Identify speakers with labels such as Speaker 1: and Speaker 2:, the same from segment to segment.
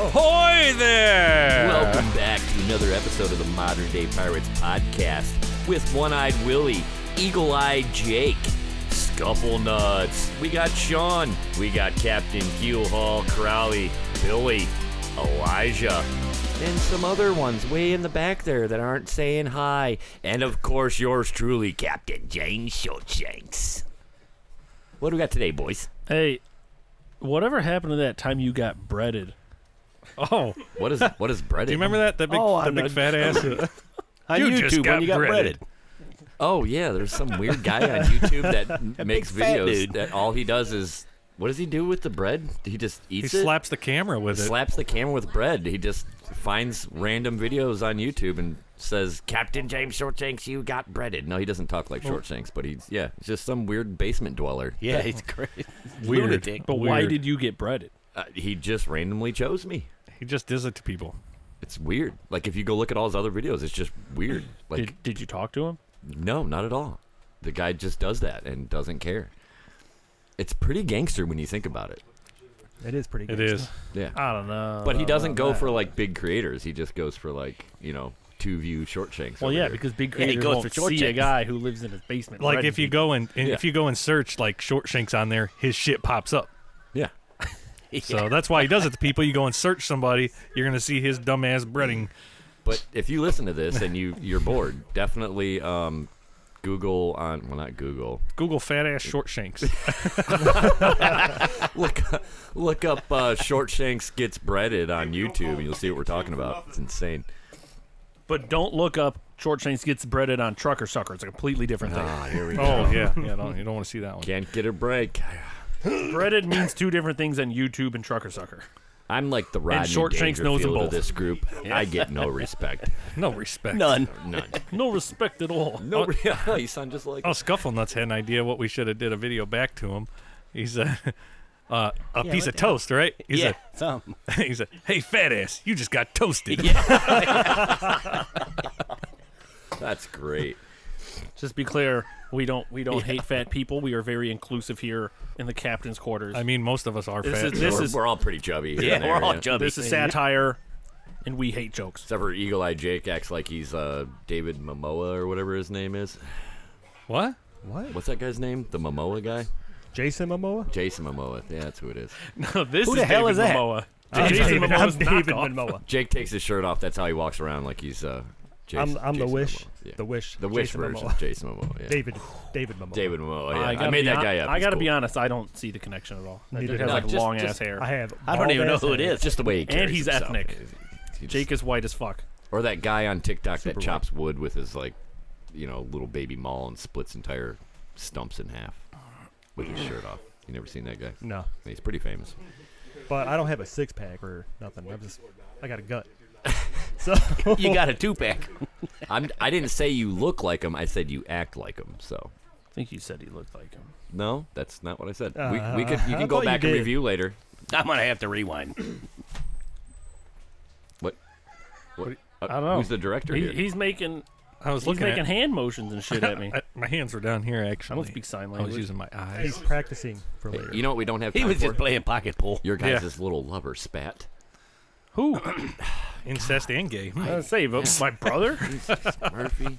Speaker 1: Hey there!
Speaker 2: Welcome back to another episode of the Modern Day Pirates podcast with One Eyed Willie, Eagle Eyed Jake, Scuffle Nuts. We got Sean. We got Captain Hall Crowley, Billy, Elijah, and some other ones way in the back there that aren't saying hi. And of course, yours truly, Captain James Shortshanks. What do we got today, boys?
Speaker 3: Hey, whatever happened to that time you got breaded?
Speaker 1: Oh, do
Speaker 2: What is what is breaded?
Speaker 1: you remember that? That big,
Speaker 2: Oh,
Speaker 1: that
Speaker 2: I'm
Speaker 1: big
Speaker 2: a-
Speaker 1: fat ass?
Speaker 4: on
Speaker 1: You
Speaker 4: YouTube
Speaker 1: just got
Speaker 4: when you got
Speaker 1: breaded.
Speaker 4: breaded.
Speaker 2: Oh yeah, there's some weird guy on YouTube that makes
Speaker 4: big fat
Speaker 2: videos
Speaker 4: dude.
Speaker 2: that all he does is what does he do with the bread? He just
Speaker 1: he
Speaker 2: eats it.
Speaker 1: slaps the camera with it.
Speaker 2: slaps the camera with bread. He just finds random videos on YouTube and says, "Captain James Shortshanks, you got breaded." No, he doesn't talk
Speaker 1: Oh.
Speaker 2: like Shortshanks, but he's yeah, he's just some weird basement dweller.
Speaker 4: Yeah, he's crazy.
Speaker 1: Weird.
Speaker 4: Lunatic.
Speaker 3: But why
Speaker 1: Weird.
Speaker 3: did you get breaded?
Speaker 2: Uh, he just randomly chose me.
Speaker 1: He just does it to people.
Speaker 2: It's weird. Like if you go look at all his other videos, it's just weird. Like
Speaker 3: Did, did you talk to him?
Speaker 2: No, not at all. The guy just does that and doesn't care. It's pretty gangster when you think about it.
Speaker 5: It is pretty good.
Speaker 1: It is.
Speaker 2: Yeah.
Speaker 3: I don't know.
Speaker 2: but he
Speaker 3: about
Speaker 2: doesn't go
Speaker 3: that.
Speaker 2: for like big creators. He just goes for like, you know, two view short shanks.
Speaker 3: Well,
Speaker 2: over
Speaker 3: yeah,
Speaker 2: here.
Speaker 3: because big
Speaker 4: Yeah, he
Speaker 3: creators
Speaker 4: goes
Speaker 3: won't
Speaker 4: for short
Speaker 3: see a
Speaker 4: checks.
Speaker 3: guy who lives in his basement.
Speaker 1: Like
Speaker 3: breaded
Speaker 1: if you
Speaker 3: people.
Speaker 1: go and, and
Speaker 2: Yeah.
Speaker 1: if you go and search like Shortshanks on there, his shit pops up.
Speaker 2: Yeah.
Speaker 1: So that's why he does it to people. You go and search somebody, you're gonna see his dumbass breading.
Speaker 2: But if you listen to this and you you're bored, definitely um Google on well not Google.
Speaker 1: Google fat ass Shortshanks.
Speaker 2: Look look up uh short shanks gets breaded on YouTube and you'll see what we're talking about. It's insane.
Speaker 3: but don't look up Shortshanks gets breaded on Trucker Sucker. It's a completely different thing.
Speaker 2: Ah, here we go.
Speaker 1: oh yeah, yeah. Don't, you don't want to see that one.
Speaker 2: Can't get a break.
Speaker 3: breaded means two different things on YouTube and Trucker Sucker.
Speaker 2: I'm like the Rodney
Speaker 3: Shortshanks knows them
Speaker 2: Dangerfield of
Speaker 3: both.
Speaker 2: this group. I get no respect.
Speaker 1: No respect.
Speaker 4: None.
Speaker 2: None.
Speaker 3: No respect at all. Uh,
Speaker 2: No, re- yeah, Oh. you sound just like.
Speaker 1: Oh, Scuffle Nuts had an idea what we should have did a video back to him. He's a uh, a
Speaker 4: Yeah,
Speaker 1: piece
Speaker 4: what
Speaker 1: of
Speaker 4: the-
Speaker 1: toast, right? He's
Speaker 4: yeah,
Speaker 1: a
Speaker 4: some.
Speaker 1: He's like, "Hey, fat ass, you just got toasted."
Speaker 2: That's great.
Speaker 3: Just be clear, we don't we don't hate fat people. We are very inclusive here in the captain's quarters.
Speaker 1: I mean, most of us are
Speaker 3: This
Speaker 1: fat.
Speaker 3: is-
Speaker 2: Yeah,
Speaker 3: this
Speaker 2: we're,
Speaker 3: is-
Speaker 2: we're all pretty chubby. Here
Speaker 4: Yeah,
Speaker 2: and there,
Speaker 4: we're all
Speaker 2: yeah.
Speaker 4: chubby.
Speaker 3: this is satire, and we hate jokes.
Speaker 2: Except for Eagle Eye Jake acts like he's uh, David Momoa or whatever his name is.
Speaker 1: what?
Speaker 5: What?
Speaker 2: What's that guy's name? The Momoa guy?
Speaker 5: Jason Momoa?
Speaker 2: Jason Momoa. Yeah, that's who it is.
Speaker 3: this
Speaker 4: Who
Speaker 3: is
Speaker 4: the hell
Speaker 3: David
Speaker 4: is that?
Speaker 3: Momoa.
Speaker 1: I'm
Speaker 3: Jason
Speaker 1: David-
Speaker 3: Momoa's
Speaker 1: I'm David
Speaker 3: knockoff.
Speaker 1: Momoa.
Speaker 2: Jake takes his shirt off. That's how he walks around like he's uh, Jason.
Speaker 5: I'm, I'm the
Speaker 2: Jason
Speaker 5: wish.
Speaker 2: Momoa. Yeah.
Speaker 5: The wish.
Speaker 2: The wish
Speaker 5: Jason
Speaker 2: version
Speaker 5: Momoa.
Speaker 2: of Jason Momoa. Yeah.
Speaker 5: David. David Momoa.
Speaker 2: David Momoa. Yeah. I,
Speaker 3: gotta
Speaker 2: made
Speaker 3: be
Speaker 2: that
Speaker 3: hon-
Speaker 2: guy up.
Speaker 3: I
Speaker 2: It's
Speaker 3: gotta
Speaker 2: cool.
Speaker 3: be honest, I don't see the connection at all. That
Speaker 5: Neither
Speaker 3: dude
Speaker 5: do
Speaker 3: has
Speaker 5: I.
Speaker 3: like
Speaker 2: No, just-
Speaker 3: long
Speaker 2: just-
Speaker 3: ass hair.
Speaker 5: I have.
Speaker 4: I don't
Speaker 5: bald
Speaker 4: even know
Speaker 5: ass
Speaker 4: who it
Speaker 5: hair.
Speaker 4: is.
Speaker 2: Just the way he
Speaker 3: And
Speaker 2: carries
Speaker 3: he's
Speaker 2: himself.
Speaker 3: ethnic.
Speaker 2: He just-
Speaker 3: Jake is white as fuck.
Speaker 2: Or that guy on TikTok that chops wood with his like, you know, little baby maul and splits entire stumps in half with his shirt off. You never seen that guy?
Speaker 5: No,
Speaker 2: He's pretty famous.
Speaker 5: but I don't have a six pack or nothing. I'm just. I got a gut. so
Speaker 4: You got a two pack.
Speaker 2: I'm. I didn't say you look like him. I said you act like him. So
Speaker 3: I think you said he looked like him.
Speaker 2: no, that's not what I said. we, we
Speaker 5: Uh,
Speaker 2: could. You
Speaker 5: I
Speaker 2: can go
Speaker 5: thought you
Speaker 2: back and
Speaker 5: did.
Speaker 2: review later.
Speaker 4: I'm gonna have to rewind.
Speaker 2: What? What? uh,
Speaker 3: I don't know.
Speaker 2: Who's the director
Speaker 3: He-
Speaker 2: here?
Speaker 3: he's making
Speaker 1: I was
Speaker 3: he's
Speaker 1: looking
Speaker 3: making
Speaker 1: at
Speaker 3: hand motions and shit at me.
Speaker 1: I- my hands were down here
Speaker 3: I
Speaker 1: actually.
Speaker 3: don't speak sign
Speaker 1: I was
Speaker 3: language.
Speaker 1: using my
Speaker 5: he's
Speaker 1: eyes.
Speaker 5: practicing for later.
Speaker 2: you know what? We don't have.
Speaker 4: He
Speaker 2: time
Speaker 4: was
Speaker 2: for?
Speaker 4: just playing pocket pool.
Speaker 2: Your
Speaker 1: Yeah.
Speaker 2: guys' little lover spat.
Speaker 3: Who?
Speaker 1: Incest and gay. Hmm.
Speaker 3: I say, but my brother?
Speaker 2: Murphy.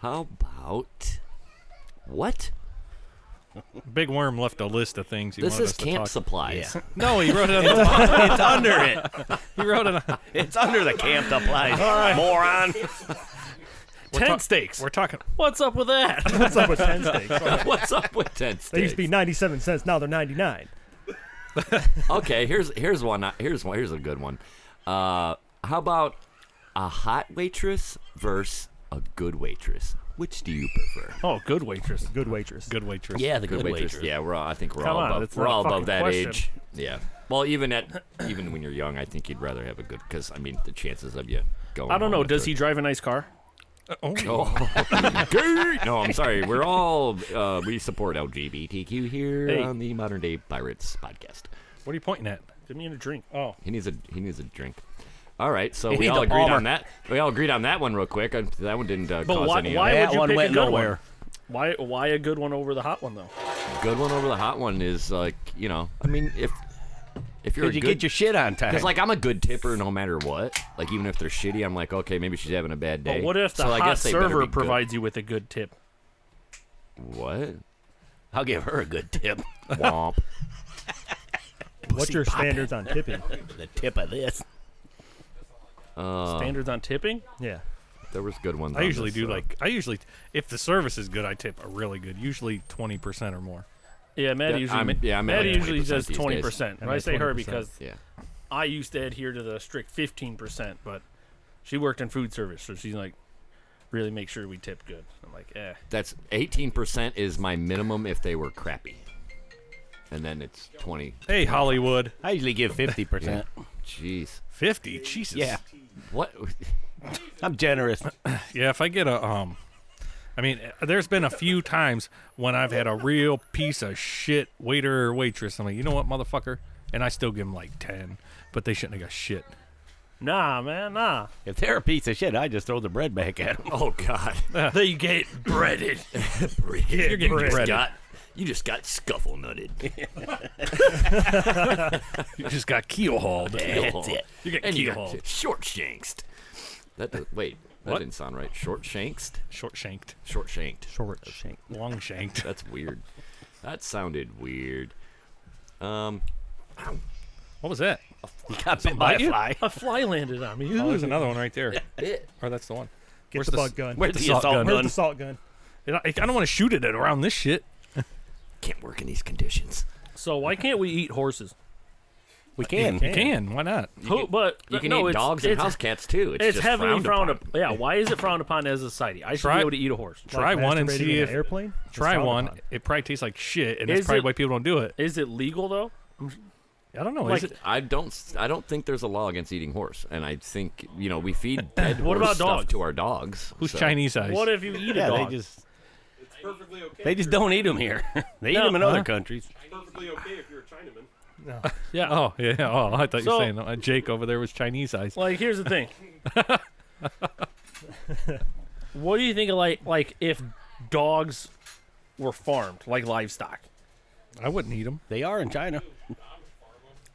Speaker 2: How about what?
Speaker 1: Big Worm left a list of things he
Speaker 2: This
Speaker 1: wanted
Speaker 2: is
Speaker 1: us to
Speaker 2: camp
Speaker 1: talk.
Speaker 2: supplies.
Speaker 1: No, he wrote it on the top.
Speaker 4: it's under it.
Speaker 1: He wrote it on.
Speaker 4: It's under the camp supplies. Moron.
Speaker 3: Ten
Speaker 1: talk-
Speaker 3: steaks.
Speaker 1: We're talking.
Speaker 3: What's up with that?
Speaker 5: What's up with ten steaks?
Speaker 2: What's up with ten
Speaker 5: They used to be ninety-seven cents. Now they're ninety-nine.
Speaker 2: okay, here's here's one. Here's one. Here's a good one. Uh, how about a hot waitress versus a good waitress? Which do you prefer?
Speaker 3: Oh, good waitress.
Speaker 5: Good waitress.
Speaker 1: Good waitress.
Speaker 4: Yeah, the good,
Speaker 2: waitress.
Speaker 4: waitress.
Speaker 2: Yeah, we're all, I think we're
Speaker 3: Come
Speaker 2: all
Speaker 3: on,
Speaker 2: above
Speaker 3: that's
Speaker 2: we're
Speaker 3: not a
Speaker 2: all above
Speaker 3: fucking
Speaker 2: that
Speaker 3: question.
Speaker 2: age. Yeah. Well, even at even when you're young, I think you'd rather have a good because I mean the chances of you going.
Speaker 3: I don't
Speaker 2: home
Speaker 3: know.
Speaker 2: with
Speaker 3: Does
Speaker 2: a-
Speaker 3: he drive a nice car?
Speaker 1: Oh,
Speaker 2: Oh, gay. no, I'm sorry. We're all uh, we support LGBTQ here
Speaker 3: Hey.
Speaker 2: on the Modern Day Pirates podcast.
Speaker 1: What are you pointing at?
Speaker 3: Give me a drink.
Speaker 1: Oh,
Speaker 2: He needs a he needs a drink. All right, so we
Speaker 4: needs
Speaker 2: all
Speaker 4: a
Speaker 2: agreed
Speaker 4: Palmer.
Speaker 2: on that. We all agreed on that one real quick. Uh, That one didn't uh,
Speaker 3: But
Speaker 2: cause
Speaker 3: why,
Speaker 2: any
Speaker 3: why
Speaker 4: That
Speaker 3: would you
Speaker 4: one
Speaker 3: pick
Speaker 4: went
Speaker 3: a good
Speaker 4: nowhere.
Speaker 3: one? Why, why a good one over the hot one, though?
Speaker 2: good one over the hot one is like you know. I mean, if If you're
Speaker 4: Did
Speaker 2: a
Speaker 4: you
Speaker 2: good,
Speaker 4: get your shit on time?
Speaker 2: Because like I'm a good tipper no matter what. Like even if they're shitty, I'm like, okay, maybe she's having a bad day.
Speaker 3: But what if the
Speaker 2: So I
Speaker 3: hot
Speaker 2: guess they better
Speaker 3: server
Speaker 2: be good.
Speaker 3: provides you with a good tip?
Speaker 2: what?
Speaker 4: I'll give her a good tip.
Speaker 2: Womp.
Speaker 5: What's your standards on tipping?
Speaker 4: the tip of this.
Speaker 2: Uh,
Speaker 3: Standards on tipping?
Speaker 5: Yeah.
Speaker 2: There was good ones.
Speaker 1: I
Speaker 2: on
Speaker 1: usually
Speaker 2: this,
Speaker 1: do
Speaker 2: uh, so.
Speaker 1: like I usually if the service is good, I tip a really good, usually twenty percent or more.
Speaker 3: Yeah, Matt
Speaker 2: Yeah,
Speaker 3: usually
Speaker 2: I'm- yeah, I'm at
Speaker 3: Matt
Speaker 2: like
Speaker 3: usually
Speaker 2: 20%
Speaker 3: does
Speaker 2: these days.
Speaker 3: twenty percent.
Speaker 5: I'm
Speaker 3: I
Speaker 5: at
Speaker 3: say her
Speaker 5: 20%.
Speaker 3: because
Speaker 2: yeah.
Speaker 3: I used to adhere to the strict fifteen percent, but she worked in food service, so she's like really make sure we tipped good. I'm like, eh.
Speaker 2: That's 18% is my minimum if they were crappy. And then it's 20.
Speaker 1: Hey Hollywood.
Speaker 4: I usually give fifty percent.
Speaker 2: Jeez.
Speaker 1: Fifty. Jesus.
Speaker 4: Yeah,
Speaker 2: What?
Speaker 4: I'm generous.
Speaker 1: Yeah, if I get a um I mean, uh, there's been a few times when I've had a real piece of shit waiter or waitress. I'm like, you know what, motherfucker? And I still give them like ten, but they shouldn't have got shit.
Speaker 3: Nah, man, nah.
Speaker 4: If they're a piece of shit, I just throw the bread back at them.
Speaker 2: Oh, God.
Speaker 3: They get breaded.
Speaker 2: You're
Speaker 1: getting breaded.
Speaker 2: you just got scuffle nutted.
Speaker 1: You just got keel hauled.
Speaker 2: That's it.
Speaker 1: You get
Speaker 2: And you
Speaker 1: keel
Speaker 2: got
Speaker 1: hauled.
Speaker 2: short shanked. That does, wait, that
Speaker 1: What?
Speaker 2: didn't sound right. Short shanked?
Speaker 1: Short shanked.
Speaker 2: Short shanked.
Speaker 5: Short shank.
Speaker 1: Long shanked.
Speaker 2: That's weird. that sounded weird. Um,
Speaker 1: What was that?
Speaker 4: You got bit by a
Speaker 1: bite you?
Speaker 4: fly.
Speaker 3: A fly landed on me.
Speaker 1: Oh, there's another one right there.
Speaker 2: bit.
Speaker 1: Or that's the one.
Speaker 5: Get
Speaker 1: Where's
Speaker 5: the
Speaker 1: the
Speaker 5: bug
Speaker 1: s-
Speaker 5: gun.
Speaker 4: Where's the assault
Speaker 1: gun?
Speaker 4: gun?
Speaker 5: Where's the salt gun?
Speaker 1: And I, I don't want to shoot it at around this shit.
Speaker 2: Can't work in these conditions.
Speaker 3: So why can't we eat horses?
Speaker 4: We can.
Speaker 1: You can. Why not?
Speaker 3: Who, but
Speaker 2: You can
Speaker 3: no,
Speaker 2: eat
Speaker 3: it's,
Speaker 2: dogs
Speaker 3: it's,
Speaker 2: and house cats too. It's,
Speaker 3: It's
Speaker 2: just
Speaker 3: heavily
Speaker 2: frowned,
Speaker 3: frowned,
Speaker 2: upon.
Speaker 3: up. Yeah, why is it frowned upon as a society? I should
Speaker 1: Try-
Speaker 3: be able to eat a horse.
Speaker 1: Try one and
Speaker 5: masturbating
Speaker 1: see
Speaker 5: in
Speaker 1: if.
Speaker 5: an airplane. It's
Speaker 1: Try
Speaker 5: frowned
Speaker 1: one.
Speaker 5: upon.
Speaker 1: It probably tastes like shit, and
Speaker 3: Is
Speaker 1: that's probably
Speaker 3: it-
Speaker 1: why people don't do it.
Speaker 3: Is it legal though?
Speaker 1: I don't know.
Speaker 3: Like,
Speaker 1: is it?
Speaker 2: I don't. s- I don't think there's a law against eating horse, and I think you know we feed dead
Speaker 3: What
Speaker 2: horse
Speaker 3: about
Speaker 2: stuff
Speaker 3: dogs?
Speaker 2: to our dogs.
Speaker 1: Who's
Speaker 2: so-
Speaker 1: Chinese eyes?
Speaker 3: What if you eat a
Speaker 4: Yeah,
Speaker 3: dog?
Speaker 4: they just. It's perfectly okay. They just don't eat them here. they eat
Speaker 3: No.
Speaker 4: them in other
Speaker 1: Huh?
Speaker 4: countries.
Speaker 3: yeah.
Speaker 1: Oh yeah. Oh, I thought you
Speaker 3: So-
Speaker 1: were saying uh, Jake over there was Chinese eyes.
Speaker 3: Like, here's the thing. what do you think of like like if dogs were farmed like livestock?
Speaker 1: I wouldn't eat them.
Speaker 4: They are in China.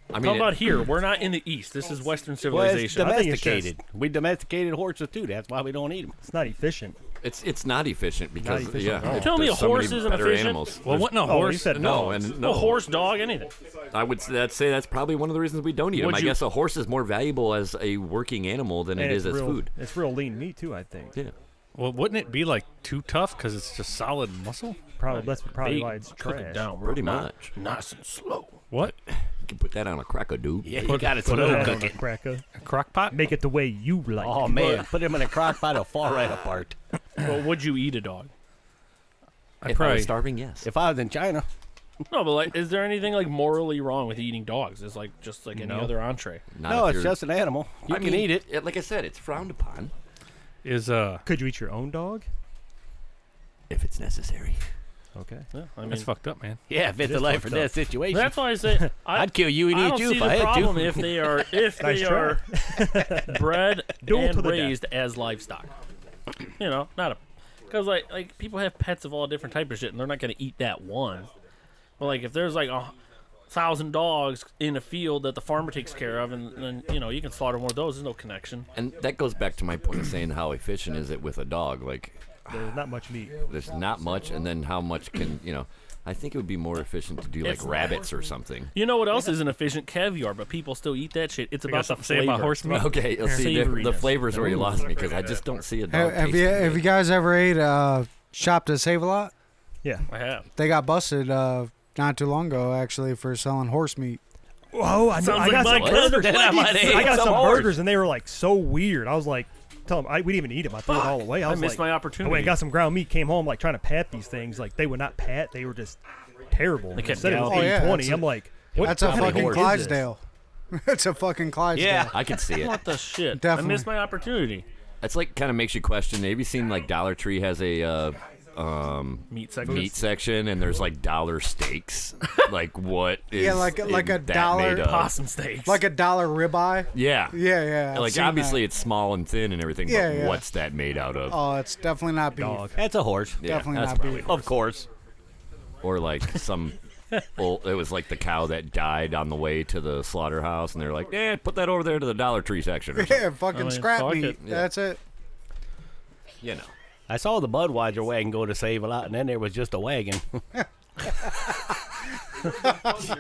Speaker 2: I
Speaker 3: How
Speaker 2: mean,
Speaker 3: about
Speaker 2: it,
Speaker 3: here? We're not in the East. This is Western
Speaker 4: Well, it's
Speaker 3: civilization.
Speaker 5: I think it's
Speaker 4: domesticated. We domesticated horses too. That's why we don't eat them.
Speaker 5: It's not efficient.
Speaker 2: it's it's not efficient because
Speaker 5: efficient
Speaker 2: yeah.
Speaker 5: at all.
Speaker 2: it-
Speaker 3: Tell me
Speaker 2: there's
Speaker 3: a
Speaker 2: so many
Speaker 3: horse isn't
Speaker 2: better
Speaker 3: efficient?
Speaker 2: Animals.
Speaker 1: Well, what? No
Speaker 5: Oh,
Speaker 1: horse.
Speaker 5: you said
Speaker 2: no,
Speaker 5: dogs.
Speaker 2: and no
Speaker 3: no horse, dog, anything.
Speaker 2: I would s- that's say that's probably one of the reasons we don't eat them.
Speaker 3: Would
Speaker 2: I
Speaker 3: you-
Speaker 2: guess a horse is more valuable as a working animal than
Speaker 5: And
Speaker 2: it is
Speaker 5: it's
Speaker 2: as
Speaker 5: real,
Speaker 2: food.
Speaker 5: It's real lean meat too. I think.
Speaker 2: Yeah.
Speaker 1: Well, wouldn't it be like too tough because it's just solid muscle?
Speaker 5: Probably that's probably
Speaker 3: They
Speaker 5: why it's
Speaker 3: cook it
Speaker 5: trash.
Speaker 3: down real
Speaker 2: Pretty
Speaker 3: ni-
Speaker 2: much.
Speaker 3: Nice and slow.
Speaker 1: What?
Speaker 2: You can put that on a cracker, dude.
Speaker 4: Yeah, you
Speaker 1: Put-
Speaker 4: got to
Speaker 1: put it
Speaker 4: slow
Speaker 1: on
Speaker 4: cook
Speaker 5: a
Speaker 4: it.
Speaker 5: cracker.
Speaker 1: A crock pot?
Speaker 5: Make it the way you like.
Speaker 4: Oh man, put them in a crock pot, it'll fall right apart.
Speaker 3: But would you eat a dog?
Speaker 1: I
Speaker 2: If I
Speaker 1: probably.
Speaker 2: was starving, yes.
Speaker 4: If I was in China,
Speaker 3: No, but like, is there anything like morally wrong with eating dogs? It's like just like any
Speaker 1: No.
Speaker 3: other entree.
Speaker 2: Not
Speaker 4: no,
Speaker 2: if
Speaker 4: it's
Speaker 2: you're-
Speaker 4: just an animal. You
Speaker 2: I
Speaker 4: can
Speaker 2: mean,
Speaker 4: eat it.
Speaker 2: Like I said, it's frowned upon
Speaker 1: Is uh.
Speaker 5: Could you eat your own dog?
Speaker 2: if it's necessary.
Speaker 5: Okay.
Speaker 3: Yeah, I mean,
Speaker 1: That's fucked up, man.
Speaker 4: Yeah, if it's a life or death situation,
Speaker 3: that's why I say I,
Speaker 4: I'd kill you and
Speaker 3: I
Speaker 4: eat
Speaker 3: don't
Speaker 4: you
Speaker 3: see
Speaker 4: if
Speaker 3: the
Speaker 4: I had
Speaker 3: problem
Speaker 4: to.
Speaker 3: if they are if
Speaker 5: Nice
Speaker 3: they
Speaker 5: try.
Speaker 3: are bred
Speaker 5: Duel to
Speaker 3: and
Speaker 5: the death.
Speaker 3: raised as livestock. You know, not a because like like people have pets of all different type of shit, and they're not going to eat that one. But like if there's like a thousand dogs in a field that the farmer takes care of, and then you know you can slaughter one of those. There's no connection.
Speaker 2: And that goes back to my point of saying how efficient is it with a dog? Like,
Speaker 5: There's not much meat.
Speaker 2: there's not much, and then how much can you know? I think it would be more efficient to do like
Speaker 3: It's-
Speaker 2: rabbits or something.
Speaker 3: You know what else isn't efficient? Caviar, but people still eat that shit. It's
Speaker 1: I
Speaker 3: about
Speaker 1: got
Speaker 3: the
Speaker 1: something to say
Speaker 3: flavor.
Speaker 1: about horse meat.
Speaker 2: Okay, you'll see the, the
Speaker 3: Savoriness.
Speaker 2: flavors where you lost me because I just don't see a dog.
Speaker 6: Have, have
Speaker 2: tasting
Speaker 6: you e-
Speaker 2: good.
Speaker 6: have you guys ever ate uh, Shop to Save a Lot?
Speaker 5: Yeah.
Speaker 3: I have.
Speaker 6: They got busted uh, not too long ago actually for selling horse meat.
Speaker 5: Oh, I, know,
Speaker 3: Sounds
Speaker 5: I got
Speaker 3: like
Speaker 5: some burgers.
Speaker 3: my cousin.
Speaker 4: Then I might eat
Speaker 5: I got some,
Speaker 4: horse.
Speaker 5: burgers and they were like so weird. I was like, tell them I, we didn't even eat them. I threw it all away. I,
Speaker 3: I
Speaker 5: was like,
Speaker 3: missed
Speaker 5: "Oh,
Speaker 3: my
Speaker 5: I went
Speaker 3: opportunity.
Speaker 5: and got some ground meat. Came home like trying to pat these things. Like they were not pat. They were just terrible. They
Speaker 3: kept
Speaker 5: Instead it was
Speaker 6: galloping. Oh, yeah,
Speaker 5: 80-20,
Speaker 6: that's
Speaker 5: I'm
Speaker 6: a-
Speaker 5: like, what
Speaker 6: That's a
Speaker 5: kind of
Speaker 6: fucking
Speaker 5: horse is
Speaker 6: Clydesdale. That's a fucking Clydesdale.
Speaker 4: Yeah,
Speaker 2: I can see it.
Speaker 3: What the shit? I
Speaker 6: Definitely.
Speaker 3: missed my opportunity.
Speaker 2: It's like kind of makes you question. Have you seen like Dollar Tree has a uh, um,
Speaker 3: Meat section.
Speaker 2: meat section and there's like dollar steaks? like what is
Speaker 6: Yeah, like a- like
Speaker 2: in
Speaker 6: a
Speaker 2: that
Speaker 6: dollar
Speaker 2: made of?
Speaker 3: Possum steaks.
Speaker 6: Like a dollar ribeye.
Speaker 2: Yeah.
Speaker 6: Yeah, yeah. I've
Speaker 2: Like
Speaker 6: seen
Speaker 2: obviously
Speaker 6: that.
Speaker 2: it's small and thin and everything,
Speaker 6: Yeah,
Speaker 2: but
Speaker 6: yeah.
Speaker 2: what's that made out of?
Speaker 6: Oh, it's definitely not beef.
Speaker 5: Dog.
Speaker 4: That's a horse.
Speaker 2: Yeah,
Speaker 6: Definitely
Speaker 2: that's
Speaker 6: not beef.
Speaker 4: Of course.
Speaker 2: or like some old, it was like the cow that died on the way to the slaughterhouse, and they're like, "Eh, put that over there to the Dollar Tree section." Or something.
Speaker 6: Yeah, fucking
Speaker 3: I mean,
Speaker 6: scrap
Speaker 3: fuck
Speaker 6: meat.
Speaker 3: it.
Speaker 2: Yeah.
Speaker 6: That's it.
Speaker 2: You know,
Speaker 4: I saw the Budweiser wagon go to save a lot, and then there was just a wagon.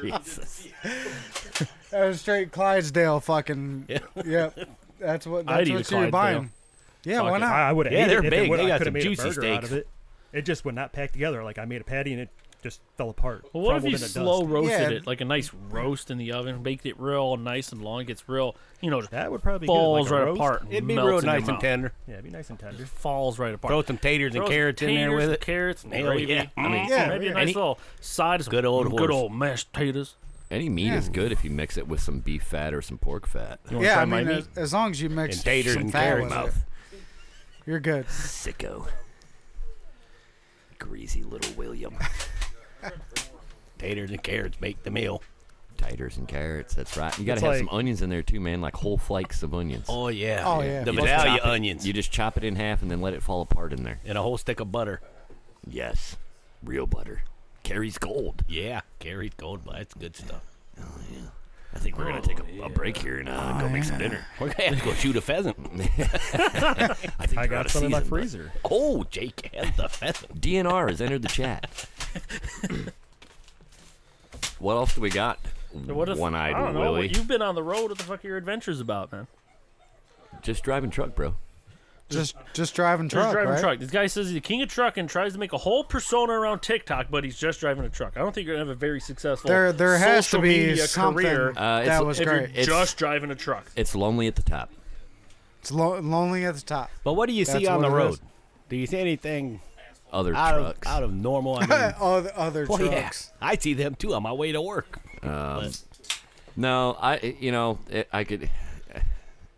Speaker 2: Jesus.
Speaker 6: That was straight Clydesdale fucking. Yep. That's what.
Speaker 3: I'd
Speaker 6: That's
Speaker 3: eat a
Speaker 6: what you're
Speaker 3: Clydesdale.
Speaker 6: buying. Yeah,
Speaker 3: Fuck
Speaker 6: why
Speaker 3: it.
Speaker 5: I,
Speaker 6: not?
Speaker 5: I would have.
Speaker 4: Yeah, they're
Speaker 5: it if
Speaker 4: big.
Speaker 5: It would-
Speaker 4: They
Speaker 5: I
Speaker 4: got
Speaker 5: could have
Speaker 4: some
Speaker 5: made
Speaker 4: juicy
Speaker 5: a burger out
Speaker 4: steaks.
Speaker 5: of it. It just would not pack together. Like I made a patty and it just fell apart.
Speaker 3: Well, what if
Speaker 5: crumbled
Speaker 3: you
Speaker 5: into dust.
Speaker 3: slow roasted
Speaker 6: Yeah.
Speaker 3: it, like a nice roast in the oven, baked it real nice and long, gets real, you know,
Speaker 5: That would probably be good, like
Speaker 3: falls
Speaker 5: a
Speaker 3: right
Speaker 5: roast.
Speaker 3: apart. and
Speaker 4: It'd be
Speaker 3: melts
Speaker 4: real
Speaker 3: in your
Speaker 4: nice and
Speaker 3: mouth.
Speaker 4: tender.
Speaker 5: Yeah, it'd be nice and tender.
Speaker 3: Falls right apart.
Speaker 4: Throw some taters
Speaker 3: Throw
Speaker 4: and
Speaker 3: some
Speaker 4: carrots Mm-hmm. in there Mm.
Speaker 3: taters,
Speaker 4: with it.
Speaker 3: Carrots, and
Speaker 4: Hell
Speaker 3: gravy.
Speaker 4: yeah.
Speaker 3: I mean,
Speaker 6: Yeah,
Speaker 3: maybe a
Speaker 6: yeah.
Speaker 3: nice
Speaker 6: Any-
Speaker 3: little side of some
Speaker 4: Good old
Speaker 3: good
Speaker 4: horse.
Speaker 3: old mashed potatoes.
Speaker 2: Any meat is good if you mix it with some beef fat or some pork fat.
Speaker 3: You wanna
Speaker 6: Yeah,
Speaker 3: try
Speaker 6: I
Speaker 3: my
Speaker 6: mean,
Speaker 3: meat?
Speaker 6: as, as long as you mix
Speaker 4: And taters
Speaker 6: some
Speaker 4: and
Speaker 6: fat
Speaker 4: carrot
Speaker 6: with
Speaker 4: mouth.
Speaker 6: it, you're good.
Speaker 2: Sicko. Greasy little William.
Speaker 4: Taters and carrots make the meal.
Speaker 2: Taters and carrots. That's right. You gotta
Speaker 5: It's
Speaker 2: have
Speaker 5: like-
Speaker 2: some onions in there too, man. Like whole flakes of onions.
Speaker 4: Oh yeah.
Speaker 6: Oh, yeah.
Speaker 4: The
Speaker 6: You
Speaker 2: just
Speaker 4: Vidalia
Speaker 2: chop it-
Speaker 4: onions
Speaker 2: You just chop it in half and then let it fall apart in there.
Speaker 4: and a whole stick of butter.
Speaker 2: Yes, real butter carries gold.
Speaker 4: Yeah, carrots, gold, but that's good stuff.
Speaker 2: I think we're
Speaker 5: Oh,
Speaker 2: gonna take a, a break here and uh, go make some dinner.
Speaker 4: We're gonna have to go shoot a pheasant.
Speaker 2: I think
Speaker 5: I
Speaker 2: we're out
Speaker 5: got
Speaker 2: of
Speaker 5: some in my
Speaker 2: season, but-
Speaker 5: freezer.
Speaker 4: oh, Jake has the pheasant.
Speaker 2: DNR has entered the chat. what else do we got?
Speaker 3: What if,
Speaker 2: One-eyed
Speaker 3: I don't know,
Speaker 2: Willie.
Speaker 3: what- You've been on the road. What the fuck are your adventures about, man?
Speaker 2: Just driving truck, bro.
Speaker 6: Just just driving
Speaker 3: Just
Speaker 6: truck,
Speaker 3: driving
Speaker 6: right?
Speaker 3: truck. This guy says he's the king of truck and tries to make a whole persona around TikTok, but he's just driving a truck. I don't think you're gonna have a very successful
Speaker 6: There there has to
Speaker 3: social
Speaker 6: be
Speaker 3: media
Speaker 6: something
Speaker 3: career
Speaker 2: Uh, it's-
Speaker 6: that was
Speaker 3: if
Speaker 6: great.
Speaker 3: you're
Speaker 2: It's-
Speaker 3: just driving a truck.
Speaker 2: It's lonely at the top.
Speaker 6: It's lo- lonely at the top.
Speaker 4: But what do you see
Speaker 6: That's
Speaker 4: on
Speaker 6: what
Speaker 4: the
Speaker 6: it
Speaker 4: road?
Speaker 6: is.
Speaker 4: Do you see anything
Speaker 2: Other
Speaker 4: out
Speaker 2: trucks.
Speaker 4: of out of normal? I mean,
Speaker 6: other other
Speaker 4: well, yeah,
Speaker 6: trucks.
Speaker 4: I see them too on my way to work. But-
Speaker 2: No, I you know it, I could,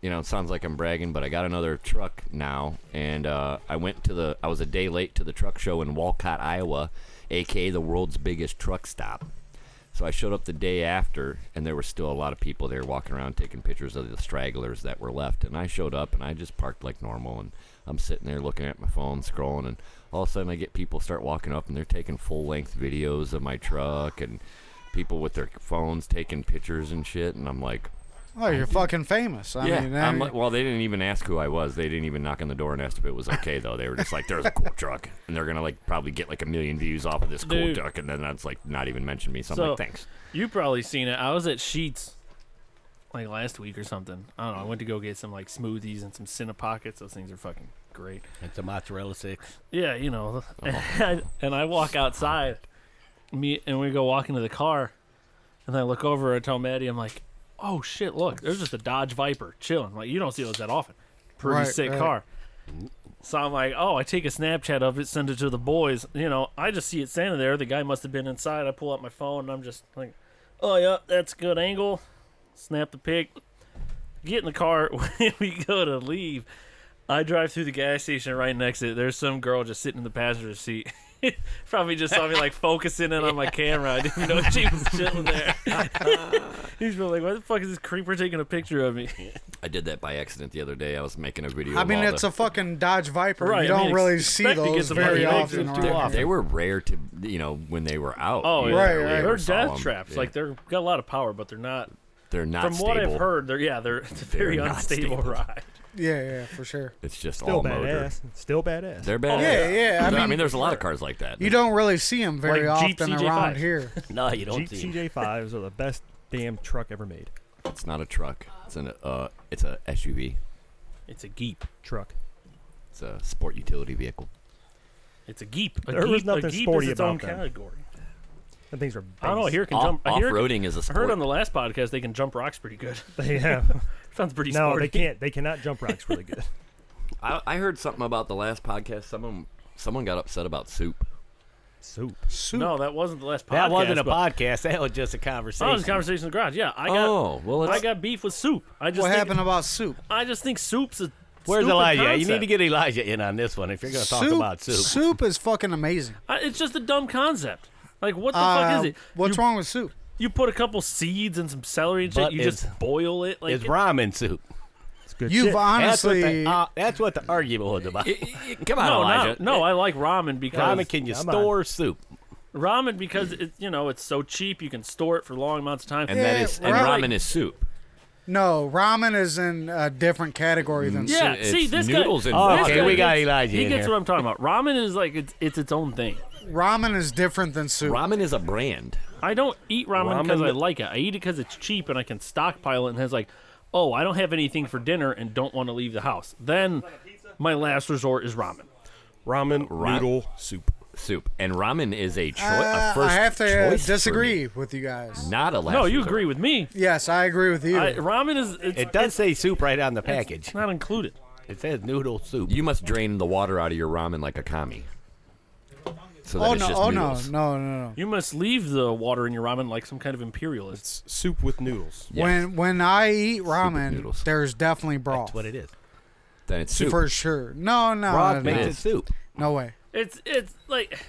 Speaker 2: you know, it sounds like I'm bragging, but I got another truck now, and uh, I went to the I was a day late to the truck show in Walcott, Iowa, aka the world's biggest truck stop. So I showed up the day after, and there were still a lot of people there walking around taking pictures of the stragglers that were left. And I showed up, and I just parked like normal, and I'm sitting there looking at my phone, scrolling, and all of a sudden I get people start walking up, and they're taking full length videos of my truck, and people with their phones taking pictures and shit. And I'm like,
Speaker 6: Oh, you're fucking famous. I
Speaker 2: yeah,
Speaker 6: mean,
Speaker 2: I'm
Speaker 6: eh,
Speaker 2: like, well, they didn't even ask who I was. They didn't even knock on the door and ask if it was okay though. They were just like, "There's a cool truck," and they're gonna like probably get like a million views off of this cool
Speaker 3: Dude.
Speaker 2: truck, and then that's like not even mention me. So, I'm
Speaker 3: So-
Speaker 2: like, thanks.
Speaker 3: You probably seen it. I was at Sheets like last week or something. I don't know. I went to go get some like smoothies and some Cine Pockets. Those things are fucking great.
Speaker 4: It's a mozzarella six.
Speaker 3: Yeah, you know. and I walk outside, me and we go walk into the car, and I look over and tell Maddie, I'm like, "Oh shit, look, there's just a Dodge Viper chilling. Like you don't see those that often. Pretty
Speaker 6: Right,
Speaker 3: sick
Speaker 6: right.
Speaker 3: car." So I'm like, "Oh, I take a Snapchat of it, send it to the boys. You know, I just see it standing there. The guy must have been inside. I pull out my phone and I'm just like, "Oh yeah, that's a good angle." Snap the pic. Get in the car. When we go to leave, I drive through the gas station right next to it. There's some girl just sitting in the passenger seat. Probably just saw me like focusing in on my camera. I didn't know she was chilling there. He's probably like, "Why the fuck is this creeper taking a picture of me?"
Speaker 2: I did that by accident the other day. I was making a video.
Speaker 6: I
Speaker 2: of
Speaker 6: mean,
Speaker 2: all
Speaker 6: it's
Speaker 2: the-
Speaker 6: a fucking Dodge Viper.
Speaker 3: Right, I
Speaker 6: you don't
Speaker 3: mean,
Speaker 6: really
Speaker 3: expect
Speaker 6: see
Speaker 3: to get
Speaker 6: those
Speaker 3: some
Speaker 6: very
Speaker 3: fucking
Speaker 6: often.
Speaker 3: pictures
Speaker 6: around
Speaker 3: too
Speaker 6: here.
Speaker 3: often.
Speaker 2: They were rare to you know when they were out.
Speaker 3: Oh,
Speaker 2: you
Speaker 3: yeah.
Speaker 6: Right,
Speaker 2: never- you
Speaker 6: right.
Speaker 2: never
Speaker 3: They're
Speaker 2: saw
Speaker 3: death
Speaker 2: 'em.
Speaker 3: traps.
Speaker 2: Yeah.
Speaker 3: Like they're got a lot of power, but they're not.
Speaker 2: they're not.
Speaker 3: from what
Speaker 2: stable.
Speaker 3: I've heard, they're yeah, they're it's a very
Speaker 2: They're not
Speaker 3: unstable
Speaker 2: stable.
Speaker 3: ride.
Speaker 6: Yeah, yeah, for sure.
Speaker 2: it's just
Speaker 5: Still
Speaker 2: all motor.
Speaker 5: badass. Still badass.
Speaker 2: They're badass.
Speaker 6: yeah, yeah,
Speaker 2: There-
Speaker 6: I
Speaker 2: I
Speaker 6: mean,
Speaker 2: mean, there's a lot of cars like that.
Speaker 6: You don't really see them very
Speaker 3: Like Jeep
Speaker 6: often
Speaker 3: CJ5.
Speaker 6: around here.
Speaker 4: No, you don't
Speaker 5: Jeep
Speaker 4: see. 'em.
Speaker 5: CJ5s are the best damn truck ever made.
Speaker 2: It's not a truck. It's an uh, it's a SUV.
Speaker 3: It's a geep.
Speaker 5: Truck.
Speaker 2: It's a sport utility vehicle.
Speaker 3: It's a geep. A
Speaker 5: There
Speaker 3: geep,
Speaker 5: was
Speaker 3: a
Speaker 5: nothing
Speaker 3: geep
Speaker 5: sporty
Speaker 3: is its
Speaker 5: about
Speaker 3: own
Speaker 5: them.
Speaker 3: category.
Speaker 5: And things are.
Speaker 3: I don't know. Here can
Speaker 2: Off,
Speaker 3: jump. I hear-
Speaker 2: off-roading is a
Speaker 3: I
Speaker 2: sport.
Speaker 3: heard on the last podcast they can jump rocks pretty good.
Speaker 5: They have.
Speaker 3: Sounds pretty
Speaker 5: no,
Speaker 3: sporty.
Speaker 5: they can't. They cannot jump rocks really good.
Speaker 2: I, I heard something about the last podcast. Someone someone got upset about soup.
Speaker 5: Soup.
Speaker 6: Soup.
Speaker 3: No, that wasn't the last podcast.
Speaker 4: That wasn't a
Speaker 3: but-
Speaker 4: podcast. That was just a
Speaker 3: Oh,
Speaker 4: conversation.
Speaker 3: it was a conversation in the garage. Yeah, I got.
Speaker 2: oh well, it's,
Speaker 3: I got beef with soup. I just
Speaker 6: what
Speaker 3: think,
Speaker 6: happened about soup?
Speaker 3: I just think soup's a.
Speaker 4: Where's
Speaker 3: stupid
Speaker 4: Elijah?
Speaker 3: Concept.
Speaker 4: You need to get Elijah in on this one if you're going to talk about soup.
Speaker 6: is fucking amazing.
Speaker 3: I, it's just a dumb concept. Like what the fuck
Speaker 6: Uh,
Speaker 3: is it?
Speaker 6: What's
Speaker 3: you,
Speaker 6: wrong with soup?
Speaker 3: You put a couple seeds and some celery and
Speaker 4: But
Speaker 3: shit. You just
Speaker 4: it's-
Speaker 3: boil it. Like
Speaker 4: It's ramen soup.
Speaker 5: It's good
Speaker 6: You've
Speaker 5: shit.
Speaker 4: That's what,
Speaker 6: honestly.
Speaker 4: the, uh, that's what the argument was about.
Speaker 2: Y- y- y- come on,
Speaker 3: no,
Speaker 2: Elijah.
Speaker 3: no, no. I like ramen because
Speaker 4: Ramen, can you
Speaker 5: Come
Speaker 4: store soup?
Speaker 3: ramen because it's you know it's so cheap. You can store it for long amounts of time.
Speaker 2: And that
Speaker 6: Yeah,
Speaker 2: is and
Speaker 6: right.
Speaker 2: ramen is soup.
Speaker 6: No, ramen is in a different category than
Speaker 3: yeah,
Speaker 2: it's
Speaker 3: see this
Speaker 2: noodles
Speaker 3: guy.
Speaker 2: and ramen.
Speaker 3: this guy
Speaker 2: Okay, we
Speaker 4: Oh, got
Speaker 3: gets-
Speaker 4: Elijah
Speaker 3: He
Speaker 4: in
Speaker 3: gets
Speaker 4: here.
Speaker 3: what I'm talking about. Ramen is like it's it's its own thing.
Speaker 6: soup. Ramen is different than soup.
Speaker 2: Ramen is a brand.
Speaker 3: I don't eat ramen because
Speaker 4: Ramen-
Speaker 3: I like it. I eat it because it's cheap and I can stockpile it. And has like, oh, I don't have anything for dinner and don't want to leave the house. Then my last resort is ramen.
Speaker 4: Ramen, noodle, soup.
Speaker 2: Soup and ramen is a, choi-
Speaker 6: Uh,
Speaker 2: a first
Speaker 6: I have to uh,
Speaker 2: choice for me.
Speaker 6: disagree with you guys.
Speaker 2: Not a last.
Speaker 3: No, you
Speaker 2: resort.
Speaker 3: agree with me.
Speaker 6: Yes, I agree with you. Oh,
Speaker 3: I, ramen is it's,
Speaker 4: It does say soup right on the package.
Speaker 3: it's not included.
Speaker 4: It says noodle soup.
Speaker 2: You must drain the water out of your ramen like a kami. So that
Speaker 6: oh
Speaker 2: it's
Speaker 6: no!
Speaker 2: just
Speaker 6: Oh no!
Speaker 2: noodles.
Speaker 6: No! No! No!
Speaker 3: You must leave the water in your ramen like some kind of imperialist.
Speaker 4: It's soup with noodles.
Speaker 2: Yes,
Speaker 6: When when I eat
Speaker 2: noodles.
Speaker 6: ramen, there's definitely broth
Speaker 4: That's what it is.
Speaker 2: then it's soup.
Speaker 6: for sure. No, no,
Speaker 4: Broth
Speaker 6: no,
Speaker 4: makes
Speaker 6: no.
Speaker 4: it soup.
Speaker 6: no way.
Speaker 3: It's it's like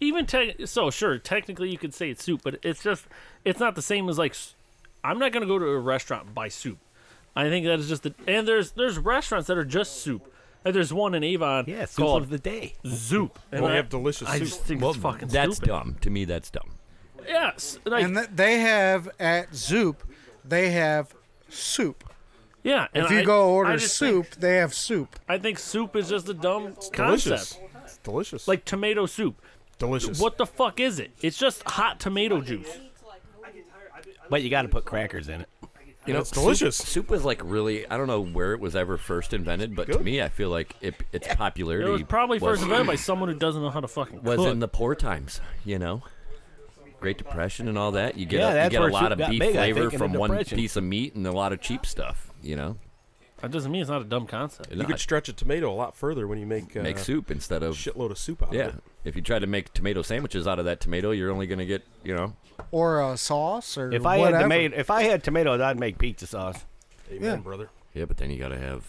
Speaker 3: even te- so sure technically you could say it's soup, but it's just it's not the same as like s- I'm not gonna go to a restaurant and buy soup. I think that is just the and there's there's restaurants that are just soup. Like there's one in Avon
Speaker 4: Yeah, soup
Speaker 3: called
Speaker 4: of the day.
Speaker 3: Zoop. And
Speaker 4: Well, they
Speaker 3: I-
Speaker 4: have delicious
Speaker 3: I
Speaker 4: soup.
Speaker 3: just think
Speaker 2: Well,
Speaker 3: it's fucking
Speaker 2: that's
Speaker 3: stupid.
Speaker 2: dumb. To me, that's dumb.
Speaker 3: Yeah, s- like,
Speaker 6: And th- they have at Zoop, they have soup.
Speaker 3: yeah. And
Speaker 6: If you
Speaker 3: I-
Speaker 6: go
Speaker 3: I
Speaker 6: order
Speaker 3: just think-
Speaker 6: soup, they have soup.
Speaker 3: I think soup is just a dumb concept.
Speaker 4: Delicious. It's delicious.
Speaker 3: Like tomato soup.
Speaker 4: delicious.
Speaker 3: What the fuck is it? It's just hot tomato juice.
Speaker 4: But you got to put crackers in it.
Speaker 2: You know,
Speaker 4: it's delicious.
Speaker 2: Soup, soup was like really. I don't know where it was ever first invented, but to
Speaker 4: Good.
Speaker 2: me, I feel like it, its
Speaker 3: It
Speaker 2: popularity
Speaker 3: was probably
Speaker 2: was,
Speaker 3: first invented by someone who doesn't know how to fucking
Speaker 2: was
Speaker 3: cook.
Speaker 2: in the poor times. You know, Great Depression and all that. You get a,
Speaker 4: Yeah,
Speaker 2: you
Speaker 4: that's
Speaker 2: get a
Speaker 4: where
Speaker 2: lot
Speaker 4: soup
Speaker 2: of
Speaker 4: got
Speaker 2: beef
Speaker 4: big, I think,
Speaker 2: flavor
Speaker 4: in the
Speaker 2: from one
Speaker 4: Depression.
Speaker 2: piece of meat and a lot of cheap stuff. You know,
Speaker 3: That doesn't mean it's not a dumb concept.
Speaker 2: No,
Speaker 7: You could stretch a tomato a lot further when you make, uh,
Speaker 2: make soup instead of
Speaker 7: shitload of soup out
Speaker 2: yeah.
Speaker 7: of it.
Speaker 2: If you try to make tomato sandwiches out of that tomato, you're only gonna get you know
Speaker 6: Or a sauce or
Speaker 4: If I
Speaker 6: whatever.
Speaker 4: had tomato, if I had tomatoes, I'd make pizza sauce.
Speaker 7: Amen,
Speaker 6: Yeah.
Speaker 7: brother.
Speaker 2: Yeah, but then you got to have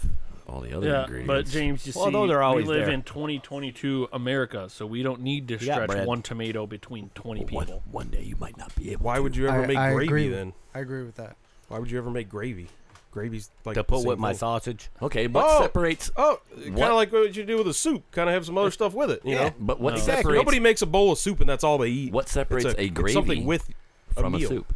Speaker 2: all the other
Speaker 3: Yeah,
Speaker 2: ingredients.
Speaker 3: but James, you
Speaker 4: Well,
Speaker 3: see,
Speaker 4: those are always
Speaker 3: we live
Speaker 4: there.
Speaker 3: in 2022 America, so we don't need to
Speaker 4: got
Speaker 3: stretch
Speaker 4: bread.
Speaker 3: one tomato between 20
Speaker 2: one,
Speaker 3: people.
Speaker 2: one day you might not be able.
Speaker 7: Why
Speaker 2: to.
Speaker 7: would you ever
Speaker 6: I-
Speaker 7: make
Speaker 6: I
Speaker 7: gravy
Speaker 6: agree.
Speaker 7: then?
Speaker 6: I agree with that.
Speaker 7: Why would you ever make gravy? Gravy's like
Speaker 4: To
Speaker 7: the
Speaker 4: put
Speaker 7: same
Speaker 4: with my
Speaker 7: thing.
Speaker 4: sausage.
Speaker 2: Okay, what
Speaker 7: Oh!
Speaker 2: separates?
Speaker 7: Oh, kind
Speaker 2: What?
Speaker 7: of like what you do with a soup. Kind of have some other stuff with it. You know,
Speaker 2: But what
Speaker 3: No. Exactly.
Speaker 2: separates
Speaker 7: nobody makes a bowl of soup and that's all they eat.
Speaker 2: What
Speaker 7: It's
Speaker 2: separates a
Speaker 7: it's something
Speaker 2: gravy
Speaker 7: with
Speaker 2: from a,
Speaker 7: meal.
Speaker 2: soup?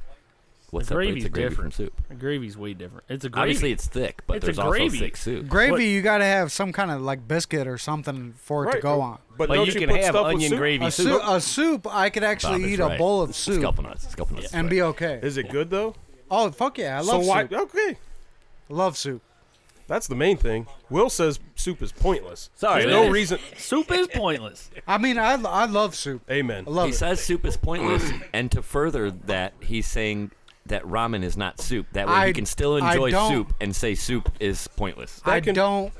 Speaker 2: What
Speaker 3: The
Speaker 2: separates
Speaker 3: gravy's
Speaker 2: a gravy
Speaker 3: different.
Speaker 2: from soup?
Speaker 3: A gravy's way different. It's a gravy.
Speaker 2: Obviously, it's thick, but
Speaker 3: It's a
Speaker 2: there's also
Speaker 3: gravy.
Speaker 2: thick soup.
Speaker 6: Gravy,
Speaker 3: What-
Speaker 6: you got to have some kind of like biscuit or something for it to
Speaker 7: Right,
Speaker 6: go
Speaker 7: but-
Speaker 6: on.
Speaker 7: But,
Speaker 4: But
Speaker 7: don't
Speaker 4: you
Speaker 7: you
Speaker 4: can
Speaker 7: put
Speaker 4: have
Speaker 7: stuff with
Speaker 4: onion
Speaker 7: soup?
Speaker 4: gravy
Speaker 6: A soup, a soup, I could
Speaker 2: Bob
Speaker 6: actually
Speaker 2: is
Speaker 6: eat
Speaker 2: right.
Speaker 6: a bowl of soup
Speaker 2: Scalpel nuts. Scalpel nuts.
Speaker 6: and be okay.
Speaker 7: Is it good though?
Speaker 6: oh fuck yeah, I love
Speaker 7: so why?
Speaker 6: soup.
Speaker 7: Okay,
Speaker 6: Love soup.
Speaker 7: that's the main thing. Will says soup is pointless.
Speaker 4: Sorry,
Speaker 7: There's no
Speaker 3: is.
Speaker 7: reason.
Speaker 3: soup is pointless.
Speaker 6: I mean, I, I love soup.
Speaker 7: Amen.
Speaker 6: I love
Speaker 2: He
Speaker 6: it.
Speaker 2: says soup is pointless, and to further that, he's saying that ramen is not soup. That way,
Speaker 6: I-
Speaker 2: you can still
Speaker 6: I
Speaker 2: enjoy
Speaker 6: don't-
Speaker 2: soup and say soup is pointless.
Speaker 6: I
Speaker 7: can-
Speaker 6: don't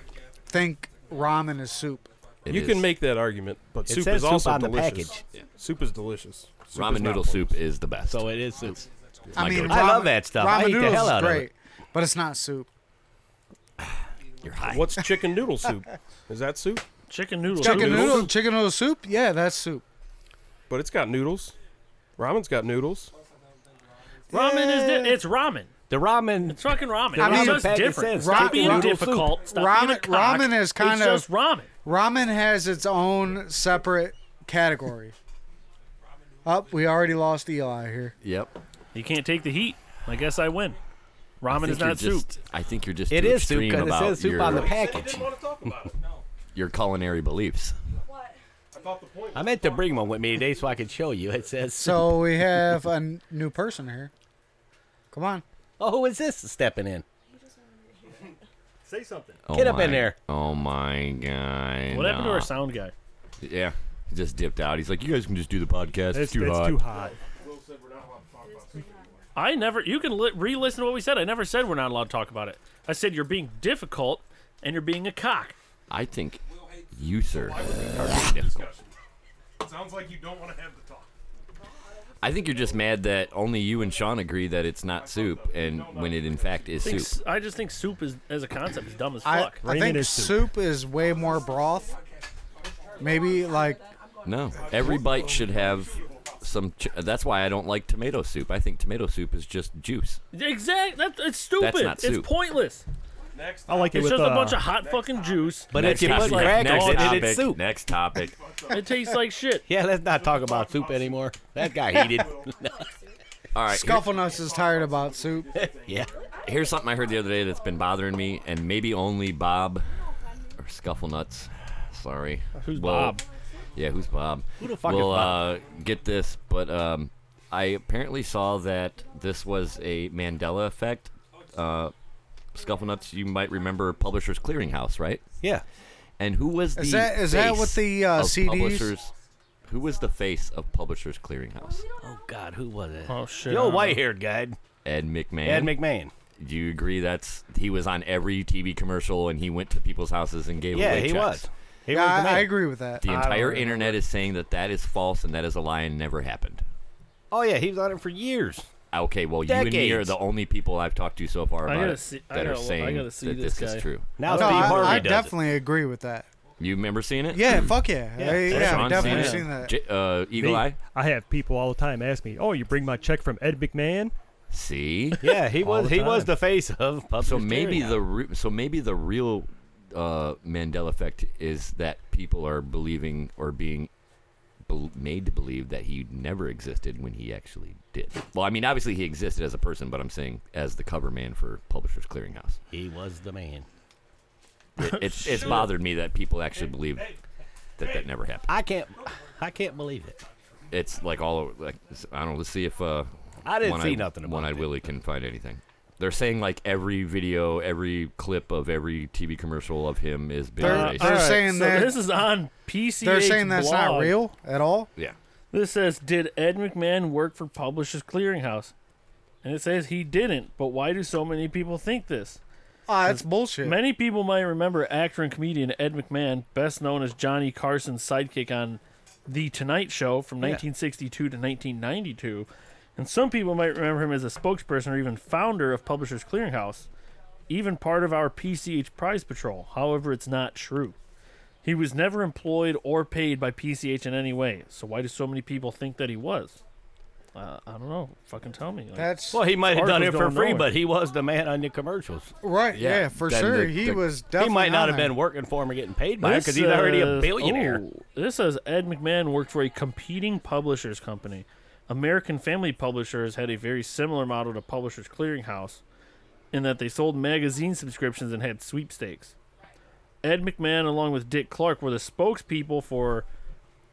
Speaker 6: think ramen is soup.
Speaker 2: It
Speaker 7: you
Speaker 2: is.
Speaker 7: can make that argument, but
Speaker 4: It
Speaker 7: soup
Speaker 4: says
Speaker 7: is
Speaker 4: soup
Speaker 7: also
Speaker 4: on the
Speaker 7: delicious.
Speaker 4: package.
Speaker 7: Soup is delicious. Soup
Speaker 2: ramen
Speaker 7: is not
Speaker 2: noodle
Speaker 7: pointless.
Speaker 2: soup is the best.
Speaker 4: So it is soup.
Speaker 6: I mean,
Speaker 2: go-to.
Speaker 4: I
Speaker 6: ramen-
Speaker 4: love that stuff. I
Speaker 6: Ramen
Speaker 4: eat the
Speaker 6: noodles
Speaker 4: hell
Speaker 6: is
Speaker 4: out of it.
Speaker 6: great, but it's not soup.
Speaker 2: You're high.
Speaker 7: What's chicken noodle soup? Is that soup?
Speaker 3: Chicken noodles.
Speaker 6: Chicken
Speaker 7: noodle
Speaker 6: noodle,
Speaker 7: soup?
Speaker 6: chicken noodle soup. Yeah, that's soup.
Speaker 7: But it's got noodles. Ramen's got noodles.
Speaker 3: Ramen is di- it's ramen.
Speaker 4: The ramen.
Speaker 3: It's fucking ramen.
Speaker 4: The
Speaker 3: it's
Speaker 6: ramen
Speaker 3: just
Speaker 4: packet
Speaker 3: different.
Speaker 4: says
Speaker 3: Stop
Speaker 6: ramen-
Speaker 3: being
Speaker 6: noodle
Speaker 4: soup.
Speaker 3: difficult. Stop being a
Speaker 6: Ramen-
Speaker 3: cock.
Speaker 6: ramen is
Speaker 3: it's
Speaker 6: kind of-
Speaker 3: just ramen.
Speaker 6: Ramen has its own separate category. Up, we already lost Eli here.
Speaker 2: Yep.
Speaker 3: You can't take the heat. I guess I win. Ramen
Speaker 2: I
Speaker 3: is
Speaker 2: think
Speaker 3: not
Speaker 2: you're
Speaker 3: soup.
Speaker 2: just- I think you're just
Speaker 4: It
Speaker 2: too
Speaker 4: is soup
Speaker 2: extreme
Speaker 4: because it
Speaker 2: about
Speaker 4: says soup
Speaker 2: your,
Speaker 4: on the package.
Speaker 2: your culinary beliefs.
Speaker 4: I meant to bring one with me today so I could show you. It says soup.
Speaker 6: So we have a n- new person here. Come on.
Speaker 4: Oh, who is this stepping in?
Speaker 5: Say something.
Speaker 2: Oh
Speaker 4: Get up
Speaker 2: my-
Speaker 4: in there.
Speaker 2: Oh my god.
Speaker 3: What happened to
Speaker 2: nah.
Speaker 3: our sound guy?
Speaker 2: Yeah, he just dipped out. He's like, you guys can just do the podcast. It's,
Speaker 5: It's,
Speaker 2: too
Speaker 5: it's
Speaker 2: hot.
Speaker 5: too hot.
Speaker 3: I never. You can li- re-listen to what we said. I never said we're not allowed to talk about it. I said you're being difficult and you're being a cock.
Speaker 2: I think you, sir, are being difficult.
Speaker 7: Sounds like you don't want to have the talk.
Speaker 2: I think you're just mad that only you and Sean agree that it's not soup, and when it in fact is
Speaker 3: think,
Speaker 2: soup.
Speaker 3: s- I just think soup is as a concept is dumb as
Speaker 6: I,
Speaker 3: fuck.
Speaker 6: I
Speaker 5: Ramen
Speaker 6: think
Speaker 5: is
Speaker 6: soup.
Speaker 5: soup.
Speaker 6: is way more broth. Maybe like
Speaker 2: No, every bite should have some. Ch- that's why I don't like tomato soup. I think tomato soup is just juice.
Speaker 3: exactly. That's it's stupid.
Speaker 2: That's not
Speaker 3: It's
Speaker 2: soup.
Speaker 3: pointless.
Speaker 5: I like it
Speaker 3: It's
Speaker 5: with
Speaker 3: just
Speaker 5: uh,
Speaker 3: a bunch of hot fucking juice.
Speaker 4: But
Speaker 2: Next
Speaker 4: if you put
Speaker 2: topic.
Speaker 4: crackers
Speaker 2: Next
Speaker 4: in it,
Speaker 2: topic.
Speaker 4: it's soup.
Speaker 2: Next topic.
Speaker 3: It tastes like shit.
Speaker 4: Yeah, let's not talk about soup anymore. That got heated.
Speaker 2: All right. here-
Speaker 6: Scufflenuts is tired about soup.
Speaker 4: yeah.
Speaker 2: here's something I heard the other day that's been bothering me, and maybe only Bob or Scufflenuts. Sorry.
Speaker 3: Who's
Speaker 2: Well,
Speaker 3: Bob?
Speaker 2: Yeah, who's Bob?
Speaker 4: Who the fuck is
Speaker 2: will,
Speaker 4: Bob?
Speaker 2: Uh, get this, but um, I apparently saw that this was a Mandela effect. Uh, Scufflenuts, you might remember Publishers Clearinghouse, right?
Speaker 4: Yeah.
Speaker 2: And who was the
Speaker 6: Is that- is that
Speaker 2: face
Speaker 6: with the, uh,
Speaker 2: of
Speaker 6: CDs?
Speaker 2: Publishers? Who was the face of Publishers Clearinghouse?
Speaker 4: Oh God, who was it?
Speaker 3: Oh shit.
Speaker 4: The
Speaker 3: I don't
Speaker 4: old
Speaker 3: know. Hmm?
Speaker 4: white-haired guy,
Speaker 2: Ed McMahon.
Speaker 4: Ed McMahon.
Speaker 2: Do you agree that's he was on every TV commercial and he went to people's houses and gave
Speaker 4: Yeah,
Speaker 2: away
Speaker 4: he
Speaker 2: checks?
Speaker 4: was. He
Speaker 6: Yeah,
Speaker 4: was the
Speaker 6: I, I
Speaker 4: man.
Speaker 6: agree with that.
Speaker 2: The
Speaker 4: I don't
Speaker 2: entire
Speaker 4: remember.
Speaker 2: internet is saying that that is false and that is a lie and never happened. Ah,
Speaker 4: Oh yeah, he was on it for years.
Speaker 2: Okay, well you and me are
Speaker 4: Decades.
Speaker 2: the only people I've talked to so far
Speaker 3: I
Speaker 2: about
Speaker 3: gotta
Speaker 2: it
Speaker 3: see- I
Speaker 2: that are
Speaker 3: gotta- I
Speaker 2: saying
Speaker 3: gotta see
Speaker 2: that
Speaker 3: this
Speaker 2: this,
Speaker 3: guy.
Speaker 2: is true.
Speaker 4: Now
Speaker 6: No,
Speaker 4: Steve
Speaker 6: I,
Speaker 4: Harvey
Speaker 6: I
Speaker 4: does
Speaker 6: definitely agree with that.
Speaker 2: You remember seeing it?
Speaker 6: Yeah, fuck yeah.
Speaker 4: Yeah,
Speaker 6: I, yeah,
Speaker 2: Sean
Speaker 6: I've definitely
Speaker 2: seen it?
Speaker 6: seen that.
Speaker 2: J- uh, Eagle
Speaker 5: Me,
Speaker 2: Eye.
Speaker 5: I have people all the time ask me, "Oh, you bring my check from Ed McMahon?"
Speaker 2: See.
Speaker 4: it. Yeah, he
Speaker 5: All
Speaker 4: was.
Speaker 5: the
Speaker 4: He was
Speaker 5: time.
Speaker 4: the face of public.
Speaker 2: so maybe the re- so maybe the real uh, Mandela effect is that people are believing or being bel made to believe that he never existed when he actually did. Well, I mean, obviously he existed as a person, but I'm saying as the cover man for Publishers Clearinghouse.
Speaker 4: he was the man.
Speaker 2: It, it's it's bothered me that people actually believe that that never happened.
Speaker 4: I can't. I can't believe it.
Speaker 2: It's like all over. Like I don't know. Let's see if uh,
Speaker 4: I didn't
Speaker 2: One-Eyed-
Speaker 4: see nothing about
Speaker 2: One-Eyed
Speaker 4: it.
Speaker 2: Willie can find anything. They're saying like every video, every clip of every TV commercial of him is being
Speaker 6: They're-
Speaker 2: erased.
Speaker 6: they're
Speaker 3: Alright,
Speaker 6: saying
Speaker 3: so
Speaker 6: that
Speaker 3: this is on PC.
Speaker 6: They're saying that's
Speaker 3: blog.
Speaker 6: not real at all.
Speaker 2: yeah.
Speaker 3: This says, "Did Ed McMahon work for Publishers Clearinghouse?" And it says he didn't. But why do so many people think this?
Speaker 6: Ah, that's bullshit.
Speaker 3: Many people might remember actor and comedian Ed McMahon, best known as Johnny Carson's sidekick on The Tonight Show from 1962 to 1992. And some people might remember him as a spokesperson or even founder of Publishers Clearinghouse, even part of our PCH Prize Patrol. However, it's not true. He was never employed or paid by PCH in any way. So why do so many people think that he was? Uh, I don't know. Fucking tell me. Like,
Speaker 6: That's
Speaker 4: Well, he might have done
Speaker 3: Article's
Speaker 4: it for
Speaker 3: going
Speaker 4: free,
Speaker 3: nowhere.
Speaker 4: but he was the man on the commercials.
Speaker 6: right. Yeah,
Speaker 2: yeah,
Speaker 6: for
Speaker 2: then
Speaker 6: sure.
Speaker 2: the-
Speaker 6: he
Speaker 2: the-
Speaker 6: was definitely.
Speaker 4: he might
Speaker 6: on
Speaker 4: not have
Speaker 6: there.
Speaker 4: been working for him or getting paid by him
Speaker 3: This
Speaker 4: because he's already a
Speaker 3: says-
Speaker 4: billionaire.
Speaker 3: oh, this says Ed McMahon worked for a competing publishers company. American Family Publishers had a very similar model to Publishers Clearinghouse in that they sold magazine subscriptions and had sweepstakes. Ed McMahon, along with Dick Clark, were the spokespeople for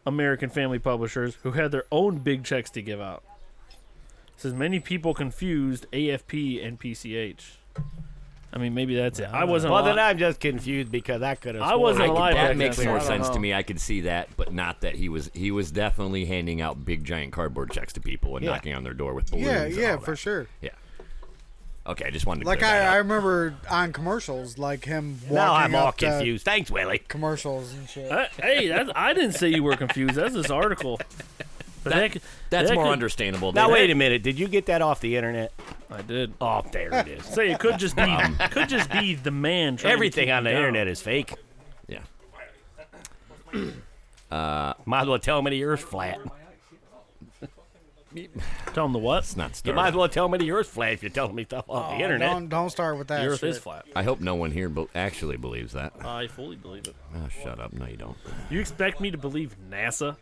Speaker 3: American Family Publishers who had their own big checks to give out. It says many people confused AFP and PCH. I mean, maybe that's it. I wasn't.
Speaker 4: Well,
Speaker 3: alive-
Speaker 4: then I'm just confused because I could have.
Speaker 3: I wasn't
Speaker 2: I could-
Speaker 3: alive
Speaker 2: that
Speaker 3: back
Speaker 2: makes
Speaker 3: then,
Speaker 2: more
Speaker 3: so I don't
Speaker 2: sense to
Speaker 3: know.
Speaker 2: me. I could see that, but not that he was he was definitely handing out big giant cardboard checks to people and
Speaker 4: Yeah.
Speaker 2: knocking on their door with balloons.
Speaker 6: Yeah,
Speaker 2: and
Speaker 6: yeah,
Speaker 2: all
Speaker 6: for
Speaker 2: that.
Speaker 6: sure.
Speaker 2: Yeah. Okay, I just wanted to
Speaker 6: Like
Speaker 2: clear that
Speaker 6: I, I
Speaker 2: up.
Speaker 6: remember on commercials, like him walking
Speaker 4: Now I'm all
Speaker 6: up to
Speaker 4: confused. Thanks, Willie.
Speaker 6: commercials and shit.
Speaker 3: Uh, hey, that's, I didn't say you were confused. That's this article. But that, c-
Speaker 2: That's
Speaker 3: that
Speaker 2: more
Speaker 3: could-
Speaker 2: understandable.
Speaker 4: Now
Speaker 2: than-
Speaker 4: wait a minute. Did you get that off the internet?
Speaker 3: I did
Speaker 4: Oh, there it is.
Speaker 3: say it could just be could just be the man. Trying
Speaker 4: Everything
Speaker 3: to keep
Speaker 4: on the
Speaker 3: you down.
Speaker 4: internet is fake.
Speaker 2: Yeah.
Speaker 4: Might as well tell me the earth's flat.
Speaker 3: Tell them the what?
Speaker 2: It's not
Speaker 4: You
Speaker 2: starting.
Speaker 4: might as well tell me the earth's flat if you're telling me stuff off the internet.
Speaker 6: Don't don't start with that.
Speaker 3: The Earth
Speaker 6: shit.
Speaker 3: is flat.
Speaker 2: I hope no one here be- actually believes that.
Speaker 3: I fully believe it.
Speaker 2: Oh, shut up. No, you don't.
Speaker 3: You expect me to believe NASA?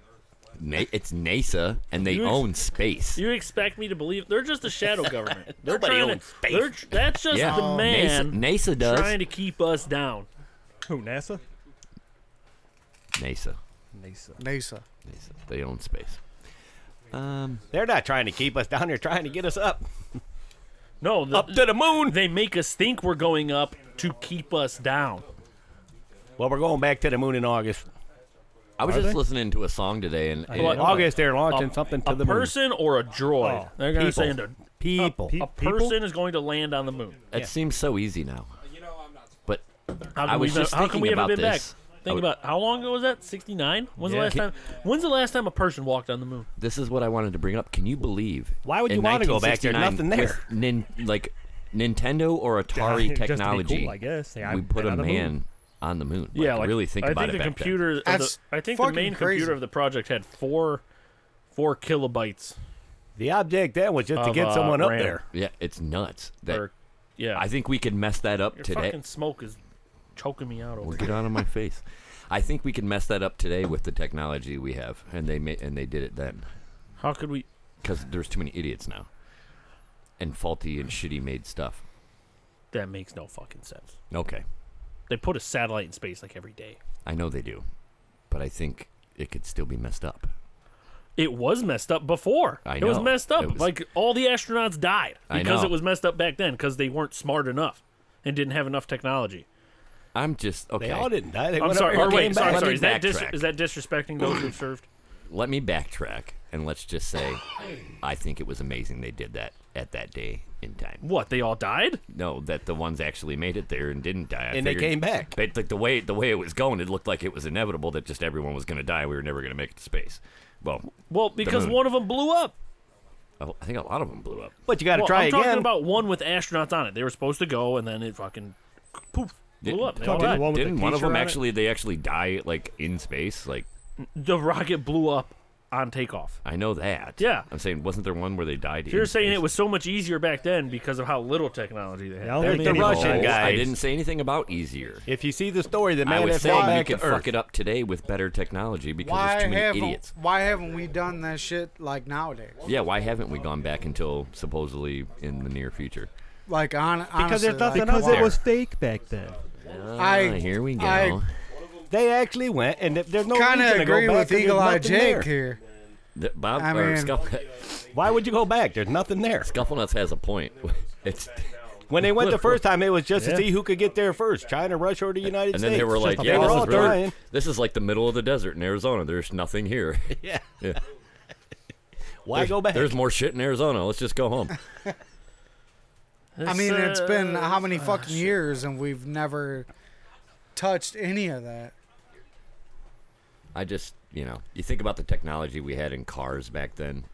Speaker 2: Na- it's NASA, and they
Speaker 3: You ex-
Speaker 2: own space.
Speaker 3: You expect me to believe they're just a shadow government? They're
Speaker 4: Nobody
Speaker 3: trying to-
Speaker 4: owns space.
Speaker 3: they're tr- That's just
Speaker 2: yeah, Oh,
Speaker 3: the
Speaker 2: NASA,
Speaker 3: man
Speaker 2: NASA does.
Speaker 3: trying to keep us down.
Speaker 5: Who NASA?
Speaker 2: NASA,
Speaker 5: NASA.
Speaker 6: NASA.
Speaker 2: NASA, they own space. Um,
Speaker 4: They're not trying to keep us down. They're trying to get us up,
Speaker 3: No, the,
Speaker 4: up to the moon.
Speaker 3: they make us think we're going up to keep us down.
Speaker 4: Well, we're going back to the moon in August.
Speaker 2: I was just listening to a song today, and
Speaker 4: In
Speaker 2: it-
Speaker 4: August, they're launching
Speaker 3: A-
Speaker 4: something to
Speaker 3: a
Speaker 4: the
Speaker 3: person or a droid.
Speaker 5: Oh,
Speaker 3: they're going to
Speaker 4: people.
Speaker 3: say the
Speaker 4: moon. People.
Speaker 5: Pe-
Speaker 3: A
Speaker 5: people?
Speaker 3: person is going to land on the moon.
Speaker 2: it seems so easy now. But
Speaker 3: How
Speaker 2: I
Speaker 3: can we,
Speaker 2: was
Speaker 3: even-
Speaker 2: just
Speaker 3: how can
Speaker 2: thinking
Speaker 3: we
Speaker 2: about
Speaker 3: ever been
Speaker 2: this.
Speaker 3: back?
Speaker 2: I
Speaker 3: Think
Speaker 2: was-
Speaker 3: about how long ago was that? Sixty nine. When's
Speaker 4: Yeah.
Speaker 3: the last time? When's the last time a person walked on the moon?
Speaker 2: this is what I wanted to bring up. Can you believe?
Speaker 4: Why would you
Speaker 2: in
Speaker 4: wanna go back? There's
Speaker 2: 1969
Speaker 4: nothing there.
Speaker 2: with Nin, like Nintendo or Atari
Speaker 5: Just to be cool,
Speaker 2: technology.
Speaker 5: I guess. Yeah,
Speaker 2: we
Speaker 5: I've
Speaker 2: put
Speaker 5: been
Speaker 2: a
Speaker 5: on the
Speaker 2: man
Speaker 5: moon.
Speaker 2: on the moon. Like, really think
Speaker 3: I
Speaker 2: about
Speaker 3: think
Speaker 2: it.
Speaker 3: the
Speaker 2: back then.
Speaker 3: computer. Of the,
Speaker 6: That's
Speaker 3: I think the
Speaker 6: fucking
Speaker 3: main
Speaker 6: crazy.
Speaker 3: computer of the project had four, four kilobytes
Speaker 4: The object then was just to
Speaker 3: Of,
Speaker 4: get
Speaker 3: uh,
Speaker 4: someone up
Speaker 3: RAM.
Speaker 4: there.
Speaker 2: Yeah, it's nuts. That
Speaker 3: or Yeah.
Speaker 2: I think we could mess that up
Speaker 3: Your
Speaker 2: today.
Speaker 3: fucking smoke is choking me out over
Speaker 2: Or
Speaker 3: here.
Speaker 2: get out of my face. I think we could mess that up today with the technology we have, and they ma- and they did it then
Speaker 3: How could we?
Speaker 2: because there's too many idiots now, and faulty and shitty made stuff.
Speaker 3: That makes no fucking sense.
Speaker 2: Okay,
Speaker 3: They put a satellite in space like every day.
Speaker 2: I know they do, but I think it could still be messed up.
Speaker 3: It was messed up before.
Speaker 2: I
Speaker 3: It was
Speaker 2: know.
Speaker 3: messed up.
Speaker 2: It was-
Speaker 3: Like all the astronauts died
Speaker 2: I
Speaker 3: because
Speaker 2: know.
Speaker 3: it was messed up back then because they weren't smart enough and didn't have enough technology.
Speaker 2: I'm just okay.
Speaker 4: They all didn't die. They
Speaker 3: I'm
Speaker 4: went
Speaker 3: sorry.
Speaker 4: Up there
Speaker 3: Or
Speaker 4: and came
Speaker 3: wait, sorry,
Speaker 4: back.
Speaker 2: Let
Speaker 3: sorry.
Speaker 2: me
Speaker 3: Is that, dis-
Speaker 2: backtrack.
Speaker 3: is that disrespecting those who've served?
Speaker 2: Let me backtrack and let's just say, I think it was amazing they did that at that day in time.
Speaker 3: What? They all died?
Speaker 2: No, that the ones actually made it there and didn't die. I
Speaker 4: And they
Speaker 2: figured-
Speaker 4: came back.
Speaker 2: But like the way the way it was going, it looked like it was inevitable that just everyone was going to die. We were never going to make it to space. Well,
Speaker 3: Well, because
Speaker 2: moon.
Speaker 3: one of them blew up.
Speaker 2: I I think a lot of them blew up.
Speaker 4: But you got to
Speaker 3: Well,
Speaker 4: try
Speaker 3: I'm
Speaker 4: again.
Speaker 3: talking about one with astronauts on it. They were supposed to go, and then it fucking poof blew
Speaker 2: Didn't-
Speaker 3: up. They all
Speaker 5: Didn't
Speaker 3: died.
Speaker 5: one with the
Speaker 2: Didn't one of
Speaker 5: teacher
Speaker 2: them
Speaker 5: on it?
Speaker 2: actually? They actually die like in space. Like
Speaker 3: The rocket blew up on takeoff.
Speaker 2: I know that.
Speaker 3: Yeah.
Speaker 2: I'm saying, wasn't there one where they died?
Speaker 3: You're saying it was so much easier back then because of how little technology they had.
Speaker 5: Yeah, I don't think
Speaker 4: the
Speaker 5: any-
Speaker 4: Russian
Speaker 2: no,
Speaker 4: guys.
Speaker 2: I didn't say anything about easier.
Speaker 4: If you see the story, the
Speaker 2: I
Speaker 4: man
Speaker 2: was
Speaker 4: that
Speaker 2: saying
Speaker 4: fell
Speaker 2: you
Speaker 4: back
Speaker 2: can
Speaker 4: to
Speaker 2: fuck
Speaker 4: Earth.
Speaker 2: it up today with better technology because
Speaker 6: Why
Speaker 2: there's too many
Speaker 6: haven't
Speaker 2: idiots.
Speaker 6: Why haven't we done that shit like nowadays?
Speaker 2: Yeah, why haven't we gone back until supposedly in the near future?
Speaker 6: Like on
Speaker 5: Because
Speaker 6: honestly,
Speaker 5: there's nothing
Speaker 6: like,
Speaker 5: Because
Speaker 6: why?
Speaker 5: it was fake back then.
Speaker 2: Ah,
Speaker 6: I
Speaker 2: here we go.
Speaker 6: I
Speaker 4: They actually went, and th- there's no
Speaker 6: kind
Speaker 4: reason
Speaker 6: of
Speaker 4: to
Speaker 6: agree
Speaker 4: go back.
Speaker 6: with
Speaker 4: 'cause there's
Speaker 6: Eagle Eye
Speaker 4: nothing
Speaker 6: Jake
Speaker 4: there.
Speaker 6: here.
Speaker 2: Th- Bob
Speaker 6: I
Speaker 2: or
Speaker 6: mean-
Speaker 2: Scuffle,
Speaker 4: Why would you go back? There's nothing there.
Speaker 2: Scuffle Nuts has a point. It's
Speaker 4: When they went the first time, it was just to see who could get there first: China, Russia, or the United
Speaker 2: and
Speaker 4: States.
Speaker 2: then they were like,
Speaker 4: they
Speaker 2: "Yeah,
Speaker 4: were
Speaker 2: this
Speaker 4: all
Speaker 2: is really-
Speaker 4: trying.
Speaker 2: this is like the middle of the desert in Arizona. There's nothing here.
Speaker 4: Yeah.
Speaker 2: Yeah.
Speaker 4: Why go back?
Speaker 2: There's more shit in Arizona. Let's just go home."
Speaker 6: I mean, it's
Speaker 2: uh,
Speaker 6: been how many fucking years and we've never touched any of that.
Speaker 2: I just, you know, you think about the technology we had in cars back then,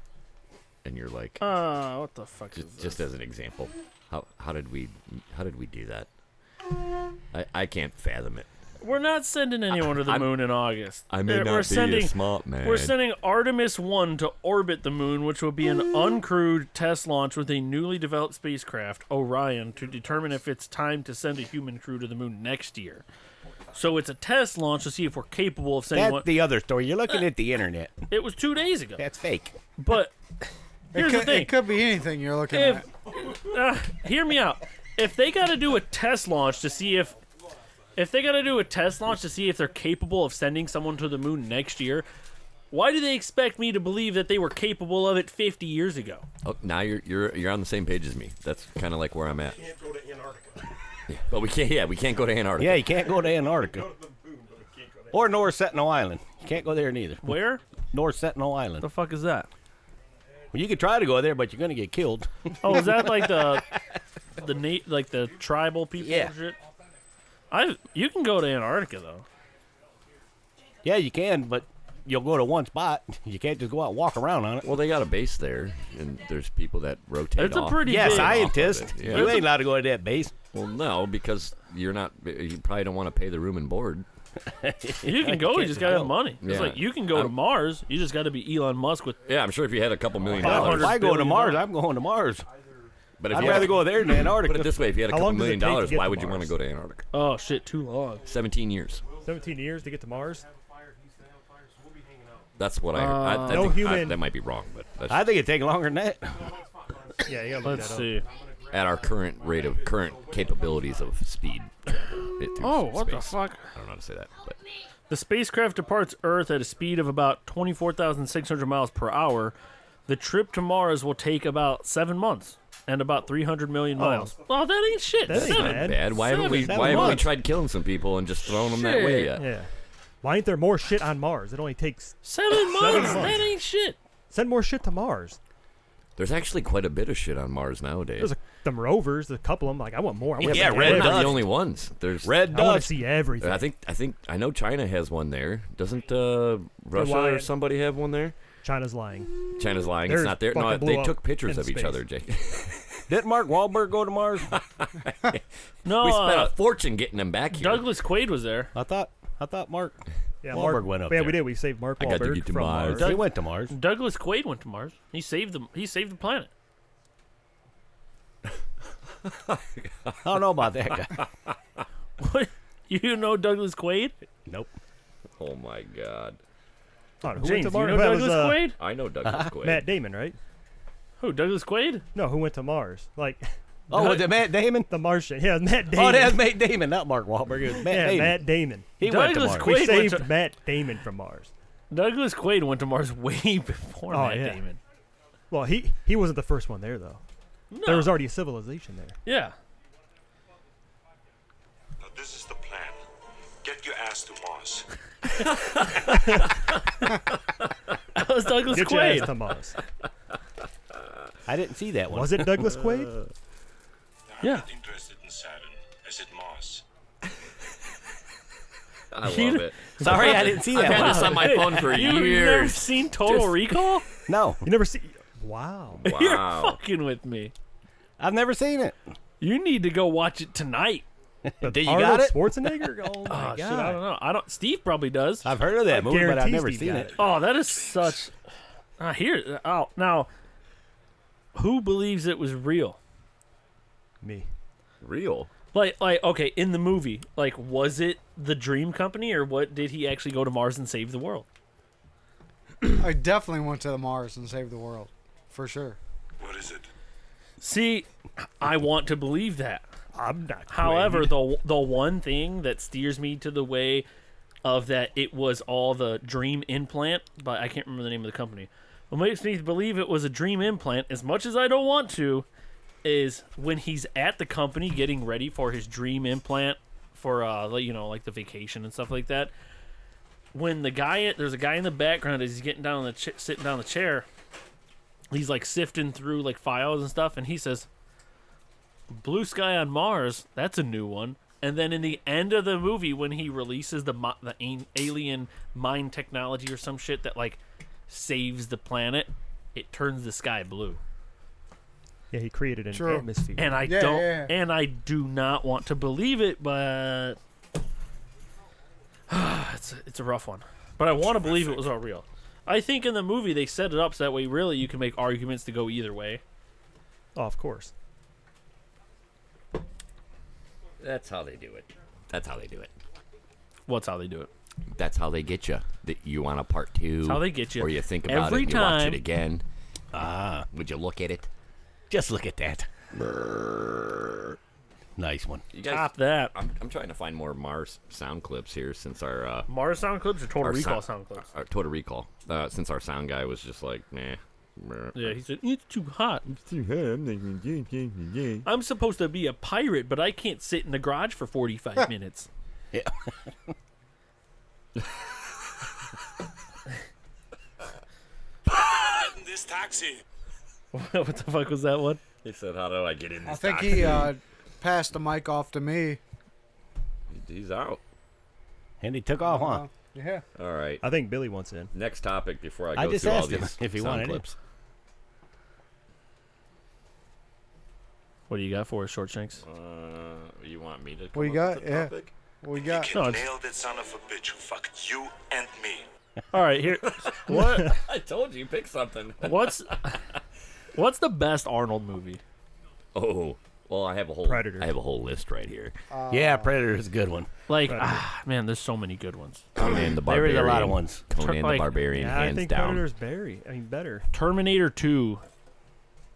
Speaker 2: and you're like,
Speaker 3: Uh, what the fuck is
Speaker 2: just,
Speaker 3: this?
Speaker 2: just as an example, how how did we how did we do that? I, I can't fathom it.
Speaker 3: We're not sending anyone to the
Speaker 2: I'm-
Speaker 3: moon in August.
Speaker 2: I may
Speaker 3: We're-
Speaker 2: not
Speaker 3: we're
Speaker 2: be
Speaker 3: sending,
Speaker 2: a smart man.
Speaker 3: We're sending Artemis 1 to orbit the moon, which will be an
Speaker 2: Mm.
Speaker 3: uncrewed test launch with a newly developed spacecraft, Orion, to determine if it's time to send a human crew to the moon next year. So it's a test launch to see if we're capable of sending one.
Speaker 4: That's the other story. You're looking at the internet.
Speaker 3: it was two days ago.
Speaker 4: That's fake.
Speaker 3: But here's
Speaker 6: it,
Speaker 3: the
Speaker 6: could,
Speaker 3: thing.
Speaker 6: it could be anything you're looking
Speaker 3: if
Speaker 6: at.
Speaker 3: uh, hear me out if they got to do a test launch to see if if they got to do a test launch to see if they're capable of sending someone to the moon next year why do they expect me to believe that they were capable of it 50 years ago
Speaker 2: Oh, now you're you're you're on the same page as me. That's kind of like where I'm at. Yeah, but we can't. Yeah, we can't go to Antarctica.
Speaker 4: Yeah, you can't go to Antarctica. Or North Sentinel Island. You can't go there neither.
Speaker 3: where
Speaker 4: North Sentinel Island.
Speaker 3: the fuck is that
Speaker 4: Well, you could try to go there, but you're going to get killed.
Speaker 3: oh is that like the the na- like the tribal people
Speaker 4: Yeah.
Speaker 3: and shit I you can go to Antarctica though
Speaker 4: Yeah, you can, but you'll go to one spot. You can't just go out and walk around on it.
Speaker 2: Well, they got a base there, and there's people that rotate.
Speaker 3: it's a
Speaker 2: off.
Speaker 3: pretty
Speaker 4: Yeah,
Speaker 3: big
Speaker 4: scientist.
Speaker 2: Yeah.
Speaker 4: You ain't allowed to go to that base.
Speaker 2: Well, no, because you're not. You probably don't want to pay the room and board.
Speaker 3: you can go you just gotta have money it's
Speaker 2: Yeah.
Speaker 3: like you can go to
Speaker 2: I'm-
Speaker 3: Mars you just gotta be Elon Musk with
Speaker 2: Yeah, I'm sure if you had a couple million
Speaker 4: Well, if
Speaker 2: dollars.
Speaker 4: I go
Speaker 3: billion
Speaker 4: to Mars, I'm going to Mars.
Speaker 2: But if
Speaker 4: I'd
Speaker 2: you had
Speaker 4: rather
Speaker 2: a-
Speaker 4: go there
Speaker 2: Put
Speaker 4: than
Speaker 2: it
Speaker 4: Antarctica.
Speaker 2: this way: if you had a
Speaker 5: How
Speaker 2: couple
Speaker 5: long does it
Speaker 2: million
Speaker 5: take to
Speaker 2: dollars,
Speaker 5: get
Speaker 2: why
Speaker 5: to
Speaker 2: would you want to
Speaker 5: Mars?
Speaker 2: go to Antarctica?
Speaker 3: oh shit too long
Speaker 2: 17 years.
Speaker 5: 17 years to get to Mars?
Speaker 2: That's what I heard. I, I
Speaker 5: No
Speaker 2: think I-
Speaker 5: human-
Speaker 2: that might be wrong, but that's,
Speaker 4: I think it'd take longer than that.
Speaker 5: Yeah, you gotta look
Speaker 3: Let's
Speaker 5: that up.
Speaker 3: see.
Speaker 2: at our current rate of current capabilities of speed. travel, it through
Speaker 3: Oh, what the
Speaker 2: space.
Speaker 3: fuck?
Speaker 2: I don't know how to say that, but
Speaker 3: The spacecraft departs Earth at a speed of about 24,600 miles per hour. The trip to Mars will take about seven months and about 300 million miles. Oh, that ain't shit.
Speaker 5: That ain't
Speaker 3: Seven.
Speaker 5: bad.
Speaker 2: bad. Why haven't we?
Speaker 4: Seven
Speaker 2: Why haven't we
Speaker 4: months.
Speaker 2: tried killing some people and just throwing them that way yet?
Speaker 5: Yeah. Why ain't there more shit on Mars? It only takes.
Speaker 3: Seven months.
Speaker 5: months.
Speaker 3: That ain't shit.
Speaker 5: Send more shit to Mars.
Speaker 2: There's actually quite a bit of shit on Mars
Speaker 5: There's
Speaker 2: nowadays.
Speaker 5: a, them rovers, a couple of them. Like, I want more. I want
Speaker 4: Yeah,
Speaker 5: to see
Speaker 4: red
Speaker 2: We're
Speaker 5: everything.
Speaker 2: not
Speaker 4: dust.
Speaker 2: the only ones. There's
Speaker 4: Red
Speaker 5: I want to
Speaker 4: dust.
Speaker 5: see everything.
Speaker 2: I think I think I know China has one there. Doesn't uh, Russia or
Speaker 5: lying.
Speaker 2: somebody have one there?
Speaker 5: China's lying.
Speaker 2: China's lying.
Speaker 5: Theirs
Speaker 2: it's not there. No,
Speaker 5: fucking
Speaker 2: they
Speaker 5: blew
Speaker 2: took
Speaker 5: up
Speaker 2: pictures
Speaker 5: in
Speaker 2: of each
Speaker 5: space.
Speaker 2: other, Jake.
Speaker 4: Did Mark Wahlberg go to Mars?
Speaker 3: No,
Speaker 2: we spent
Speaker 3: uh,
Speaker 2: a fortune getting them back here.
Speaker 3: Douglas Quaid was there.
Speaker 4: I thought. I thought Mark.
Speaker 5: Yeah,
Speaker 4: Wahlberg
Speaker 5: Mark,
Speaker 4: went up
Speaker 5: Yeah,
Speaker 4: there.
Speaker 5: we did. We saved Mark
Speaker 2: I got to
Speaker 5: Wahlberg
Speaker 2: get to
Speaker 5: from
Speaker 2: Mars.
Speaker 5: Mars.
Speaker 4: He went to Mars.
Speaker 3: Douglas Quaid went to Mars. He saved the he saved the planet.
Speaker 4: I don't know about that guy.
Speaker 3: What? You know Douglas Quaid?
Speaker 4: nope.
Speaker 2: Oh my God.
Speaker 5: Hold on, who
Speaker 3: James,
Speaker 5: went to
Speaker 3: you
Speaker 5: Mars?
Speaker 3: know
Speaker 5: That
Speaker 3: Douglas
Speaker 5: was, uh,
Speaker 3: Quaid?
Speaker 2: I know Douglas Quaid.
Speaker 5: Matt Damon, right?
Speaker 3: Who? Douglas Quaid?
Speaker 5: No, who went to Mars? Like
Speaker 4: Oh, was it Matt Damon?
Speaker 5: the Martian. Yeah, Matt Damon.
Speaker 4: Oh, that's Matt Damon, not Mark Wahlberg. It was Matt
Speaker 5: yeah,
Speaker 4: Damon.
Speaker 5: Matt Damon.
Speaker 4: he
Speaker 3: Douglas
Speaker 4: went
Speaker 5: We
Speaker 4: to
Speaker 3: Quaid
Speaker 4: Mars.
Speaker 3: went
Speaker 5: saved
Speaker 3: to-
Speaker 5: Matt Damon from Mars.
Speaker 3: Douglas Quaid went to Mars way before
Speaker 5: Oh,
Speaker 3: Matt
Speaker 5: yeah.
Speaker 3: Damon.
Speaker 5: Well, he he wasn't the first one there though.
Speaker 3: No.
Speaker 5: There was already a civilization there.
Speaker 3: yeah.
Speaker 8: Now, this is the plan. Get your ass to Mars.
Speaker 3: That was Douglas
Speaker 5: Get your ass
Speaker 3: Quaid.
Speaker 5: to Mars.
Speaker 4: I didn't see that one.
Speaker 5: Was it Douglas
Speaker 3: Uh.
Speaker 5: Quaid?
Speaker 8: Now,
Speaker 3: Yeah.
Speaker 8: I'm not interested in Saturn. I said Mars.
Speaker 2: I love
Speaker 3: You-
Speaker 2: it.
Speaker 4: Sorry, I didn't see
Speaker 2: I've
Speaker 4: that
Speaker 2: had
Speaker 4: one.
Speaker 2: this on my phone for
Speaker 3: You've never
Speaker 2: years.
Speaker 3: seen Total Recall?
Speaker 4: No,
Speaker 5: You never see. Wow.
Speaker 3: You're
Speaker 2: Wow.
Speaker 3: fucking with me.
Speaker 4: I've never seen it.
Speaker 3: You need to go watch it tonight.
Speaker 5: But
Speaker 4: Did you
Speaker 5: Arnold
Speaker 4: got it?
Speaker 5: Schwarzenegger? Oh my
Speaker 3: Oh, shit, I don't
Speaker 5: god.
Speaker 3: know. I don't. Steve probably does.
Speaker 4: I've heard of that movie, but I've
Speaker 5: guarantee
Speaker 4: never
Speaker 5: Steve
Speaker 4: seen
Speaker 5: got
Speaker 4: it.
Speaker 5: it.
Speaker 3: Oh, that is such. I hear. Oh, now, who believes it was real?
Speaker 5: Me.
Speaker 2: Real.
Speaker 3: Like, like, okay, in the movie, like, was it the Dream Company, or what? Did he actually go to Mars and save the world?
Speaker 6: I definitely went to the Mars and saved the world, for sure.
Speaker 8: What is it?
Speaker 3: See, I want to believe that.
Speaker 5: I'm not.
Speaker 3: However,
Speaker 5: Quaid.
Speaker 3: the the one thing that steers me to the way of that it was all the dream implant, but I can't remember the name of the company. What makes me believe it was a dream implant, as much as I don't want to, is when he's at the company getting ready for his dream implant for uh like, you know like the vacation and stuff like that. When the guy there's a guy in the background as he's getting down on the ch- sitting down on the chair, he's like sifting through like files and stuff, and he says, Blue Sky on Mars, that's a new one. And then in the end of the movie, when he releases the mo- the an- alien mind technology or some shit that like saves the planet, it turns the sky blue.
Speaker 5: yeah, he created an
Speaker 6: True.
Speaker 5: atmosphere.
Speaker 3: And I
Speaker 6: Yeah,
Speaker 3: don't,
Speaker 6: yeah, yeah.
Speaker 3: and I do not want to believe it, but it's a, it's a rough one. But I want to believe it was all real. I think in the movie they set it up so that way really you can make arguments to go either way.
Speaker 5: oh, of course.
Speaker 2: That's how they do it. That's how they do it.
Speaker 3: What's how they do it.
Speaker 2: That's how they get you. That you want a part two.
Speaker 3: how they get ya.
Speaker 2: Or you think about
Speaker 3: Every
Speaker 2: it. You watch it
Speaker 3: time.
Speaker 2: again. Ah. Would you look at it?
Speaker 4: Just look at that. Nice one.
Speaker 2: You guys,
Speaker 3: Top that.
Speaker 2: I'm, I'm trying to find more Mars sound clips here since our uh,
Speaker 3: Mars sound clips or Total
Speaker 2: our
Speaker 3: Recall
Speaker 2: sou-
Speaker 3: sound clips?
Speaker 2: Our Total Recall. Uh, since our sound guy was just like, nah.
Speaker 3: Yeah, he said, It's too hot.
Speaker 9: too hot. I'm not gonna do it again.
Speaker 3: I'm supposed to be a pirate, but I can't sit in the garage for 45 minutes.
Speaker 4: Yeah.
Speaker 8: In this taxi.
Speaker 3: what the fuck was that one?
Speaker 2: He said, how do I get in
Speaker 6: I
Speaker 2: this
Speaker 6: think
Speaker 2: taxi?
Speaker 6: he uh, passed the mic off to me.
Speaker 2: He's out.
Speaker 4: And he took off, huh?
Speaker 6: Uh, yeah.
Speaker 2: All
Speaker 3: Uh,
Speaker 2: right.
Speaker 5: I think Billy wants in.
Speaker 2: Next topic before I go
Speaker 4: I just
Speaker 2: through all
Speaker 4: asked him
Speaker 2: these
Speaker 4: if he
Speaker 2: sound
Speaker 4: wanted
Speaker 2: clips.
Speaker 4: it.
Speaker 3: What do you got for us, Shortshanks?
Speaker 2: Uh, you want me to? Come
Speaker 6: What you
Speaker 2: up
Speaker 6: got?
Speaker 2: With the
Speaker 6: Yeah.
Speaker 2: topic?
Speaker 6: What we got?
Speaker 3: No,
Speaker 8: Nailed
Speaker 3: it's-
Speaker 8: that son of a bitch who fucked you and me.
Speaker 3: All right, here. What?
Speaker 2: I told you, pick something.
Speaker 3: What's What's the best Arnold movie?
Speaker 2: Oh, well, I have a whole
Speaker 5: Predator.
Speaker 2: I have a whole list right here.
Speaker 4: yeah, Predator is a good one.
Speaker 3: Like, ah, man, there's so many good ones.
Speaker 2: Conan the
Speaker 4: There
Speaker 2: Barbarian.
Speaker 4: is a lot of ones.
Speaker 2: Conan the
Speaker 3: Like-
Speaker 2: Barbarian,
Speaker 5: Yeah, I
Speaker 2: hands
Speaker 5: think
Speaker 2: down.
Speaker 5: Predator's Barry. I mean, better.
Speaker 3: Terminator 2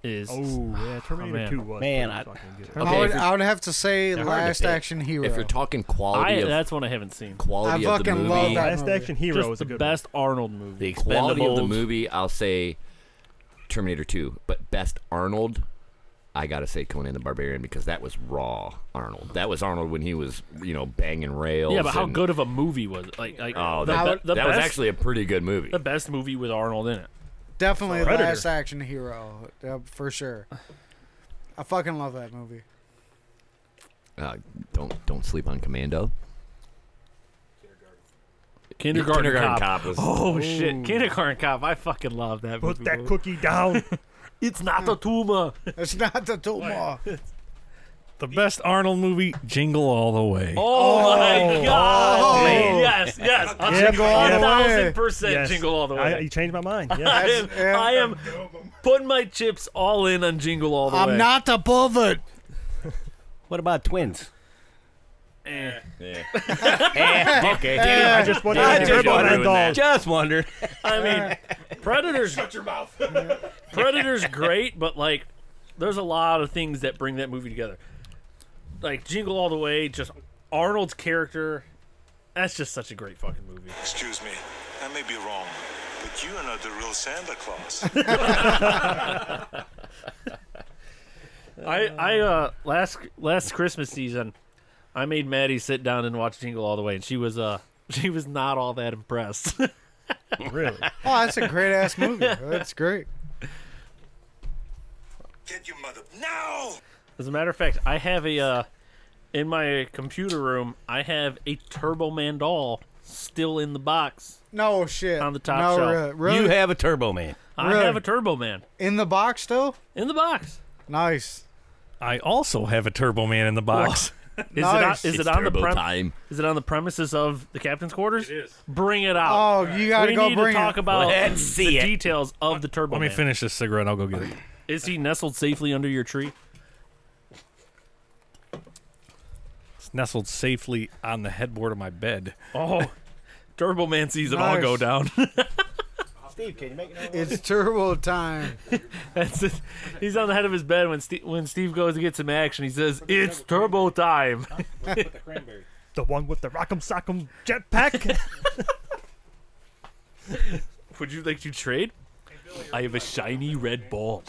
Speaker 3: is
Speaker 5: Oh yeah, Terminator
Speaker 3: man.
Speaker 5: Two was
Speaker 4: Man,
Speaker 5: pretty
Speaker 4: I-
Speaker 5: fucking good.
Speaker 6: I,
Speaker 2: Okay,
Speaker 6: would,
Speaker 2: if you're-
Speaker 6: I would have to say
Speaker 2: hard to
Speaker 6: Last
Speaker 2: pick.
Speaker 6: Action Hero.
Speaker 2: if you're talking quality
Speaker 3: I,
Speaker 2: of
Speaker 3: that's one I haven't seen.
Speaker 2: quality
Speaker 6: I
Speaker 2: of the
Speaker 6: fucking
Speaker 2: movie,
Speaker 6: love that
Speaker 5: Last
Speaker 6: movie.
Speaker 5: Action Hero
Speaker 3: Just
Speaker 5: was
Speaker 3: the
Speaker 5: a good
Speaker 3: best Arnold movie.
Speaker 4: The
Speaker 2: quality of the
Speaker 4: Expendables.
Speaker 2: movie, I'll say Terminator 2, but best Arnold, I gotta say Conan the Barbarian because that was raw Arnold. That was Arnold when he was, you know, banging rails.
Speaker 3: Yeah, but how
Speaker 2: and-
Speaker 3: good of a movie was it? Like, like
Speaker 2: Oh,
Speaker 3: the,
Speaker 2: that,
Speaker 3: be-
Speaker 2: that,
Speaker 3: the
Speaker 2: was
Speaker 3: best-
Speaker 2: actually a pretty good movie.
Speaker 3: the best movie with Arnold in it.
Speaker 6: Definitely
Speaker 5: Predator.
Speaker 6: Last Action Hero, uh, for sure. I fucking love that movie.
Speaker 2: Uh, don't don't sleep on Commando.
Speaker 3: Kindergarten,
Speaker 2: Kindergarten
Speaker 3: Cop.
Speaker 2: Cop was-
Speaker 3: oh shit, Kindergarten Cop. I fucking love that.
Speaker 5: Put
Speaker 3: movie,
Speaker 5: that
Speaker 3: bro.
Speaker 5: cookie down.
Speaker 3: It's not a tumor.
Speaker 6: It's not the Toma.
Speaker 1: The best Arnold movie, Jingle All the Way.
Speaker 3: Oh, my god! Yes, yes. I'll
Speaker 5: Oh. Jingle
Speaker 3: take
Speaker 5: all the
Speaker 3: a
Speaker 6: way.
Speaker 3: thousand percent
Speaker 5: Yes.
Speaker 3: jingle all the
Speaker 5: I, you
Speaker 3: way.
Speaker 5: changed my mind.
Speaker 3: I,
Speaker 5: Yeah.
Speaker 3: am,
Speaker 6: Yeah.
Speaker 3: I am putting my chips all in on jingle all the way.
Speaker 6: I'm not above it.
Speaker 4: What about twins?
Speaker 2: Yeah.
Speaker 4: Eh, okay.
Speaker 5: I just want to
Speaker 2: I
Speaker 5: be
Speaker 2: just
Speaker 5: crippled
Speaker 2: wondered
Speaker 5: and
Speaker 2: that.
Speaker 5: dog.
Speaker 4: Just wondered.
Speaker 3: I mean, Predators. Shut your mouth. Predators great, but like, there's a lot of things that bring that movie together. Like Jingle All the Way, just Arnold's character. That's just such a great fucking movie.
Speaker 8: Excuse me, I may be wrong, but you are not the real Santa Claus.
Speaker 3: I I uh last last Christmas season, I made Maddie sit down and watch Jingle All the Way, and she was uh she was not all that impressed.
Speaker 5: Really?
Speaker 6: Oh, that's a great ass movie. That's great.
Speaker 8: Get your mother now!
Speaker 3: As a matter of fact, I have a uh, in my computer room. I have a Turbo Man doll still in the box.
Speaker 6: No shit.
Speaker 3: On the top
Speaker 6: no,
Speaker 3: shelf.
Speaker 6: re- Really?
Speaker 4: You have a Turbo Man.
Speaker 3: I
Speaker 6: Really?
Speaker 3: have a Turbo Man
Speaker 6: In the box still?
Speaker 3: in the box.
Speaker 6: Nice.
Speaker 1: I also have a Turbo Man in the box.
Speaker 3: Is
Speaker 6: Nice.
Speaker 3: it on, is
Speaker 2: It's
Speaker 3: it on the
Speaker 2: turbo
Speaker 3: prem-
Speaker 2: time.
Speaker 3: is it on the premises of the captain's quarters? It is. Bring it out.
Speaker 6: Oh, you gotta
Speaker 3: we
Speaker 6: go
Speaker 3: need
Speaker 6: bring
Speaker 3: to talk
Speaker 6: it.
Speaker 3: about
Speaker 4: Let's
Speaker 3: the
Speaker 4: see it.
Speaker 3: details of the Turbo
Speaker 1: Let me
Speaker 3: Man.
Speaker 1: finish this cigarette. I'll go get it.
Speaker 3: Is he nestled safely under your tree?
Speaker 1: It's nestled safely on the headboard of my bed.
Speaker 3: Oh, Turbo Man sees it all go
Speaker 6: Nice.
Speaker 3: down.
Speaker 4: Steve, can you make it?
Speaker 6: It's turbo time.
Speaker 3: That's it. He's on the head of his bed when Steve, when Steve goes to get some action. He says, "It's Turbo time."
Speaker 5: The one with the rock'em sock'em jetpack.
Speaker 3: Would you like to trade? I have a shiny red ball.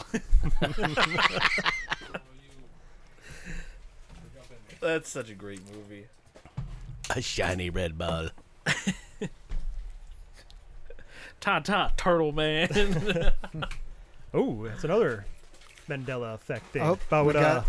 Speaker 3: That's such a great movie.
Speaker 4: A shiny red ball.
Speaker 3: Ta ta, Turtle Man.
Speaker 5: oh, that's another Mandela effect thing.
Speaker 6: Oh,
Speaker 5: about
Speaker 6: we
Speaker 5: uh,
Speaker 6: got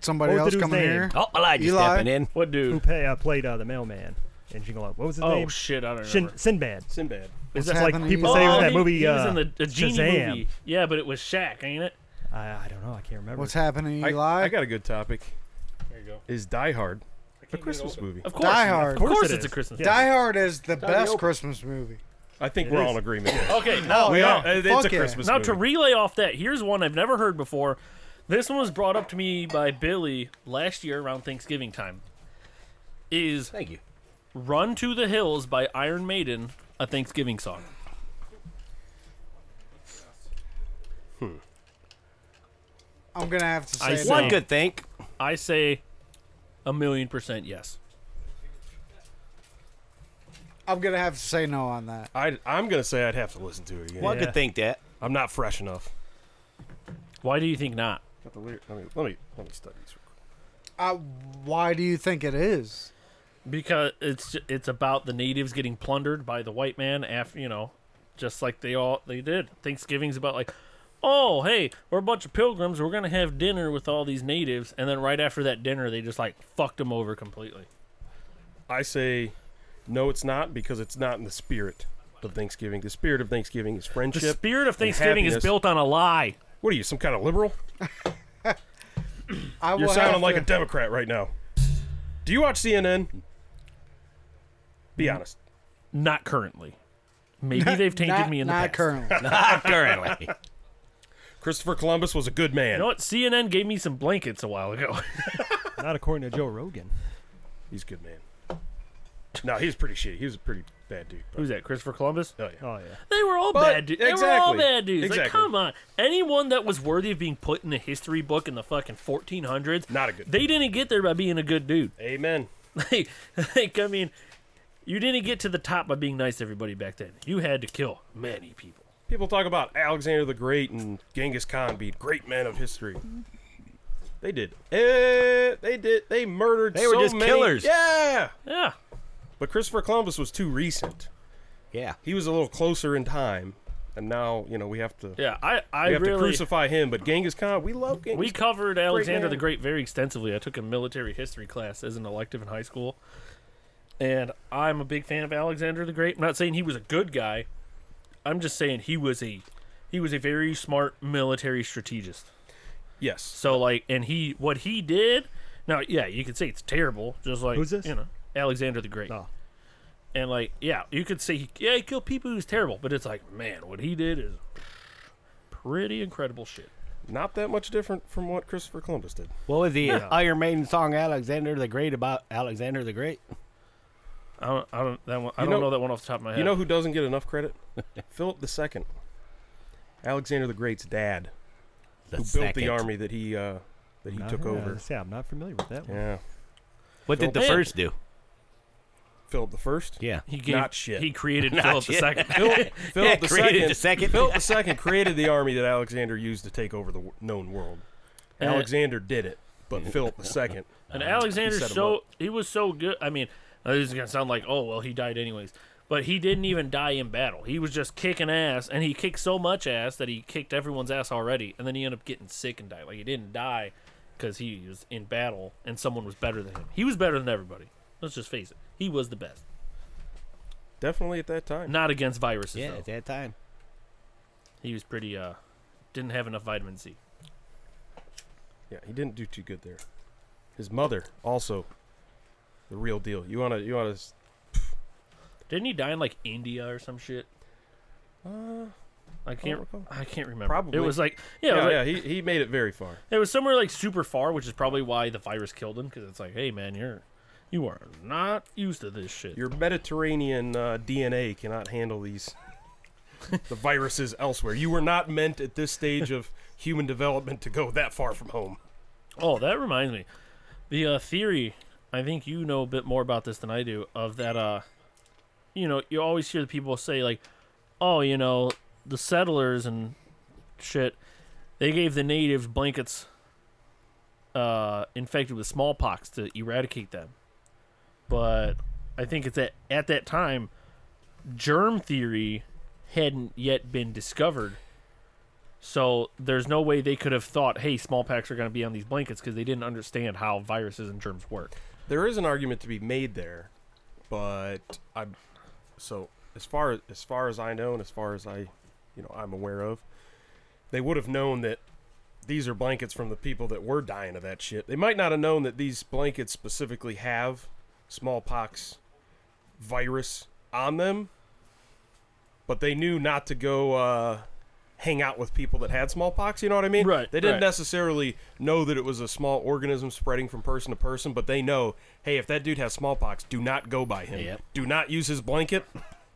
Speaker 6: somebody
Speaker 5: what was
Speaker 6: else
Speaker 5: the dude's
Speaker 6: coming
Speaker 5: name?
Speaker 6: here.
Speaker 4: Oh, Elijah
Speaker 6: Eli?
Speaker 4: stepping in.
Speaker 3: what
Speaker 5: who
Speaker 3: dude?
Speaker 5: pay, uh, played uh, the mailman in Jingle All. What was his
Speaker 3: Oh
Speaker 5: name?
Speaker 3: shit, I don't
Speaker 5: Shin-
Speaker 3: remember.
Speaker 5: Sinbad.
Speaker 7: Sinbad.
Speaker 5: It's
Speaker 6: What's
Speaker 5: like
Speaker 6: happening?
Speaker 5: people say
Speaker 6: Oh,
Speaker 5: was that
Speaker 3: he-
Speaker 5: movie.
Speaker 3: he was
Speaker 5: uh,
Speaker 3: in the a genie
Speaker 5: Shazam.
Speaker 3: movie. Yeah, but it was Shaq, ain't it?
Speaker 5: I, I don't know. I can't remember.
Speaker 6: What's happening,
Speaker 7: I,
Speaker 6: Eli?
Speaker 7: I got a good topic. There you
Speaker 3: go.
Speaker 7: Is Die Hard a Christmas movie?
Speaker 3: Of course,
Speaker 6: Die Hard.
Speaker 3: Of course,
Speaker 5: Of course it
Speaker 3: it's a
Speaker 5: is.
Speaker 3: Christmas.
Speaker 5: Yeah.
Speaker 6: Die Hard is the best Christmas movie.
Speaker 7: I think we're all in agreement.
Speaker 3: movie. Okay, now
Speaker 7: we
Speaker 6: Oh, yeah.
Speaker 7: are. It's
Speaker 6: Fuck
Speaker 7: a
Speaker 6: yeah.
Speaker 7: Christmas
Speaker 3: Now
Speaker 7: movie.
Speaker 3: to relay off that, here's one I've never heard before. This one was brought up to me by Billy last year around Thanksgiving time. Is
Speaker 4: Thank you.
Speaker 3: "Run to the Hills" by Iron Maiden a Thanksgiving song?
Speaker 6: I'm gonna have to
Speaker 3: I
Speaker 6: say
Speaker 3: see.
Speaker 6: that.
Speaker 4: One could think.
Speaker 3: I say a million percent yes.
Speaker 6: I'm gonna have to say no on that.
Speaker 7: I, I'm gonna say I'd have to listen to it again.
Speaker 4: One
Speaker 5: Yeah.
Speaker 4: could think that.
Speaker 7: I'm not fresh enough.
Speaker 3: Why do you think not?
Speaker 7: Got the lyric. Let me let me let me study this. real quick.
Speaker 6: I, Uh, why do you think it is?
Speaker 3: Because it's it's about the natives getting plundered by the white man after you know, just like they all they did. Thanksgiving's about like, oh hey, we're a bunch of pilgrims. We're gonna have dinner with all these natives, and then right after that dinner, they just like fucked them over completely.
Speaker 7: I say, no, it's not because it's not in the spirit of Thanksgiving. The spirit of Thanksgiving is
Speaker 3: The
Speaker 7: friendship.
Speaker 3: spirit of
Speaker 7: and
Speaker 3: Thanksgiving is
Speaker 7: happiness.
Speaker 3: built on a lie.
Speaker 7: What are you, some kind of liberal?
Speaker 6: I
Speaker 7: You're
Speaker 6: will
Speaker 7: sounding
Speaker 6: have
Speaker 7: like
Speaker 6: to-
Speaker 7: a Democrat right now. Do you watch CNN? Be honest.
Speaker 3: Not currently. Maybe they've tainted
Speaker 6: not,
Speaker 3: me in the
Speaker 6: not
Speaker 3: past.
Speaker 6: currently.
Speaker 4: Currently.
Speaker 7: Christopher Columbus was a good man.
Speaker 3: You know what? CNN gave me some blankets a while ago.
Speaker 5: Not according to Joe Rogan.
Speaker 7: He's a good man. No, he was pretty shitty. He was a pretty bad dude. but-
Speaker 3: Who's that? Christopher Columbus?
Speaker 7: Oh, yeah.
Speaker 5: Oh yeah.
Speaker 3: They were all
Speaker 7: But-
Speaker 3: bad dudes. They were all
Speaker 7: exactly.
Speaker 3: bad dudes. Like,
Speaker 7: Exactly.
Speaker 3: come on. Anyone that was worthy of being put in a history book in the fucking 1400s,
Speaker 7: Not a good
Speaker 3: They didn't get there by being a good dude.
Speaker 7: Amen.
Speaker 3: Like, like, I mean, you didn't get to the top by being nice to everybody back then. You had to kill many people.
Speaker 7: People talk about Alexander the Great and Genghis Khan being great men of history. They did. Eh, they did. They murdered.
Speaker 4: They were
Speaker 7: so
Speaker 4: just
Speaker 7: many-
Speaker 4: killers.
Speaker 7: Yeah.
Speaker 3: Yeah.
Speaker 7: But Christopher Columbus was too recent.
Speaker 4: Yeah.
Speaker 7: He was a little closer in time, and now you know we have to
Speaker 3: Yeah. I, I
Speaker 7: we have to
Speaker 3: really.
Speaker 7: crucify him. But Genghis Khan, we love Genghis.
Speaker 3: We covered Alexander
Speaker 7: man.
Speaker 3: the Great very extensively. I took a military history class as an elective in high school. And I'm a big fan of Alexander the Great. I'm not saying he was a good guy. I'm just saying he was a he was a very smart military strategist.
Speaker 7: yes,
Speaker 3: So like and he what he did now yeah, you could say it's terrible, just like
Speaker 5: Who's this?
Speaker 3: you know, Alexander the Great.
Speaker 5: Oh.
Speaker 3: And like, yeah, you could say he, yeah, he killed people who's terrible, but it's like, man, what he did is pretty incredible shit.
Speaker 7: Not that much different from what Christopher Columbus did.
Speaker 4: What was the uh, Iron Maiden song Alexander the Great about Alexander the Great?
Speaker 3: I don't. I don't. That one, I
Speaker 7: You
Speaker 3: don't
Speaker 7: know-
Speaker 3: know, that one off the top of my head.
Speaker 7: You know who doesn't get enough credit? Philip II, Alexander the Great's dad,
Speaker 4: The
Speaker 7: who built
Speaker 4: second.
Speaker 7: the army that he uh, that he
Speaker 5: Not-
Speaker 7: took
Speaker 5: yeah,
Speaker 7: over.
Speaker 5: Yeah, I'm not familiar with that one.
Speaker 7: Yeah,
Speaker 4: What did the
Speaker 3: Hey.
Speaker 4: first do?
Speaker 7: Philip the First.
Speaker 4: Yeah.
Speaker 3: he gave,
Speaker 7: Not shit.
Speaker 3: He created Philip the second.
Speaker 7: Philip, Philip the
Speaker 4: created
Speaker 7: second,
Speaker 4: the second.
Speaker 7: Philip the second created the army that Alexander used to take over the w- known world.
Speaker 3: Uh,
Speaker 7: Alexander did it, but Philip the second.
Speaker 4: Uh,
Speaker 3: And Alexander
Speaker 7: set 'em
Speaker 3: so
Speaker 7: up.
Speaker 3: he was so good. I mean, uh, this is gonna sound like oh well he died anyways, but he didn't even die in battle. He was just kicking ass, and he kicked so much ass that he kicked everyone's ass already, and then he ended up getting sick and died. Like he didn't die because he was in battle and someone was better than him. He was better than everybody. Let's just face it. He was the best.
Speaker 7: Definitely at that time.
Speaker 3: Not against viruses
Speaker 4: Yeah,
Speaker 3: though.
Speaker 4: at that time.
Speaker 3: He was pretty uh didn't have enough vitamin C.
Speaker 7: Yeah, he didn't do too good there. His mother also the real deal. You wanna you wanna s-
Speaker 3: Didn't he die in like India or some shit? Uh, I can't.
Speaker 7: recall.
Speaker 3: I can't remember.
Speaker 7: Probably.
Speaker 3: It was like yeah, it
Speaker 7: yeah,
Speaker 3: was like-
Speaker 7: yeah, he, he made it very far.
Speaker 3: It was somewhere like super far, which is probably why the virus killed him. Because it's like, hey man, you're you are not used to this shit.
Speaker 7: Your Mediterranean uh, DNA cannot handle these the viruses elsewhere. You were not meant at this stage of human development to go that far from home.
Speaker 3: oh, that reminds me, the uh, theory. I think you know a bit more about this than I do. Of that, uh, you know, you always hear the people say like, oh, you know, the settlers and shit, they gave the natives blankets uh, infected with smallpox to eradicate them. But I think it's at at that time, germ theory hadn't yet been discovered. So there's no way they could have thought, hey, smallpox are going to be on these blankets because they didn't understand how viruses and germs work.
Speaker 7: There is an argument to be made there, but I'm so as far as far as I know and as far as I you know I'm aware of, they would have known that these are blankets from the people that were dying of that shit. They might not have known that these blankets specifically have smallpox virus on them, but they knew not to go uh, hang out with people that had smallpox. You know what I mean?
Speaker 3: Right,
Speaker 7: They didn't
Speaker 3: right.
Speaker 7: necessarily know that it was a small organism spreading from person to person, but they know, hey, if that dude has smallpox, do not go by him.
Speaker 4: Yep.
Speaker 7: Do not use his blanket.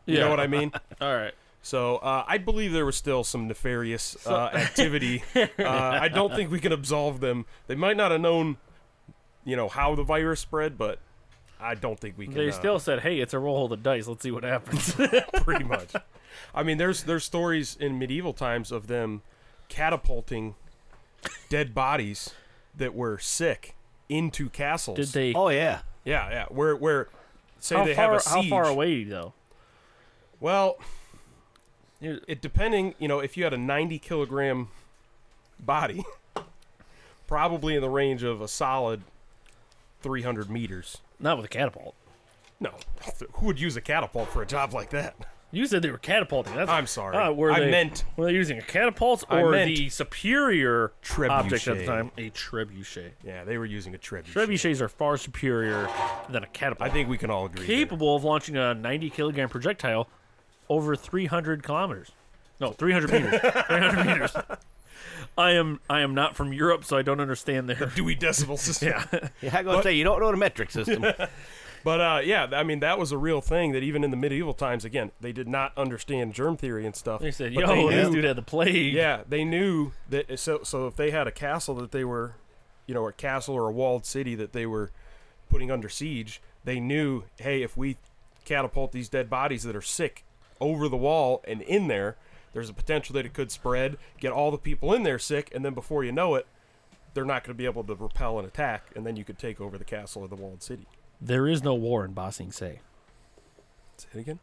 Speaker 7: You know
Speaker 3: Yeah.
Speaker 7: what I mean?
Speaker 3: All right.
Speaker 7: So uh, I believe there was still some nefarious uh, activity. uh, I don't think we can absolve them. They might not have known, you know, how the virus spread, but I don't think we can.
Speaker 3: They
Speaker 7: uh,
Speaker 3: still said, hey, it's a roll of the dice. Let's see what happens.
Speaker 7: pretty much. I mean, there's there's stories in medieval times of them catapulting dead bodies that were sick into castles.
Speaker 3: Did they?
Speaker 4: Oh yeah.
Speaker 7: Yeah, yeah. Where where say
Speaker 3: how,
Speaker 7: they
Speaker 3: far,
Speaker 7: have a
Speaker 3: how
Speaker 7: siege.
Speaker 3: far away, though?
Speaker 7: Well,
Speaker 3: Here-
Speaker 7: it depending, you know, if you had a 90 kilogram body, probably in the range of a solid 300 meters.
Speaker 3: Not with a catapult.
Speaker 7: No, who would use a catapult for a job like that?
Speaker 3: You said they were catapulting. That's,
Speaker 7: I'm sorry.
Speaker 3: Ah, were
Speaker 7: I
Speaker 3: they,
Speaker 7: meant-
Speaker 3: Were they using a catapult
Speaker 7: I
Speaker 3: or
Speaker 7: meant
Speaker 3: the superior object at
Speaker 7: trebuchet.
Speaker 3: the time? A trebuchet.
Speaker 7: Yeah, they were using a trebuchet.
Speaker 3: Trebuchets are far superior than a catapult.
Speaker 7: I think we can all agree. there.
Speaker 3: capable of launching a 90 kilogram projectile over 300 kilometers. No, 300 meters. 300 meters. I am I am not from Europe, so I don't understand their
Speaker 7: Dewey Decimal System. yeah.
Speaker 4: Yeah, I gotta say you don't know the metric system.
Speaker 7: But uh, yeah, I mean that was a real thing that even in the medieval times, again, they did not understand germ theory and stuff.
Speaker 3: They said,
Speaker 7: but
Speaker 3: "Yo,
Speaker 7: they
Speaker 3: this
Speaker 7: knew-
Speaker 3: dude had the plague."
Speaker 7: Yeah, they knew that. So, so if they had a castle that they were, you know, a castle or a walled city that they were putting under siege, they knew, hey, if we catapult these dead bodies that are sick over the wall and in there, there's a potential that it could spread, get all the people in there sick, and then before you know it, they're not going to be able to repel an attack, and then you could take over the castle or the walled city.
Speaker 3: There is no war in Ba Sing Se.
Speaker 7: Say it again.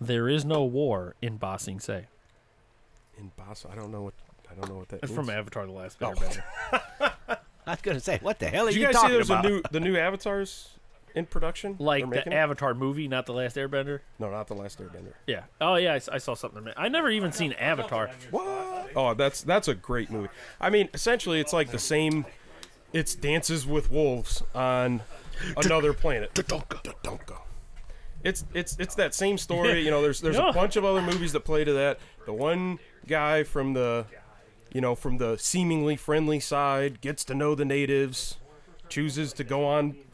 Speaker 3: There is no war in Ba Sing Se.
Speaker 7: In Basel, I don't know what I don't know what that
Speaker 3: That's
Speaker 7: means.
Speaker 3: from Avatar: The Last
Speaker 7: Oh.
Speaker 3: Airbender.
Speaker 4: I was gonna say, what the hell are
Speaker 7: Did
Speaker 4: you,
Speaker 7: you guys see
Speaker 4: talking
Speaker 7: there's
Speaker 4: about?
Speaker 7: a new the new avatars in production?
Speaker 3: Like
Speaker 7: They're
Speaker 3: the
Speaker 7: making it?
Speaker 3: Avatar movie, not the Last Airbender.
Speaker 7: No, not the Last Airbender.
Speaker 3: Yeah. Oh yeah, I, s- I saw something. I never even seen Avatar.
Speaker 7: What? Oh, that's that's a great movie. I mean, essentially, it's like the same. It's Dances with Wolves on another planet. Tatanka. It's it's it's that same story. You know, there's there's a
Speaker 3: Yeah.
Speaker 7: bunch of other movies that play to that. The one guy from the you know, from the seemingly friendly side, gets to know the natives, chooses to go on. He
Speaker 3: Then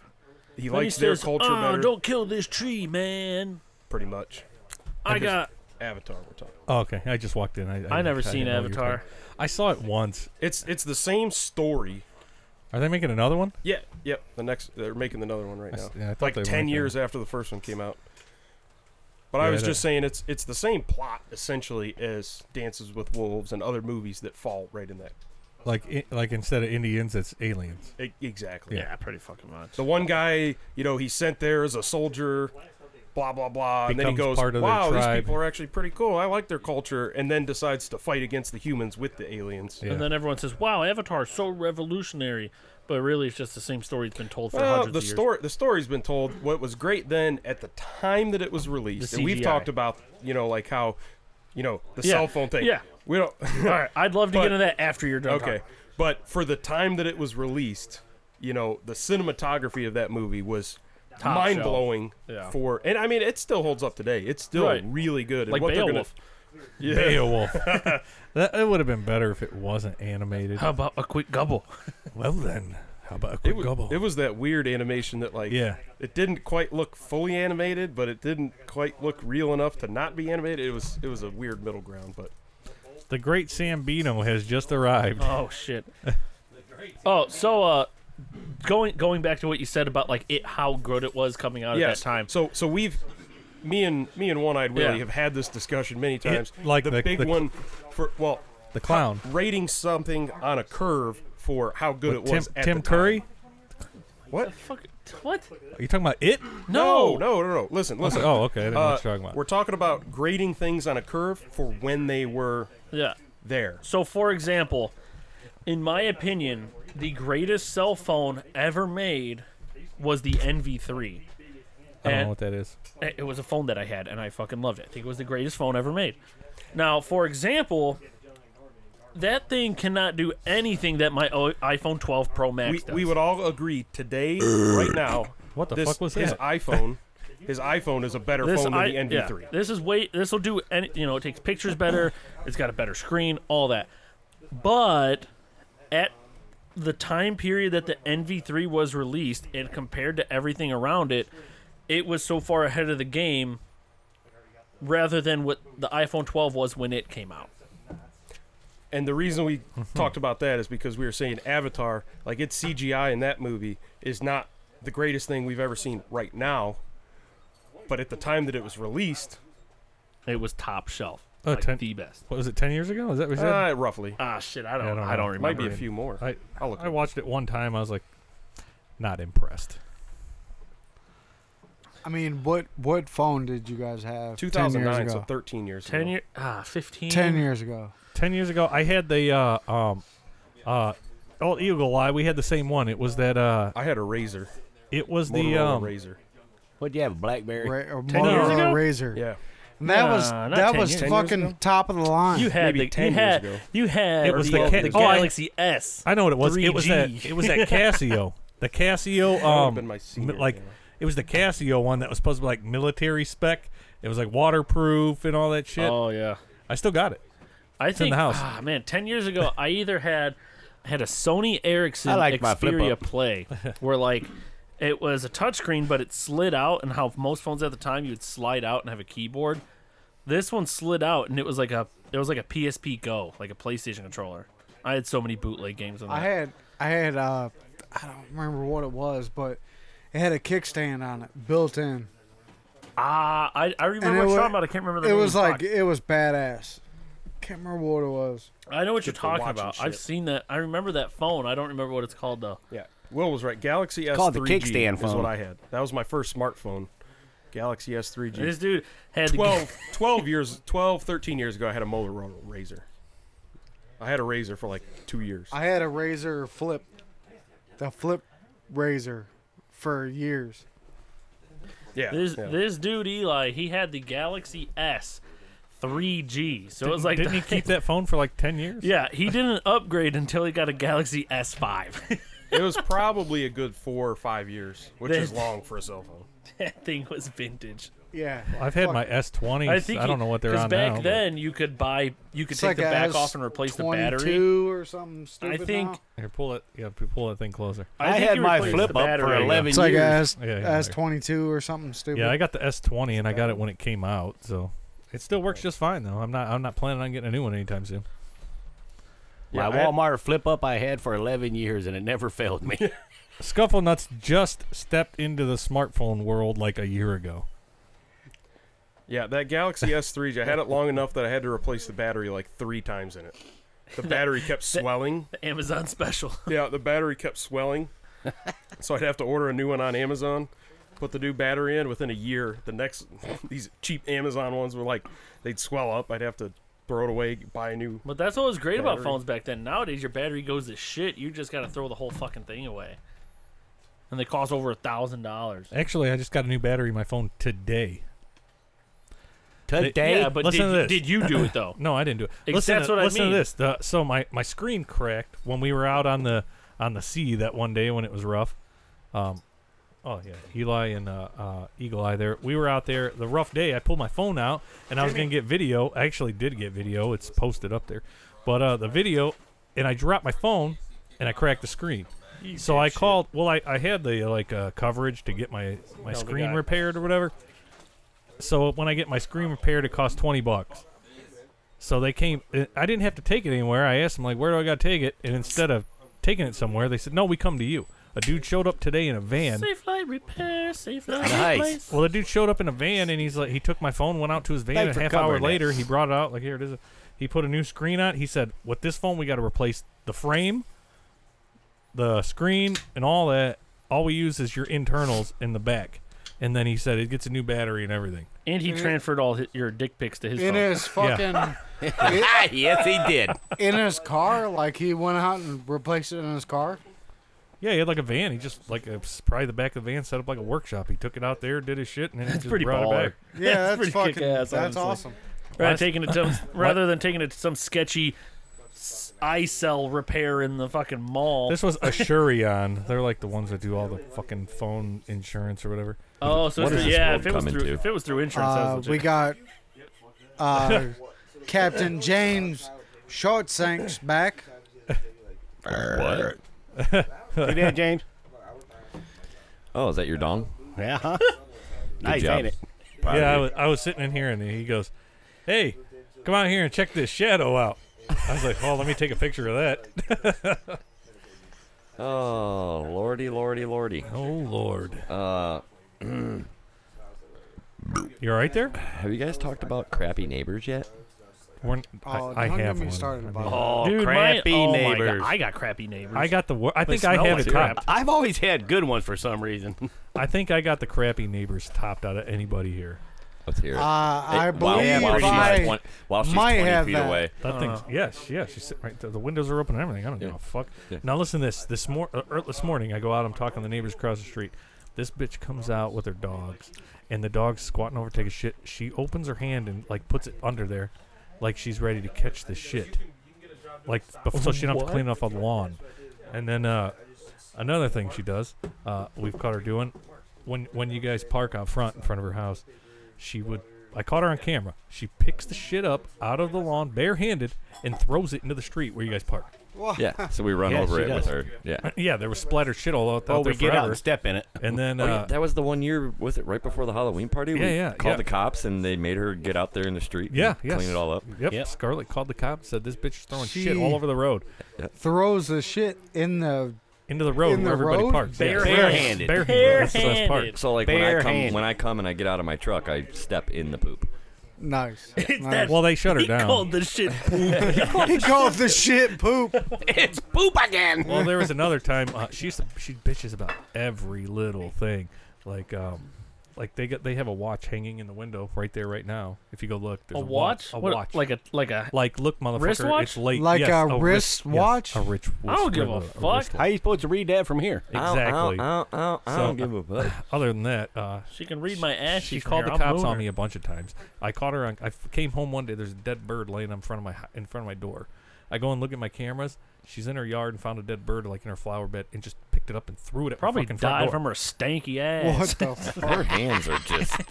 Speaker 3: he
Speaker 7: likes their
Speaker 3: says,
Speaker 7: culture
Speaker 3: "Uh,
Speaker 7: better.
Speaker 3: Don't kill this tree, man.
Speaker 7: Pretty much.
Speaker 3: I
Speaker 7: guess-
Speaker 3: got.
Speaker 7: Avatar, we're talking.
Speaker 1: Oh, okay, I just walked in. I,
Speaker 3: I never
Speaker 1: didn't
Speaker 3: seen
Speaker 1: know you were
Speaker 3: Avatar.
Speaker 1: talking. I saw it once.
Speaker 7: It's it's the same story.
Speaker 1: Are they making another one?
Speaker 7: Yeah, yep. The next they're making another one right
Speaker 1: I
Speaker 7: now.
Speaker 1: s- yeah, I thought
Speaker 7: like
Speaker 1: they were
Speaker 7: ten
Speaker 1: making
Speaker 7: years after the first one came out. But I
Speaker 1: Yeah,
Speaker 7: was
Speaker 1: that-
Speaker 7: just saying it's it's the same plot essentially as Dances with Wolves and other movies that fall right in that.
Speaker 1: Like, i- like instead of Indians, it's aliens.
Speaker 7: e- exactly.
Speaker 1: Yeah.
Speaker 3: pretty fucking much.
Speaker 7: The one guy, you know, he's sent there as a soldier, blah blah blah, and then he
Speaker 1: Becomes
Speaker 7: goes,
Speaker 1: part of their
Speaker 7: "Wow, these
Speaker 1: tribe."
Speaker 7: people are actually pretty cool. I like their culture," and then decides to fight against the humans with the aliens.
Speaker 1: Yeah.
Speaker 3: And then everyone says, "Wow, Avatar is so revolutionary," but really, it's just the same story that's been told for
Speaker 7: Well,
Speaker 3: hundreds
Speaker 7: the
Speaker 3: of years.
Speaker 7: story the story's been told. What was great then at the time that it was released,
Speaker 3: The
Speaker 7: and we've
Speaker 3: CGI.
Speaker 7: talked about you know like how, you know the
Speaker 3: Yeah,
Speaker 7: cell phone thing.
Speaker 3: yeah.
Speaker 7: we don't.
Speaker 3: All right, I'd love to
Speaker 7: But-
Speaker 3: get into that after you're done.
Speaker 7: okay,
Speaker 3: talking.
Speaker 7: but for the time that it was released, you know the cinematography of that movie was
Speaker 3: shelf.
Speaker 7: mind blowing.
Speaker 3: Yeah.
Speaker 7: For and I mean it still holds up today. It's still
Speaker 3: Right.
Speaker 7: really good. and
Speaker 3: Like
Speaker 7: what they're gonna-
Speaker 3: Beowulf.
Speaker 7: Yeah.
Speaker 1: Beowulf. that it would have been better if it wasn't animated.
Speaker 3: How about a quick gobble?
Speaker 1: well Oh, then, how about a
Speaker 7: It
Speaker 1: quick
Speaker 7: was,
Speaker 1: gobble?
Speaker 7: it was that weird animation that like
Speaker 1: Yeah.
Speaker 7: it didn't quite look fully animated but it didn't quite look real enough to not be animated it was it was a weird middle ground but
Speaker 1: the great Sambino has just arrived.
Speaker 3: Oh shit. oh, so uh, going going back to what you said about like it, how good it was coming out at
Speaker 7: Yes.
Speaker 3: that time.
Speaker 7: So so we've me and me and One Eyed Willie
Speaker 3: Yeah.
Speaker 7: have had this discussion many times.
Speaker 1: like
Speaker 7: the,
Speaker 1: the-
Speaker 7: big
Speaker 1: the-
Speaker 7: one for well
Speaker 1: the clown.
Speaker 7: rating something on a curve for how good it
Speaker 1: Tim,
Speaker 7: was. at
Speaker 1: Tim
Speaker 7: the time.
Speaker 1: Curry?
Speaker 7: What?
Speaker 3: Fuck, what?
Speaker 1: Are you talking about it?
Speaker 7: No, no, no, no. Listen, listen.
Speaker 1: Oh, okay. I didn't know
Speaker 7: Uh,
Speaker 1: what you're talking about.
Speaker 7: We're talking about grading things on a curve for when they were
Speaker 3: Yeah.
Speaker 7: there.
Speaker 3: So, for example, in my opinion, the greatest cell phone ever made was the NV3.
Speaker 1: I don't
Speaker 3: and-
Speaker 1: know what that is.
Speaker 3: It it was a phone that I had, and I fucking loved it. I think it was the greatest phone ever made. Now, for example, that thing cannot do anything that my o- iPhone 12 Pro Max
Speaker 7: We,
Speaker 3: does.
Speaker 7: we would all agree today, right now.
Speaker 1: What the
Speaker 7: this,
Speaker 1: fuck was
Speaker 7: his
Speaker 1: that?
Speaker 7: iPhone? His iPhone is a better
Speaker 3: this
Speaker 7: phone
Speaker 3: I-
Speaker 7: than the
Speaker 3: yeah,
Speaker 7: NV3.
Speaker 3: this is way. This will do. Any, you know, it takes pictures better. It's got a better screen. All that. But at the time period that the NV3 was released, and compared to everything around it, it was so far ahead of the game. Rather than what the iPhone 12 was when it came out.
Speaker 7: And the reason we talked about that is because we were saying Avatar, like its CGI in that movie is not the greatest thing we've ever seen right now. But at the time that it was released,
Speaker 3: It was top shelf.
Speaker 1: Oh,
Speaker 3: like
Speaker 1: ten-
Speaker 3: the best.
Speaker 1: What was it? Ten years ago? Is that what you said?
Speaker 7: uh, roughly,
Speaker 3: Ah, shit. I don't.
Speaker 1: Yeah, I
Speaker 3: I
Speaker 1: don't
Speaker 3: don't,
Speaker 1: know.
Speaker 3: remember.
Speaker 7: might be a few more.
Speaker 1: I
Speaker 7: I'll look.
Speaker 1: I watched it one time. I was like, not impressed.
Speaker 6: I mean, what what phone did you guys have? 10
Speaker 7: 2009,
Speaker 6: years
Speaker 7: so
Speaker 6: ago.
Speaker 7: 13 years.
Speaker 3: Ten
Speaker 7: ago.
Speaker 3: year. Ah, fifteen.
Speaker 6: 10 years ago.
Speaker 1: Ten years ago, I had the uh, um, uh, old Eagle Eye. We had the same one. It was that. Uh,
Speaker 7: I had a razor,
Speaker 1: it was
Speaker 7: Motorola
Speaker 1: the. Um,
Speaker 7: razor.
Speaker 4: What'd you have, a BlackBerry?
Speaker 6: Ra- or
Speaker 3: years
Speaker 6: Motorola
Speaker 3: ago?
Speaker 6: Razor.
Speaker 7: Yeah,
Speaker 6: And that
Speaker 3: Nah,
Speaker 6: was
Speaker 3: not
Speaker 6: that
Speaker 3: 10
Speaker 6: was
Speaker 3: years.
Speaker 7: 10 years
Speaker 6: fucking
Speaker 7: ago?
Speaker 6: top of the line.
Speaker 3: You had
Speaker 7: Maybe
Speaker 3: the.
Speaker 7: 10
Speaker 3: you
Speaker 7: years
Speaker 3: had.
Speaker 7: ago.
Speaker 3: You had.
Speaker 1: It was
Speaker 3: the,
Speaker 1: the ca- oh, I-
Speaker 3: Galaxy S.
Speaker 1: I know what it was. It was that.
Speaker 3: 3G.
Speaker 1: It was that Casio. The Casio.
Speaker 7: would've
Speaker 1: Um,
Speaker 7: been my
Speaker 1: mi-
Speaker 7: senior
Speaker 1: like
Speaker 7: year.
Speaker 1: it was the Casio one that was supposed to be like military spec. It was like waterproof and all that shit.
Speaker 3: Oh yeah.
Speaker 1: I still got it.
Speaker 3: I
Speaker 1: in
Speaker 3: think.
Speaker 1: the house.
Speaker 3: Ah, man. Ten years ago, I either had I had a Sony Ericsson
Speaker 4: I like my flip
Speaker 3: Xperia
Speaker 4: up.
Speaker 3: Play, where like it was a touchscreen, but it slid out, and how most phones at the time you would slide out and have a keyboard. This one slid out, and it was like a it was like a PSP Go, like a PlayStation controller. I had so many bootleg games on that.
Speaker 6: I had I had uh I don't remember what it was, but it had a kickstand on it built in.
Speaker 3: Ah, I, I
Speaker 6: And
Speaker 3: remember what
Speaker 6: it
Speaker 3: you're
Speaker 6: wa-
Speaker 3: talking about. I can't remember the
Speaker 6: it
Speaker 3: name.
Speaker 6: was
Speaker 3: Fuck.
Speaker 6: like it was badass. Can't remember what it was.
Speaker 3: I know what you're
Speaker 7: Just the
Speaker 3: talking
Speaker 7: watch and
Speaker 3: about. I've
Speaker 7: shit.
Speaker 3: seen that. I remember that phone. I don't remember what it's called though.
Speaker 7: yeah. Will was right. Galaxy S3G
Speaker 4: Called the kickstand
Speaker 7: is
Speaker 4: phone.
Speaker 7: what I had. That was my first smartphone. Galaxy S3G.
Speaker 3: This dude had the
Speaker 7: 12, 12 years, 12, 13 years ago, I had a Motorola razor. I had a razor for like two years.
Speaker 6: I had a razor flip, the flip razor, for years.
Speaker 7: yeah,
Speaker 3: This
Speaker 7: yeah.
Speaker 3: this dude Eli, he had the Galaxy S 3G. So it was like
Speaker 1: Didn't
Speaker 3: the-
Speaker 1: he keep that phone for like ten years?
Speaker 3: Yeah, he didn't upgrade until he got a Galaxy S5.
Speaker 7: it was probably a good four or five years, which is long for a cell phone.
Speaker 3: that thing was vintage.
Speaker 6: Yeah.
Speaker 1: I've had
Speaker 6: Fuck.
Speaker 1: my S20s. I,
Speaker 3: I think
Speaker 1: don't know what they're
Speaker 3: because
Speaker 1: on
Speaker 3: back
Speaker 1: now. but-
Speaker 3: then you could buy you could
Speaker 6: It's
Speaker 3: take
Speaker 6: like
Speaker 3: the
Speaker 6: a
Speaker 3: back off and replace the battery.
Speaker 6: S22 or something stupid.
Speaker 3: I think
Speaker 6: now.
Speaker 1: Here, pull it. Yeah, p- pull that thing closer.
Speaker 4: I,
Speaker 3: think
Speaker 4: had
Speaker 3: you
Speaker 4: my
Speaker 3: replaced
Speaker 4: flip
Speaker 3: the
Speaker 4: up for
Speaker 3: battery.
Speaker 4: eleven
Speaker 6: it's like a
Speaker 4: years.
Speaker 6: S,
Speaker 1: Yeah, yeah,
Speaker 6: S22 or something stupid.
Speaker 1: Yeah, I got the S20 and I got it when it came out, so it still works just fine though. I'm not I'm not planning on getting a new one anytime soon.
Speaker 4: My
Speaker 7: Yeah, I-
Speaker 4: Walmart flip up I had for eleven years, and it never failed me.
Speaker 1: Scuffle Nuts just stepped into the smartphone world like a year ago.
Speaker 7: Yeah, that Galaxy S3, I had it long enough that I had to replace the battery like three times in it. The battery kept swelling.
Speaker 3: the Amazon special.
Speaker 7: Yeah, the battery kept swelling. So I'd have to order a new one on Amazon, put the new battery in within a year. The next, these cheap Amazon ones were like, they'd swell up. I'd have to throw it away, buy a new.
Speaker 3: But that's what was great about
Speaker 7: Battery.
Speaker 3: phones back then. Nowadays, your battery goes to shit. You just got to throw the whole fucking thing away, and they cost over a thousand dollars.
Speaker 1: Actually, I just got a new battery in my phone today.
Speaker 4: Today,
Speaker 3: Yeah, but
Speaker 1: listen to this.
Speaker 3: did, did you do it though?
Speaker 1: No, I didn't do it.
Speaker 3: Ex-
Speaker 1: listen
Speaker 3: that's
Speaker 1: to,
Speaker 3: what I
Speaker 1: listen
Speaker 3: mean.
Speaker 1: to this. The, so my, my screen cracked when we were out on the on the sea that one day when it was rough. Um, oh yeah, Eli and uh, uh, Eagle Eye there. We were out there the rough day. I pulled my phone out and I was gonna get video. I actually did get video. It's posted up there, but uh, the video and I dropped my phone and I cracked the screen. So I called. Well, I, I had the like uh, coverage to get my my screen
Speaker 3: guy.
Speaker 1: repaired or whatever. So when I get my screen repaired, it costs twenty bucks. So they came. uh, I didn't have to take it anywhere. I asked them like, "Where do I got to take it?" And instead of taking it somewhere, they said, "No, we come to you." A dude showed up today in a van.
Speaker 3: Safe light repair, safe light
Speaker 4: Nice.
Speaker 3: replace.
Speaker 1: Well, the dude showed up in a van, and he's like, he took my phone, went out to his van,
Speaker 4: Thanks
Speaker 1: and a half
Speaker 4: for
Speaker 1: hour
Speaker 4: covering that.
Speaker 1: later, he brought it out. Like, here it is. He put a new screen on. it. He said, with this phone, we got to replace the frame, the screen, and all that. All we use is your internals in the back. And then he said it gets a new battery and everything.
Speaker 3: And he transferred all hi- your dick pics to his
Speaker 6: in
Speaker 3: phone.
Speaker 6: his fucking
Speaker 4: Ah, yes, he did.
Speaker 6: in his car, like he went out and replaced it in his car.
Speaker 1: Yeah, he had like a van. He just like a, probably the back of the van set up like a workshop. He took it out there, did his shit, and then he just
Speaker 3: pretty
Speaker 1: brought
Speaker 3: baller.
Speaker 1: it back.
Speaker 6: Yeah, that's,
Speaker 3: pretty
Speaker 6: fucking.
Speaker 3: kick-ass,
Speaker 6: that's
Speaker 3: honestly.
Speaker 6: awesome.
Speaker 3: Rather,
Speaker 1: Last-
Speaker 3: taking it to, rather than taking it to some sketchy s- eye cell repair in the fucking mall.
Speaker 1: This was Assurion. They're like the ones that do all the fucking phone insurance or whatever.
Speaker 3: oh, so
Speaker 2: What
Speaker 3: it's-
Speaker 2: is this
Speaker 3: yeah,
Speaker 2: world
Speaker 3: if it was
Speaker 2: coming
Speaker 3: through
Speaker 2: to?
Speaker 3: if it was through insurance, that
Speaker 6: Uh,
Speaker 3: was
Speaker 6: we
Speaker 3: legit.
Speaker 6: got uh, Captain James Shortsanks back.
Speaker 2: What?
Speaker 4: You did, James.
Speaker 2: Oh, is that your dong?
Speaker 4: Yeah. huh? nice,
Speaker 2: job.
Speaker 4: ain't it?
Speaker 1: Yeah, I was, I was sitting in here and he goes, "Hey, come out here and check this shadow out." I was like, "Oh, let me take a picture of that."
Speaker 2: Oh, lordy, lordy, lordy.
Speaker 1: Oh Lord,
Speaker 2: Uh,
Speaker 1: you all right there?
Speaker 2: have you guys talked about crappy neighbors yet?
Speaker 1: We're, n- I-
Speaker 6: Oh,
Speaker 1: I,
Speaker 6: don't get
Speaker 1: have
Speaker 6: me
Speaker 1: one.
Speaker 6: started
Speaker 1: I
Speaker 6: about
Speaker 1: mean,
Speaker 6: that.
Speaker 4: Oh,
Speaker 3: Dude, my-
Speaker 4: crappy
Speaker 3: oh my God,
Speaker 4: neighbors.
Speaker 3: I got crappy neighbors.
Speaker 1: I got the. Wor- I think I
Speaker 3: smell
Speaker 1: have
Speaker 3: like
Speaker 1: it
Speaker 3: crap.
Speaker 1: topped.
Speaker 4: I've always had good ones for some reason.
Speaker 1: I think I got the crappy neighbors topped out of anybody here.
Speaker 2: Let's hear it.
Speaker 6: Uh, I
Speaker 2: Hey, while-
Speaker 6: believe
Speaker 2: while she's,
Speaker 6: I.
Speaker 2: twen- while she's
Speaker 6: might
Speaker 2: 20
Speaker 6: have
Speaker 2: feet
Speaker 6: that.
Speaker 2: away.
Speaker 1: That thing's yes, yes. She's sitting right. there. The windows are open and everything. I don't give
Speaker 2: Uh-huh. Yeah.
Speaker 1: a fuck.
Speaker 2: Yeah.
Speaker 1: Now listen to this. This mor- uh, er, this morning, I go out. I'm talking to the neighbors across the street. This bitch comes out with her dogs, and the dog's squatting over to take a shit. She opens her hand and like puts it under there, like she's ready to catch the shit, like bef- so she don't have to clean off on the lawn. And then uh, another thing she does, uh, we've caught her doing, when when you guys park out front in front of her house, she would. I caught her on camera. She picks the shit up out of the lawn barehanded and throws it into the street where you guys park.
Speaker 2: Yeah, so we run
Speaker 4: Yeah,
Speaker 2: over
Speaker 4: she
Speaker 2: it
Speaker 4: does.
Speaker 2: with her. Yeah.
Speaker 1: Yeah, there was splattered shit all out, out
Speaker 4: Oh,
Speaker 1: there
Speaker 4: we get out
Speaker 1: forever.
Speaker 4: and step in it.
Speaker 1: and then,
Speaker 2: Oh, yeah,
Speaker 1: uh,
Speaker 2: that was the one year, was it right before the Halloween party?
Speaker 1: Yeah,
Speaker 2: we
Speaker 1: yeah,
Speaker 2: Called
Speaker 1: yeah.
Speaker 2: the cops and they made her get out there in the street. and
Speaker 1: yeah, yes.
Speaker 2: Clean it all up.
Speaker 1: Yep.
Speaker 4: Yep.
Speaker 1: Scarlett called the cops. Said this bitch is throwing shit all
Speaker 6: She-
Speaker 1: over the road,
Speaker 6: Throws the shit in the.
Speaker 1: into the road
Speaker 6: In
Speaker 1: where
Speaker 6: the
Speaker 1: everybody
Speaker 6: road?
Speaker 1: parks. Yes.
Speaker 4: Barehanded.
Speaker 1: Barehanded. That's the best part.
Speaker 3: Barehanded.
Speaker 2: So like when I come
Speaker 4: Barehanded.
Speaker 2: when I come and I get out of my truck, I step in the poop.
Speaker 6: Nice.
Speaker 3: It's
Speaker 6: nice.
Speaker 3: that-
Speaker 1: Well, they shut her
Speaker 3: he
Speaker 1: down.
Speaker 3: called the shit
Speaker 6: he called the shit poop.
Speaker 4: It's poop again.
Speaker 1: well, there was another time uh, she used to she bitches about every little thing, like um, like they got they have a watch hanging in the window right there right now. If you go look,
Speaker 3: a
Speaker 1: there's a,
Speaker 3: watch?
Speaker 1: a
Speaker 3: What-
Speaker 1: watch,
Speaker 3: Like a like a.
Speaker 1: like look, motherfucker,
Speaker 3: Wristwatch?
Speaker 1: it's late.
Speaker 6: Like
Speaker 1: Yes, wrist,
Speaker 6: a
Speaker 1: yes,
Speaker 6: wristwatch?
Speaker 1: a rich.
Speaker 3: I don't give a fuck.
Speaker 4: How you supposed to read that from here?
Speaker 1: Exactly.
Speaker 2: Ow, ow, ow, I
Speaker 1: So-
Speaker 2: don't give a fuck.
Speaker 1: Other than that, uh,
Speaker 3: She can read my ass.
Speaker 1: she
Speaker 3: She's
Speaker 1: called the
Speaker 3: here, I'm
Speaker 1: cops
Speaker 3: moving
Speaker 1: on
Speaker 3: her.
Speaker 1: me a bunch of times. I caught her on. I f- came home one day. There's a dead bird laying in front of my hou- in front of my door. I go and look at my cameras. She's in her yard and found a dead bird like in her flower bed and just picked picked it up and threw it at
Speaker 3: Probably
Speaker 1: my fucking front
Speaker 3: died
Speaker 1: door.
Speaker 3: from her stanky
Speaker 6: What
Speaker 3: ass.
Speaker 6: the f-
Speaker 10: Her hands are just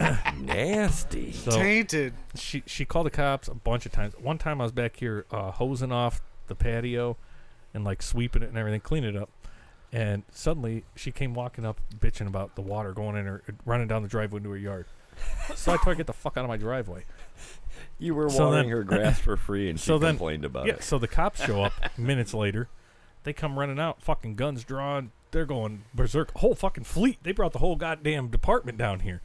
Speaker 10: nasty.
Speaker 1: So-
Speaker 6: tainted?
Speaker 1: she she called the cops a bunch of times. One time I was back here uh, hosing off the patio and like sweeping it and everything, cleaning it up. And suddenly she came walking up, bitching about the water going in her, running down the driveway into her yard. so I told her get the fuck out of my driveway.
Speaker 10: You were
Speaker 1: So
Speaker 10: watering
Speaker 1: then-
Speaker 10: her grass for free, and she
Speaker 1: so then-
Speaker 10: complained about
Speaker 1: yeah.
Speaker 10: it.
Speaker 1: So the cops show up minutes later. They come running out, fucking guns drawn. They're going berserk. Whole fucking fleet. They brought the whole goddamn department down here,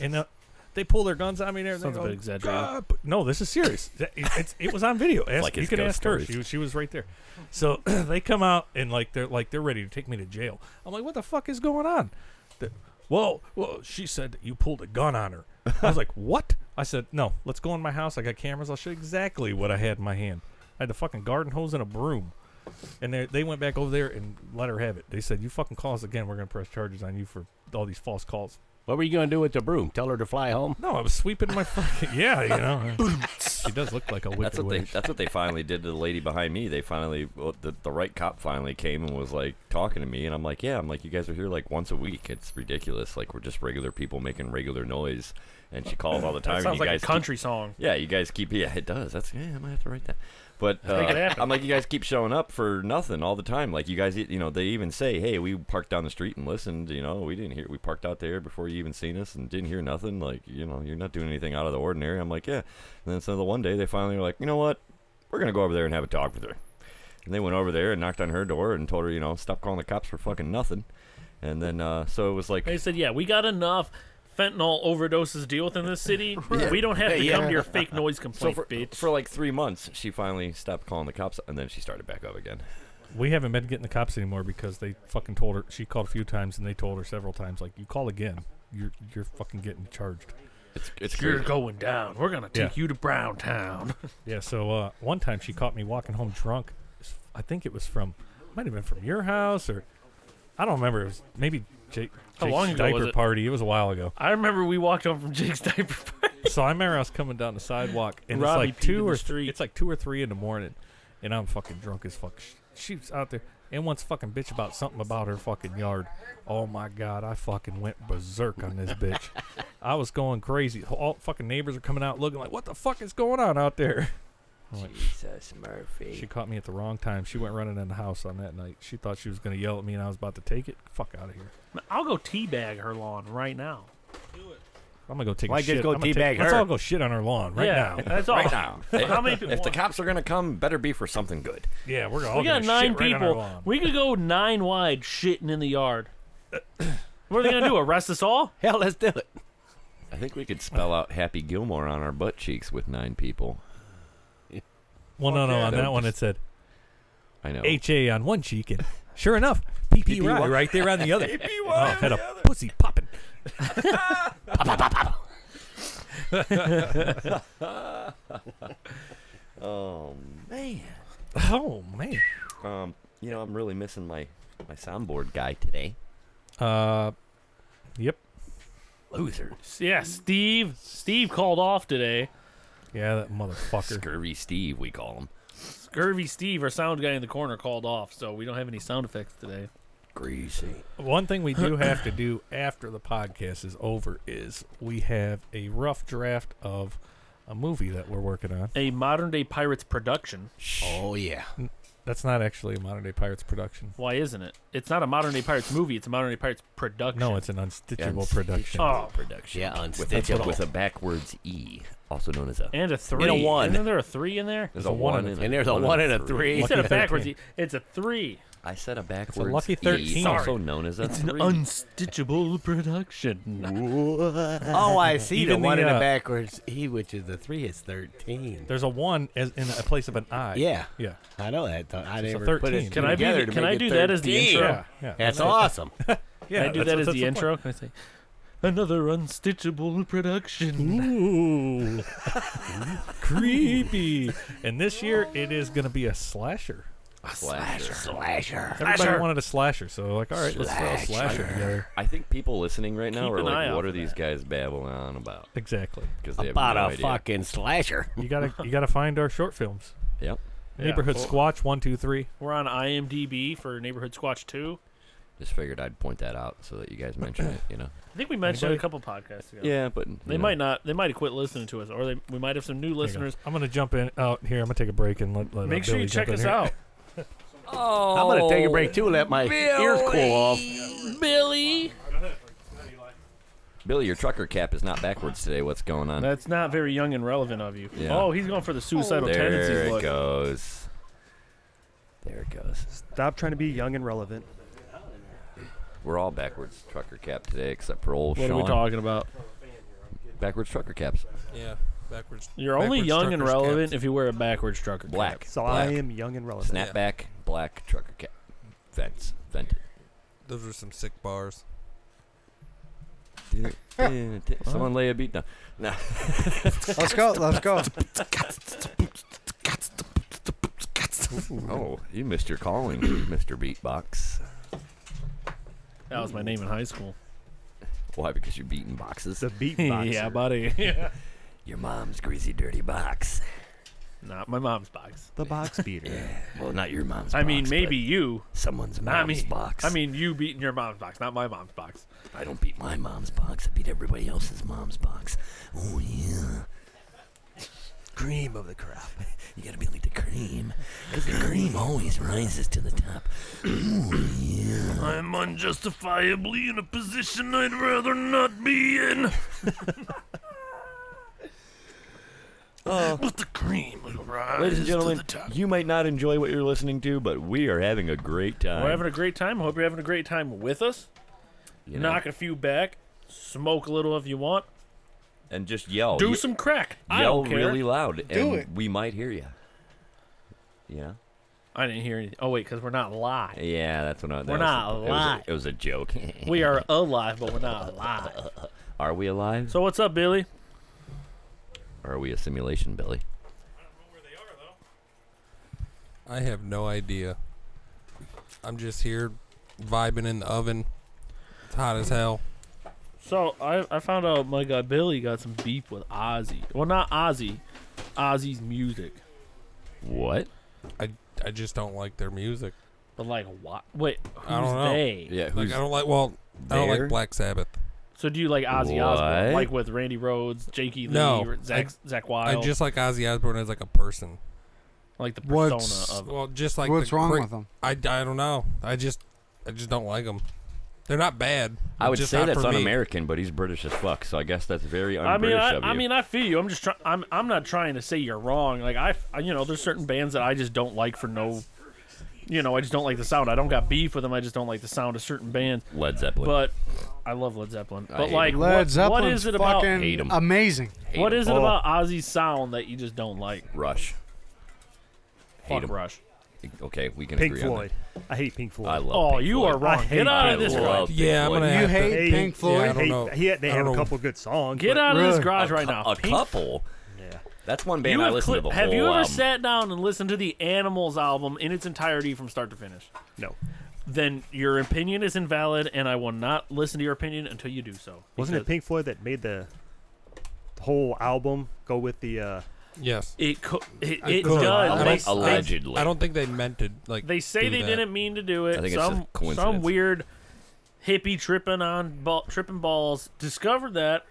Speaker 1: and uh, they pull their guns on me and everything.
Speaker 3: Sounds a bit
Speaker 1: Oh,
Speaker 3: exaggerated.
Speaker 1: God, but no, this is serious. That- it- it's- it was on video. Ask-
Speaker 10: like
Speaker 1: you
Speaker 10: his
Speaker 1: can
Speaker 10: ghost
Speaker 1: ask her.
Speaker 10: stories.
Speaker 1: She, she was right there. So they come out and like they're like they're ready to take me to jail. I'm like, what the fuck is going on? The- Whoa, whoa! She said that you pulled a gun on her. I was like, what? I said, no. Let's go in my house. I got cameras. I'll show you exactly what I had in my hand. I had the fucking garden hose and a broom. And they they went back over there and let her have it. They said, you fucking call us again. We're gonna press charges on you for all these false calls.
Speaker 4: What were you going to do with the broom? Tell her to fly home?
Speaker 1: No, I was sweeping my fucking yeah. You know, she does look like a wicked
Speaker 10: That's what they.
Speaker 1: witch.
Speaker 10: That's what they finally did to the lady behind me. They finally, well, the, the right cop finally came and was like talking to me, and I'm like, yeah, I'm like, you guys are here like once a week. It's ridiculous. Like we're just regular people making regular noise, and she calls all the
Speaker 3: That
Speaker 10: time. and
Speaker 3: sounds
Speaker 10: you
Speaker 3: like
Speaker 10: guys
Speaker 3: a
Speaker 10: keep-
Speaker 3: country song.
Speaker 10: yeah, you guys keep. Yeah, it does. That's yeah. I might have to write that. But
Speaker 3: Make it
Speaker 10: uh,
Speaker 3: happen.
Speaker 10: I'm like, you guys keep showing up for nothing all the time. Like you guys, you know, they even say, hey, we parked down the street and listened. You know, we didn't hear. We parked out there before you even seen us and didn't hear nothing. Like you know, you're not doing anything out of the ordinary. I'm like, yeah. And then so the one day they finally were like, you know what? We're gonna go over there and have a talk with her. And they went over there and knocked on her door and told her, you know, stop calling the cops for fucking nothing. And then uh, so it was like,
Speaker 3: They said, yeah, we got enough fentanyl overdoses to deal with in this city. We don't have to
Speaker 10: Yeah.
Speaker 3: come to your fake noise
Speaker 10: so
Speaker 3: complaint,
Speaker 10: for,
Speaker 3: bitch.
Speaker 10: for like three months, she finally stopped calling the cops, and then she started back up again.
Speaker 1: We haven't been getting the cops anymore because they fucking told her. She called a few times and they told her several times, like, you call again, you're you're fucking getting charged.
Speaker 10: It's it's
Speaker 3: You're
Speaker 10: crazy.
Speaker 3: going down. We're gonna take
Speaker 1: Yeah.
Speaker 3: you to Brown Town.
Speaker 1: Yeah. So uh, one time she caught me walking home drunk. I think it was from, might have been from your house or, I don't remember. It was maybe Jake.
Speaker 3: How
Speaker 1: Jake's
Speaker 3: long ago
Speaker 1: diaper
Speaker 3: was it?
Speaker 1: party. It was a while ago.
Speaker 3: I remember we walked home from Jake's diaper party.
Speaker 1: so I remember I was coming down the sidewalk, and
Speaker 3: Robbie
Speaker 1: it's like
Speaker 3: peed
Speaker 1: two
Speaker 3: in the
Speaker 1: or
Speaker 3: street.
Speaker 1: three. It's like two or three in the morning, and I'm fucking drunk as fuck. Sh- She's out there and wants fucking bitch about something about her fucking yard. Oh my god, I fucking went berserk on this bitch. I was going crazy. All fucking neighbors are coming out looking like, what the fuck is going on out there? I'm like,
Speaker 10: Jesus Murphy.
Speaker 1: she caught me at the wrong time. She went running in the house on that night. She thought she was gonna yell at me, and I was about to take it. Fuck out of here.
Speaker 3: I'll go teabag her lawn right now.
Speaker 1: I'm gonna go take
Speaker 4: Why
Speaker 1: a
Speaker 4: just
Speaker 1: shit.
Speaker 4: go
Speaker 1: I'm gonna take-
Speaker 4: teabag
Speaker 1: Let's
Speaker 4: her?
Speaker 1: all go shit on her lawn right
Speaker 3: yeah,
Speaker 1: now.
Speaker 3: That's all.
Speaker 10: Right now.
Speaker 3: How many
Speaker 10: If-
Speaker 3: people
Speaker 10: If the
Speaker 3: want-
Speaker 10: cops are gonna come, better be for something good.
Speaker 1: Yeah, we're all
Speaker 3: We got
Speaker 1: gonna
Speaker 3: nine
Speaker 1: shit right on her
Speaker 3: people.
Speaker 1: lawn.
Speaker 3: we could go nine wide shitting in the yard. what are they gonna do? Arrest us all?
Speaker 4: Hell, let's do it.
Speaker 10: I think we could spell out Happy Gilmore on our butt cheeks with nine people.
Speaker 1: Well, no, no. On
Speaker 10: That
Speaker 1: that
Speaker 10: would
Speaker 1: one, it
Speaker 10: just-
Speaker 1: said
Speaker 10: I know.
Speaker 1: HA on one cheek, and sure enough, PPY right there on the other. PPY oh, had a pussy popping.
Speaker 10: Oh man.
Speaker 1: Oh man.
Speaker 10: Um, you know, I'm really missing my my soundboard guy today.
Speaker 1: Uh, yep.
Speaker 10: Loser.
Speaker 3: Yeah, Steve. Steve called off today.
Speaker 1: Yeah, that motherfucker.
Speaker 10: Scurvy Steve, we call him.
Speaker 3: Scurvy Steve, our sound guy in the corner, called off, so we don't have any sound effects today.
Speaker 10: Greasy.
Speaker 1: One thing we do have to do after the podcast is over is we have a rough draft of a movie that we're working on.
Speaker 3: A modern day pirates production.
Speaker 4: Oh, yeah.
Speaker 1: That's not actually a modern day pirates production.
Speaker 3: Why isn't it? It's not a modern day pirates movie. It's a modern day pirates production.
Speaker 1: No, it's an unstitchable
Speaker 10: Unstitchable.
Speaker 1: production.
Speaker 3: oh,
Speaker 10: Production.
Speaker 4: Yeah, on
Speaker 10: With a, with a backwards E, also known as a.
Speaker 3: and a three.
Speaker 4: And a one.
Speaker 3: Isn't there a three in there?
Speaker 10: There's
Speaker 1: a one and-
Speaker 4: And there's a one and a three.
Speaker 3: Instead of
Speaker 1: Lucky
Speaker 3: backwards,
Speaker 1: 13.
Speaker 3: it's a three.
Speaker 10: I said a backwards
Speaker 1: lucky
Speaker 10: E,
Speaker 1: 13.
Speaker 10: also known as a
Speaker 3: It's an
Speaker 10: three.
Speaker 3: unstitchable production.
Speaker 4: Oh, I see.
Speaker 1: Even
Speaker 4: the one
Speaker 1: the,
Speaker 4: in the
Speaker 1: uh,
Speaker 4: backwards E, which is the three, is 13.
Speaker 1: There's a one as in a place of an I.
Speaker 4: Yeah.
Speaker 1: Yeah.
Speaker 4: I know that. though. I
Speaker 1: It's a
Speaker 4: never put
Speaker 1: 13.
Speaker 4: it
Speaker 1: Can
Speaker 3: I be
Speaker 4: together
Speaker 3: the-
Speaker 4: to
Speaker 3: can
Speaker 4: make
Speaker 3: I
Speaker 4: it
Speaker 3: do that as the
Speaker 4: 13.
Speaker 3: intro?
Speaker 1: Yeah. Yeah.
Speaker 4: That's awesome.
Speaker 1: yeah
Speaker 3: I do
Speaker 1: that's-
Speaker 3: that as
Speaker 1: that's
Speaker 3: the
Speaker 1: point.
Speaker 3: intro. Can I say another unstitchable production?
Speaker 1: Ooh. Creepy. And this year it is going to be a slasher.
Speaker 10: Slasher.
Speaker 4: Slasher.
Speaker 1: Everybody wanted a slasher, so like, all right, let's throw a slasher together.
Speaker 10: I think people listening right now
Speaker 3: Keep
Speaker 10: are
Speaker 3: an eye
Speaker 10: like,
Speaker 3: out
Speaker 10: what are
Speaker 3: for
Speaker 10: these guys babbling on about?
Speaker 1: Exactly.
Speaker 10: Because they
Speaker 4: About
Speaker 10: have no
Speaker 4: a
Speaker 10: idea.
Speaker 4: fucking slasher.
Speaker 1: You gotta you gotta find our short films.
Speaker 10: Yep.
Speaker 1: Neighborhood Squatch one two three.
Speaker 3: We're on IMDb for Neighborhood Squatch 2.
Speaker 2: Just figured I'd point that out so that you guys mention it. You know.
Speaker 3: I think we mentioned it a couple podcasts ago.
Speaker 2: Yeah, but
Speaker 3: They might not. They might have quit listening to us, or they, we might have some new listeners.
Speaker 1: I'm gonna jump in out here. I'm gonna take a break and let, let uh,
Speaker 3: Make sure
Speaker 1: Billy
Speaker 3: you check
Speaker 1: jump in
Speaker 3: us
Speaker 1: here.
Speaker 3: out.
Speaker 2: Oh,
Speaker 4: I'm gonna take a break too. and Let my ears cool off.
Speaker 3: Billy.
Speaker 2: Billy, your trucker cap is not backwards today. What's going on?
Speaker 3: That's not very young and relevant of you.
Speaker 2: Yeah.
Speaker 3: Oh, he's going for the suicidal
Speaker 2: there
Speaker 3: tendencies
Speaker 2: it
Speaker 3: look.
Speaker 2: goes. There it goes.
Speaker 5: Stop trying to be young and relevant.
Speaker 2: We're all backwards trucker cap today, except for old
Speaker 3: What
Speaker 2: Sean.
Speaker 3: are we talking about?
Speaker 2: Backwards trucker caps.
Speaker 10: Yeah, backwards.
Speaker 3: You're only
Speaker 10: backwards
Speaker 3: young and
Speaker 10: truckers
Speaker 3: relevant
Speaker 10: caps.
Speaker 3: if you wear a backwards trucker. cap.
Speaker 2: Black.
Speaker 5: So
Speaker 2: black.
Speaker 5: I am young and relevant.
Speaker 2: Snapback, black trucker cap. Vents. Vented.
Speaker 10: Those are some sick bars.
Speaker 2: Someone lay a beat down. No.
Speaker 6: Let's go. Let's go.
Speaker 2: Oh, you missed your calling, Mr. Beatbox.
Speaker 3: That was my name in high school.
Speaker 2: Why? Because you're beating boxes?
Speaker 5: The beatboxer.
Speaker 3: yeah, buddy.
Speaker 2: Your mom's greasy, dirty box.
Speaker 3: Not my mom's box.
Speaker 5: The box beater.
Speaker 2: Well, not your mom's
Speaker 3: I
Speaker 2: box.
Speaker 3: mean,
Speaker 2: but
Speaker 3: maybe you.
Speaker 2: Someone's
Speaker 3: Not
Speaker 2: mom's
Speaker 3: me.
Speaker 2: box.
Speaker 3: I mean, you beating your mom's box, not my mom's box.
Speaker 2: I don't beat my mom's box. I beat everybody else's mom's box. Oh yeah. Cream of the crop. You gotta be like the cream, 'cause the cream always rises to the top.
Speaker 3: I'm unjustifiably in a position I'd rather not be in. But the cream will rise
Speaker 2: Ladies and gentlemen, you might not enjoy what you're listening to, but we are having a great time.
Speaker 3: We're having a great time. Hope you're having a great time with us.
Speaker 2: you know?
Speaker 3: Knock a few back. Smoke a little if you want.
Speaker 2: and just yell.
Speaker 3: Do
Speaker 2: Ye-
Speaker 3: some crack. I
Speaker 2: Oh, yell
Speaker 3: don't care.
Speaker 2: really loud, and
Speaker 6: it.
Speaker 2: we might hear you. Yeah.
Speaker 3: I didn't hear anything. Oh wait, because we're not live.
Speaker 2: Yeah, that's what I. that
Speaker 3: We're
Speaker 2: was
Speaker 3: not
Speaker 2: the- it was a-
Speaker 3: alive.
Speaker 2: It was a joke.
Speaker 3: We are alive, but we're not alive.
Speaker 2: Are we alive?
Speaker 3: So what's up, Billy?
Speaker 2: or are we a simulation, Billy?
Speaker 10: I have no idea. I'm just here vibing in the oven. It's hot as hell.
Speaker 3: So I, I found out my guy Billy got some beef with Ozzy. Well, not Ozzy, Ozzy's music.
Speaker 2: What?
Speaker 10: I, I just don't like their music.
Speaker 3: But like, what? Wait, who's
Speaker 10: I don't know.
Speaker 3: they?
Speaker 2: Yeah,
Speaker 10: Like
Speaker 2: who's
Speaker 10: I don't like. Well, I don't
Speaker 2: there?
Speaker 10: like Black Sabbath.
Speaker 3: So do you like Ozzy
Speaker 2: What?
Speaker 3: Osbourne, like with Randy Rhodes, Jakey Lee,
Speaker 10: No,
Speaker 3: or Zach Zach Wild?
Speaker 10: I just like Ozzy Osbourne as like a person.
Speaker 3: like the persona
Speaker 6: What's-
Speaker 3: of.
Speaker 10: Well, just like
Speaker 6: What's
Speaker 10: the
Speaker 6: wrong
Speaker 10: cra-
Speaker 6: with them?
Speaker 10: I, I don't know. I just I just don't like them. They're not bad.
Speaker 2: I would
Speaker 10: just
Speaker 2: say
Speaker 10: not
Speaker 2: that's
Speaker 10: for me.
Speaker 2: un-American, but he's British as fuck, so I guess that's very
Speaker 3: I mean,
Speaker 2: un-British
Speaker 3: I,
Speaker 2: of you.
Speaker 3: I mean, I feel you. I'm just trying. I'm I'm not trying to say you're wrong. Like I, I- you know, there's certain bands that I just don't like for no. You know, I just don't like the sound. I don't got beef with them. I just don't like the sound of certain bands.
Speaker 2: Led Zeppelin.
Speaker 3: But I love Led Zeppelin. But
Speaker 2: hate
Speaker 3: like,
Speaker 2: them.
Speaker 3: what-
Speaker 6: Led Zeppelin's
Speaker 3: what is it about?
Speaker 6: fucking
Speaker 2: Hate 'em.
Speaker 6: amazing.
Speaker 2: Hate
Speaker 3: What
Speaker 2: him.
Speaker 3: is it
Speaker 2: Oh,
Speaker 3: about Ozzy's sound that you just don't like?
Speaker 2: Rush? Hate
Speaker 3: Fuck
Speaker 2: him.
Speaker 3: Rush.
Speaker 2: Okay, we can
Speaker 5: Pink
Speaker 2: agree
Speaker 5: Floyd. I hate Pink Floyd.
Speaker 2: on that. I love.
Speaker 3: Oh,
Speaker 2: Pink
Speaker 3: you
Speaker 2: Floyd.
Speaker 3: are wrong. Get
Speaker 5: hate
Speaker 3: out
Speaker 2: I
Speaker 3: of this
Speaker 2: love
Speaker 3: garage.
Speaker 2: Oh, Pink
Speaker 10: Yeah, I'm
Speaker 2: Floyd.
Speaker 10: gonna
Speaker 6: You
Speaker 10: have to-
Speaker 6: hate Pink
Speaker 10: Yeah, I
Speaker 6: Floyd?
Speaker 10: don't know.
Speaker 5: Hate- yeah, they
Speaker 10: I
Speaker 5: have a
Speaker 10: don't know.
Speaker 5: couple good songs.
Speaker 3: Get
Speaker 5: but
Speaker 3: out of this
Speaker 6: Really?
Speaker 3: garage
Speaker 2: a,
Speaker 3: right
Speaker 2: cou-
Speaker 3: now.
Speaker 2: A
Speaker 3: Pink
Speaker 2: couple.
Speaker 5: Yeah.
Speaker 2: That's one band
Speaker 3: You
Speaker 2: I
Speaker 3: have,
Speaker 2: listened
Speaker 3: cli-
Speaker 2: to the
Speaker 3: have
Speaker 2: whole um,
Speaker 3: you ever
Speaker 2: album.
Speaker 3: sat down and listened to the Animals album in its entirety from start to finish?
Speaker 5: No.
Speaker 3: Then your opinion is invalid, and I will not listen to your opinion until you do so.
Speaker 5: Wasn't it
Speaker 3: Because
Speaker 5: Pink Floyd that made the the whole album go with the uh
Speaker 10: Yes.
Speaker 3: It co- it, it
Speaker 10: could.
Speaker 3: does.
Speaker 10: I
Speaker 3: They,
Speaker 10: don't-
Speaker 3: they,
Speaker 2: Allegedly,
Speaker 10: I don't think they meant to like.
Speaker 3: they say
Speaker 10: do
Speaker 3: they
Speaker 10: that.
Speaker 3: didn't mean to do it.
Speaker 2: I think it's
Speaker 3: some
Speaker 2: just coincidence.
Speaker 3: some weird hippie tripping on ball, tripping balls discovered that,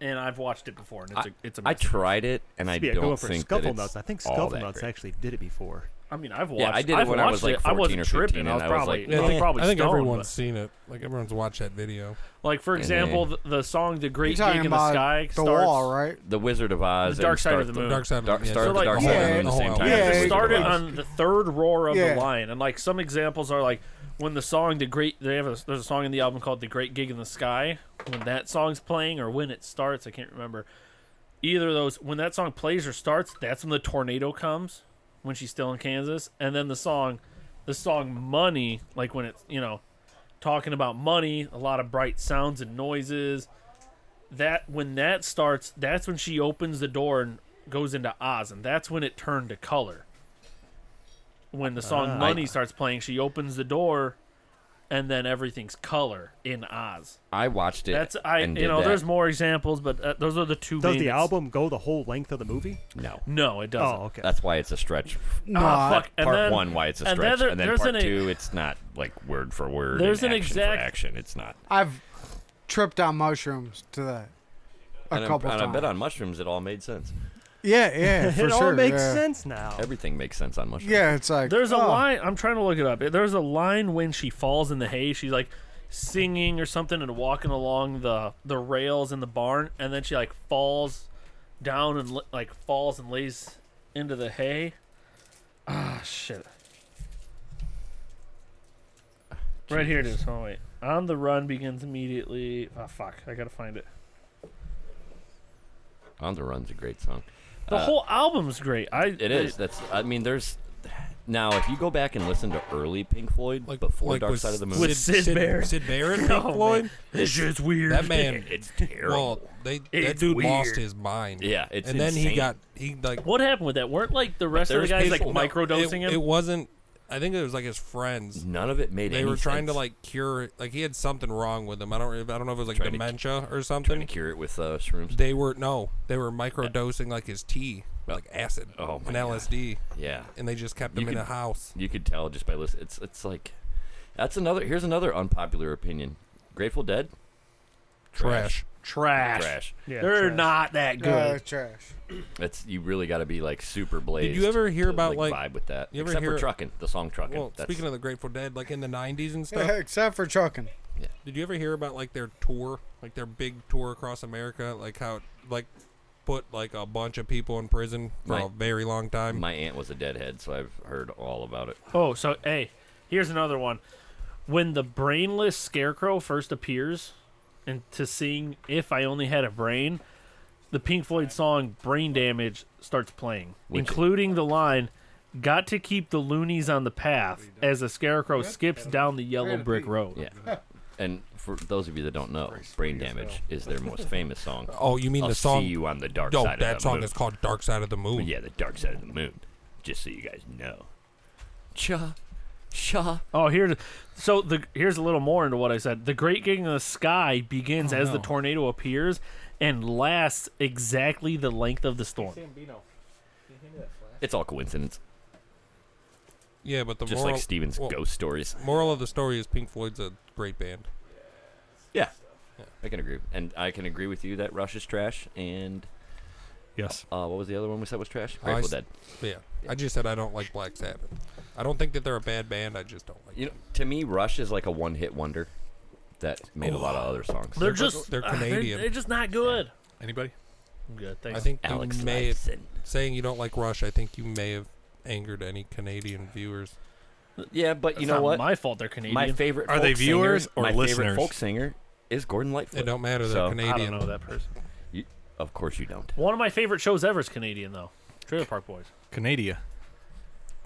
Speaker 3: and I've watched it before, and it's a it's a
Speaker 2: I
Speaker 3: mess.
Speaker 2: tried it, and I
Speaker 5: yeah,
Speaker 2: don't
Speaker 5: going for
Speaker 2: think that
Speaker 5: Scuffle
Speaker 2: it's
Speaker 5: Nuts? I think
Speaker 2: all
Speaker 5: Scuffle
Speaker 2: that
Speaker 5: Nuts
Speaker 2: great.
Speaker 5: actually did it before.
Speaker 3: I mean, I've watched.
Speaker 2: Yeah, I did it
Speaker 3: have
Speaker 2: when I was, like,
Speaker 3: watched it. I wasn't
Speaker 2: 14 or
Speaker 3: tripping.
Speaker 2: 15,
Speaker 3: I
Speaker 2: and
Speaker 3: was
Speaker 2: I was
Speaker 3: probably
Speaker 2: like,
Speaker 10: Yeah,
Speaker 3: I was probably
Speaker 10: I think
Speaker 3: stoned,
Speaker 10: everyone's
Speaker 3: but-
Speaker 10: seen it. Like everyone's watched that video.
Speaker 3: Like for example, the, the song "The
Speaker 6: You're
Speaker 3: Great Gig
Speaker 6: talking
Speaker 3: in the
Speaker 6: about
Speaker 3: Sky"
Speaker 6: the
Speaker 3: starts. Ah,
Speaker 6: wall, right?
Speaker 2: The Wizard of Oz,
Speaker 3: The Dark
Speaker 2: and
Speaker 3: Side
Speaker 2: start
Speaker 3: of the Moon.
Speaker 10: Dark Side. of the
Speaker 2: Dark,
Speaker 10: Moon, yeah,
Speaker 2: start
Speaker 3: So,
Speaker 2: with
Speaker 3: like,
Speaker 2: Dark
Speaker 6: yeah,
Speaker 2: Side of the Moon at the
Speaker 10: yeah,
Speaker 2: same time.
Speaker 10: yeah,
Speaker 2: as The
Speaker 6: it
Speaker 2: Wizard of
Speaker 3: started
Speaker 2: Oz.
Speaker 3: on the third roar of
Speaker 6: Yeah.
Speaker 3: the lion, and like some examples are like when the song "The Great" they have a, there's a song in the album called "The Great Gig in the Sky." When that song's playing or when it starts, I can't remember. Either of those, when that song plays or starts, that's when the tornado comes. When she's still in Kansas, and then the song, the song "Money," like when it's you know, talking about money, a lot of bright sounds and noises. That when that starts, that's when she opens the door and goes into Oz, and that's when it turned to
Speaker 2: Ah,
Speaker 3: color when the song Money starts playing, she opens the door and then everything's color in Oz.
Speaker 2: I watched it.
Speaker 3: That's I
Speaker 2: and
Speaker 3: you
Speaker 2: did
Speaker 3: know
Speaker 2: that.
Speaker 3: there's more examples, but uh, those are the two.
Speaker 5: Does
Speaker 3: main
Speaker 5: the album go the whole length of the movie?
Speaker 2: No.
Speaker 3: No, it doesn't.
Speaker 5: Oh, okay.
Speaker 2: That's why it's a stretch.
Speaker 3: No, Ah, fuck. And
Speaker 2: part
Speaker 3: then-
Speaker 2: one, why it's a
Speaker 3: and
Speaker 2: stretch,
Speaker 3: then there-
Speaker 2: and then
Speaker 3: there's
Speaker 2: part
Speaker 3: an-
Speaker 2: two, it's not like word for word.
Speaker 6: There's
Speaker 2: and
Speaker 6: an
Speaker 2: action for
Speaker 6: exact-
Speaker 2: action. It's not.
Speaker 6: I've tripped on mushrooms to that a
Speaker 2: and I-
Speaker 6: couple
Speaker 2: and I
Speaker 6: times.
Speaker 2: bet on mushrooms, it all made sense.
Speaker 6: Yeah, yeah,
Speaker 3: It
Speaker 6: for
Speaker 3: all
Speaker 6: sure,
Speaker 3: makes
Speaker 6: yeah.
Speaker 3: sense now.
Speaker 2: Everything makes sense on mushrooms.
Speaker 6: Yeah, it's like
Speaker 3: There's a
Speaker 6: oh.
Speaker 3: line. I'm trying to look it up. There's a line when she falls in the hay. She's like singing or something and walking along the the rails in the barn, and then she like falls down and li- like falls and lays into the hay. Ah, shit. Right here it is. Oh wait. On the run begins immediately. Ah, fuck. I gotta find it.
Speaker 2: On the Run's a great song.
Speaker 3: The
Speaker 2: Uh,
Speaker 3: whole album's great. I
Speaker 2: It is. That's. I mean, there's. Now, if you go back and listen to early Pink Floyd before
Speaker 10: like
Speaker 2: Dark
Speaker 10: with
Speaker 2: Side of the
Speaker 10: Sid-
Speaker 2: Moon,
Speaker 10: With Sid Sid- Barrett. Sid Barrett, Pink Oh, man. Floyd? This shit's weird. That man-
Speaker 2: it's terrible.
Speaker 10: Well, they that dude lost his mind.
Speaker 2: Yeah, it's
Speaker 10: and then he
Speaker 2: insane.
Speaker 10: got he like
Speaker 3: What happened with that? Weren't like the rest of the guys like microdosing
Speaker 10: it,
Speaker 3: him?
Speaker 10: It wasn't. I think it was like his friends.
Speaker 2: None of it made
Speaker 10: They
Speaker 2: any
Speaker 10: were trying to
Speaker 2: sense.
Speaker 10: like cure. it. Like he had something wrong with him. I don't. I don't know if it was like
Speaker 2: Trying to-
Speaker 10: dementia or something.
Speaker 2: trying to cure it with uh, shrooms.
Speaker 10: They were no. They were microdosing like his tea, like acid,
Speaker 2: Oh my
Speaker 10: and
Speaker 2: God.
Speaker 10: LSD.
Speaker 2: Yeah.
Speaker 10: and they just kept
Speaker 2: You
Speaker 10: him in
Speaker 2: could-
Speaker 10: a house.
Speaker 2: You could tell just by listening. It's it's like that's another. Here's another unpopular opinion. Grateful Dead.
Speaker 10: Trash.
Speaker 3: Trash.
Speaker 2: Trash.
Speaker 3: They're not that good.
Speaker 6: Uh, trash.
Speaker 2: That's you really got to be like super blazed.
Speaker 10: Did you ever hear
Speaker 2: to,
Speaker 10: about like,
Speaker 2: vibe with that?
Speaker 10: You ever
Speaker 2: Except
Speaker 10: hear
Speaker 2: for trucking the song trucking.
Speaker 10: Well,
Speaker 2: that's,
Speaker 10: speaking of the Grateful Dead, like in the '90s and stuff,
Speaker 6: Yeah, except for trucking.
Speaker 10: did you ever hear about like their tour, like their big tour across America, like how it, like put like a bunch of people in prison for
Speaker 2: My-
Speaker 10: a very long time?
Speaker 2: my aunt was a deadhead, so I've heard all about it.
Speaker 3: Oh, so hey, here's another one. When the brainless scarecrow first appears, and to sing "If I Only Had a Brain," the Pink Floyd song "Brain Damage" starts playing,
Speaker 2: Which-
Speaker 3: including the line. Got to keep the loonies on the path as the scarecrow skips down the yellow brick road.
Speaker 2: Yeah. And for those of you that don't know, Brain Damage is their most famous song.
Speaker 10: Oh, you mean
Speaker 2: I'll
Speaker 10: the song?
Speaker 2: See you on the dark
Speaker 10: No,
Speaker 2: side.
Speaker 10: that
Speaker 2: of the
Speaker 10: song
Speaker 2: moon.
Speaker 10: is called "Dark Side of the Moon."
Speaker 2: Yeah, the dark side of the moon. Just so you guys know. Cha, cha.
Speaker 3: Oh, here's so the here's a little more into what I said. The Great Gig in the Sky begins
Speaker 10: Oh,
Speaker 3: as the
Speaker 10: no.
Speaker 3: tornado appears and lasts exactly the length of the storm.
Speaker 2: It's all coincidence.
Speaker 10: Yeah, but the
Speaker 2: Just
Speaker 10: moral,
Speaker 2: like Steven's
Speaker 10: well,
Speaker 2: ghost stories.
Speaker 10: Moral of the story is Pink Floyd's a great band.
Speaker 2: Yeah. I can agree. And I can agree with you that Rush is trash and
Speaker 1: Yes.
Speaker 2: uh, what was the other one we said was trash?
Speaker 10: I
Speaker 2: Grateful
Speaker 10: s-
Speaker 2: Dead.
Speaker 10: Yeah, I just said I don't like Black Sabbath. I don't think that they're a bad band. I just don't like.
Speaker 2: You know, to me Rush is like a one hit wonder that made a lot of other songs.
Speaker 3: They're,
Speaker 10: They're-
Speaker 3: just
Speaker 10: they're
Speaker 3: uh,
Speaker 10: Canadian.
Speaker 3: They're, just not good.
Speaker 1: Anybody?
Speaker 3: I'm good. Thanks.
Speaker 10: I think you
Speaker 2: Alex
Speaker 10: may have,
Speaker 2: Lifeson.
Speaker 10: saying you don't like Rush. I think you may have angered any Canadian viewers.
Speaker 2: Yeah, but
Speaker 3: That's
Speaker 2: you know
Speaker 3: not
Speaker 2: what?
Speaker 3: My fault. They're Canadian.
Speaker 2: My favorite
Speaker 1: Are
Speaker 2: folk
Speaker 1: they viewers
Speaker 2: singer,
Speaker 1: or
Speaker 2: my
Speaker 1: listeners?
Speaker 2: favorite folk singer is Gordon Lightfoot.
Speaker 10: It don't matter. They're
Speaker 2: So,
Speaker 10: Canadian.
Speaker 3: I don't know that person.
Speaker 2: You, of course you don't.
Speaker 3: One of my favorite shows ever is Canadian though. Trailer Park Boys.
Speaker 1: Canadia.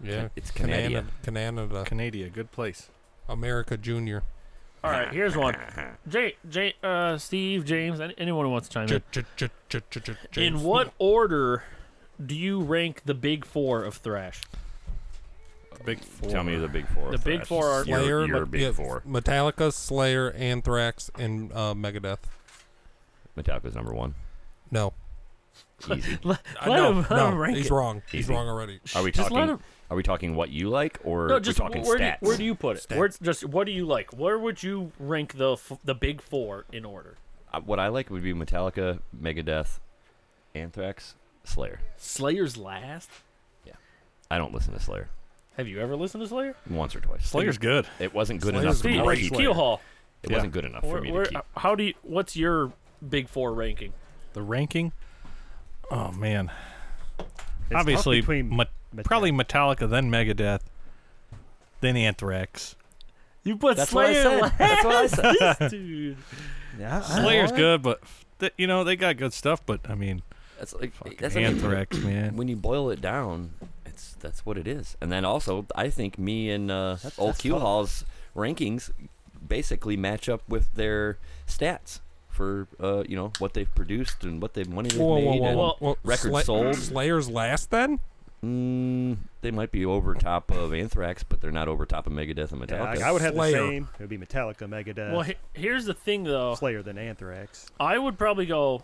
Speaker 10: Yeah,
Speaker 2: It's Canada.
Speaker 10: Canada, Canada,
Speaker 1: Canadia. Good place.
Speaker 10: America Junior.
Speaker 3: All right, here's one. Jay, Jay, uh, Steve, James, any- anyone who wants to chime in. In what order do you rank the big four of thrash?
Speaker 1: The big four.
Speaker 2: Tell me the big four.
Speaker 3: The big
Speaker 2: Thrash.
Speaker 3: four are-
Speaker 2: Your-
Speaker 10: Slayer,
Speaker 2: your
Speaker 10: Ma-
Speaker 2: big
Speaker 10: yeah,
Speaker 2: four.
Speaker 10: Metallica, Slayer, Anthrax, and uh, Megadeth.
Speaker 2: Metallica's number one.
Speaker 10: No,
Speaker 2: Easy.
Speaker 3: Let,
Speaker 10: I-
Speaker 3: let
Speaker 10: no,
Speaker 3: him, let
Speaker 10: no,
Speaker 3: him rank
Speaker 10: he's
Speaker 3: it.
Speaker 10: wrong. He's
Speaker 2: Easy.
Speaker 10: wrong already.
Speaker 2: Are we
Speaker 3: Just
Speaker 2: talking?
Speaker 3: let him-
Speaker 2: Are we talking what you like, or
Speaker 3: No, just
Speaker 2: we're talking
Speaker 3: where, do you,
Speaker 2: stats?
Speaker 3: where do you put it?
Speaker 10: Stats.
Speaker 3: Where, just what do you like? Where would you rank the f- the big four in order?
Speaker 2: Uh, what I like would be Metallica, Megadeth, Anthrax, Slayer.
Speaker 3: Slayer's last.
Speaker 2: I don't listen to Slayer
Speaker 3: Have you ever listened to Slayer?
Speaker 2: once or twice.
Speaker 1: Slayer's good.
Speaker 2: It wasn't good
Speaker 10: Slayer's
Speaker 2: enough for me to
Speaker 10: great.
Speaker 2: keep.
Speaker 3: Keel Hall.
Speaker 2: It wasn't good enough for
Speaker 3: Where,
Speaker 2: me
Speaker 3: where-
Speaker 2: to keep.
Speaker 3: how do you? What's your big four ranking?
Speaker 1: The ranking. Oh man.
Speaker 5: It's tough
Speaker 1: Obviously,
Speaker 5: between
Speaker 1: Met- probably Metallica, then Megadeth, then Anthrax.
Speaker 3: You put
Speaker 2: That's what I
Speaker 3: Slayer
Speaker 2: said. That's what I said.
Speaker 3: last, dude.
Speaker 5: Yeah,
Speaker 1: Slayer's good, but th- you know they got good stuff. But I mean,
Speaker 2: That's like that's
Speaker 1: that's
Speaker 2: the thing.
Speaker 1: Anthrax, man.
Speaker 2: When you boil it down, it's that's what it is. And then also, I think me and uh, old Q Hall's rankings basically match up with their stats for uh, you know what they've produced and what they've money they've made and
Speaker 10: Well,
Speaker 2: records
Speaker 10: Sla-
Speaker 2: sold.
Speaker 10: Slayer's last then?
Speaker 2: Mm, they might be over top of Anthrax, but they're not over top of Megadeth and
Speaker 5: Yeah,
Speaker 2: Metallica.
Speaker 5: I, I would have the same. It would be Metallica, Megadeth,
Speaker 3: Well, he- here's the thing, though.
Speaker 5: Slayer, then Anthrax.
Speaker 3: I would probably go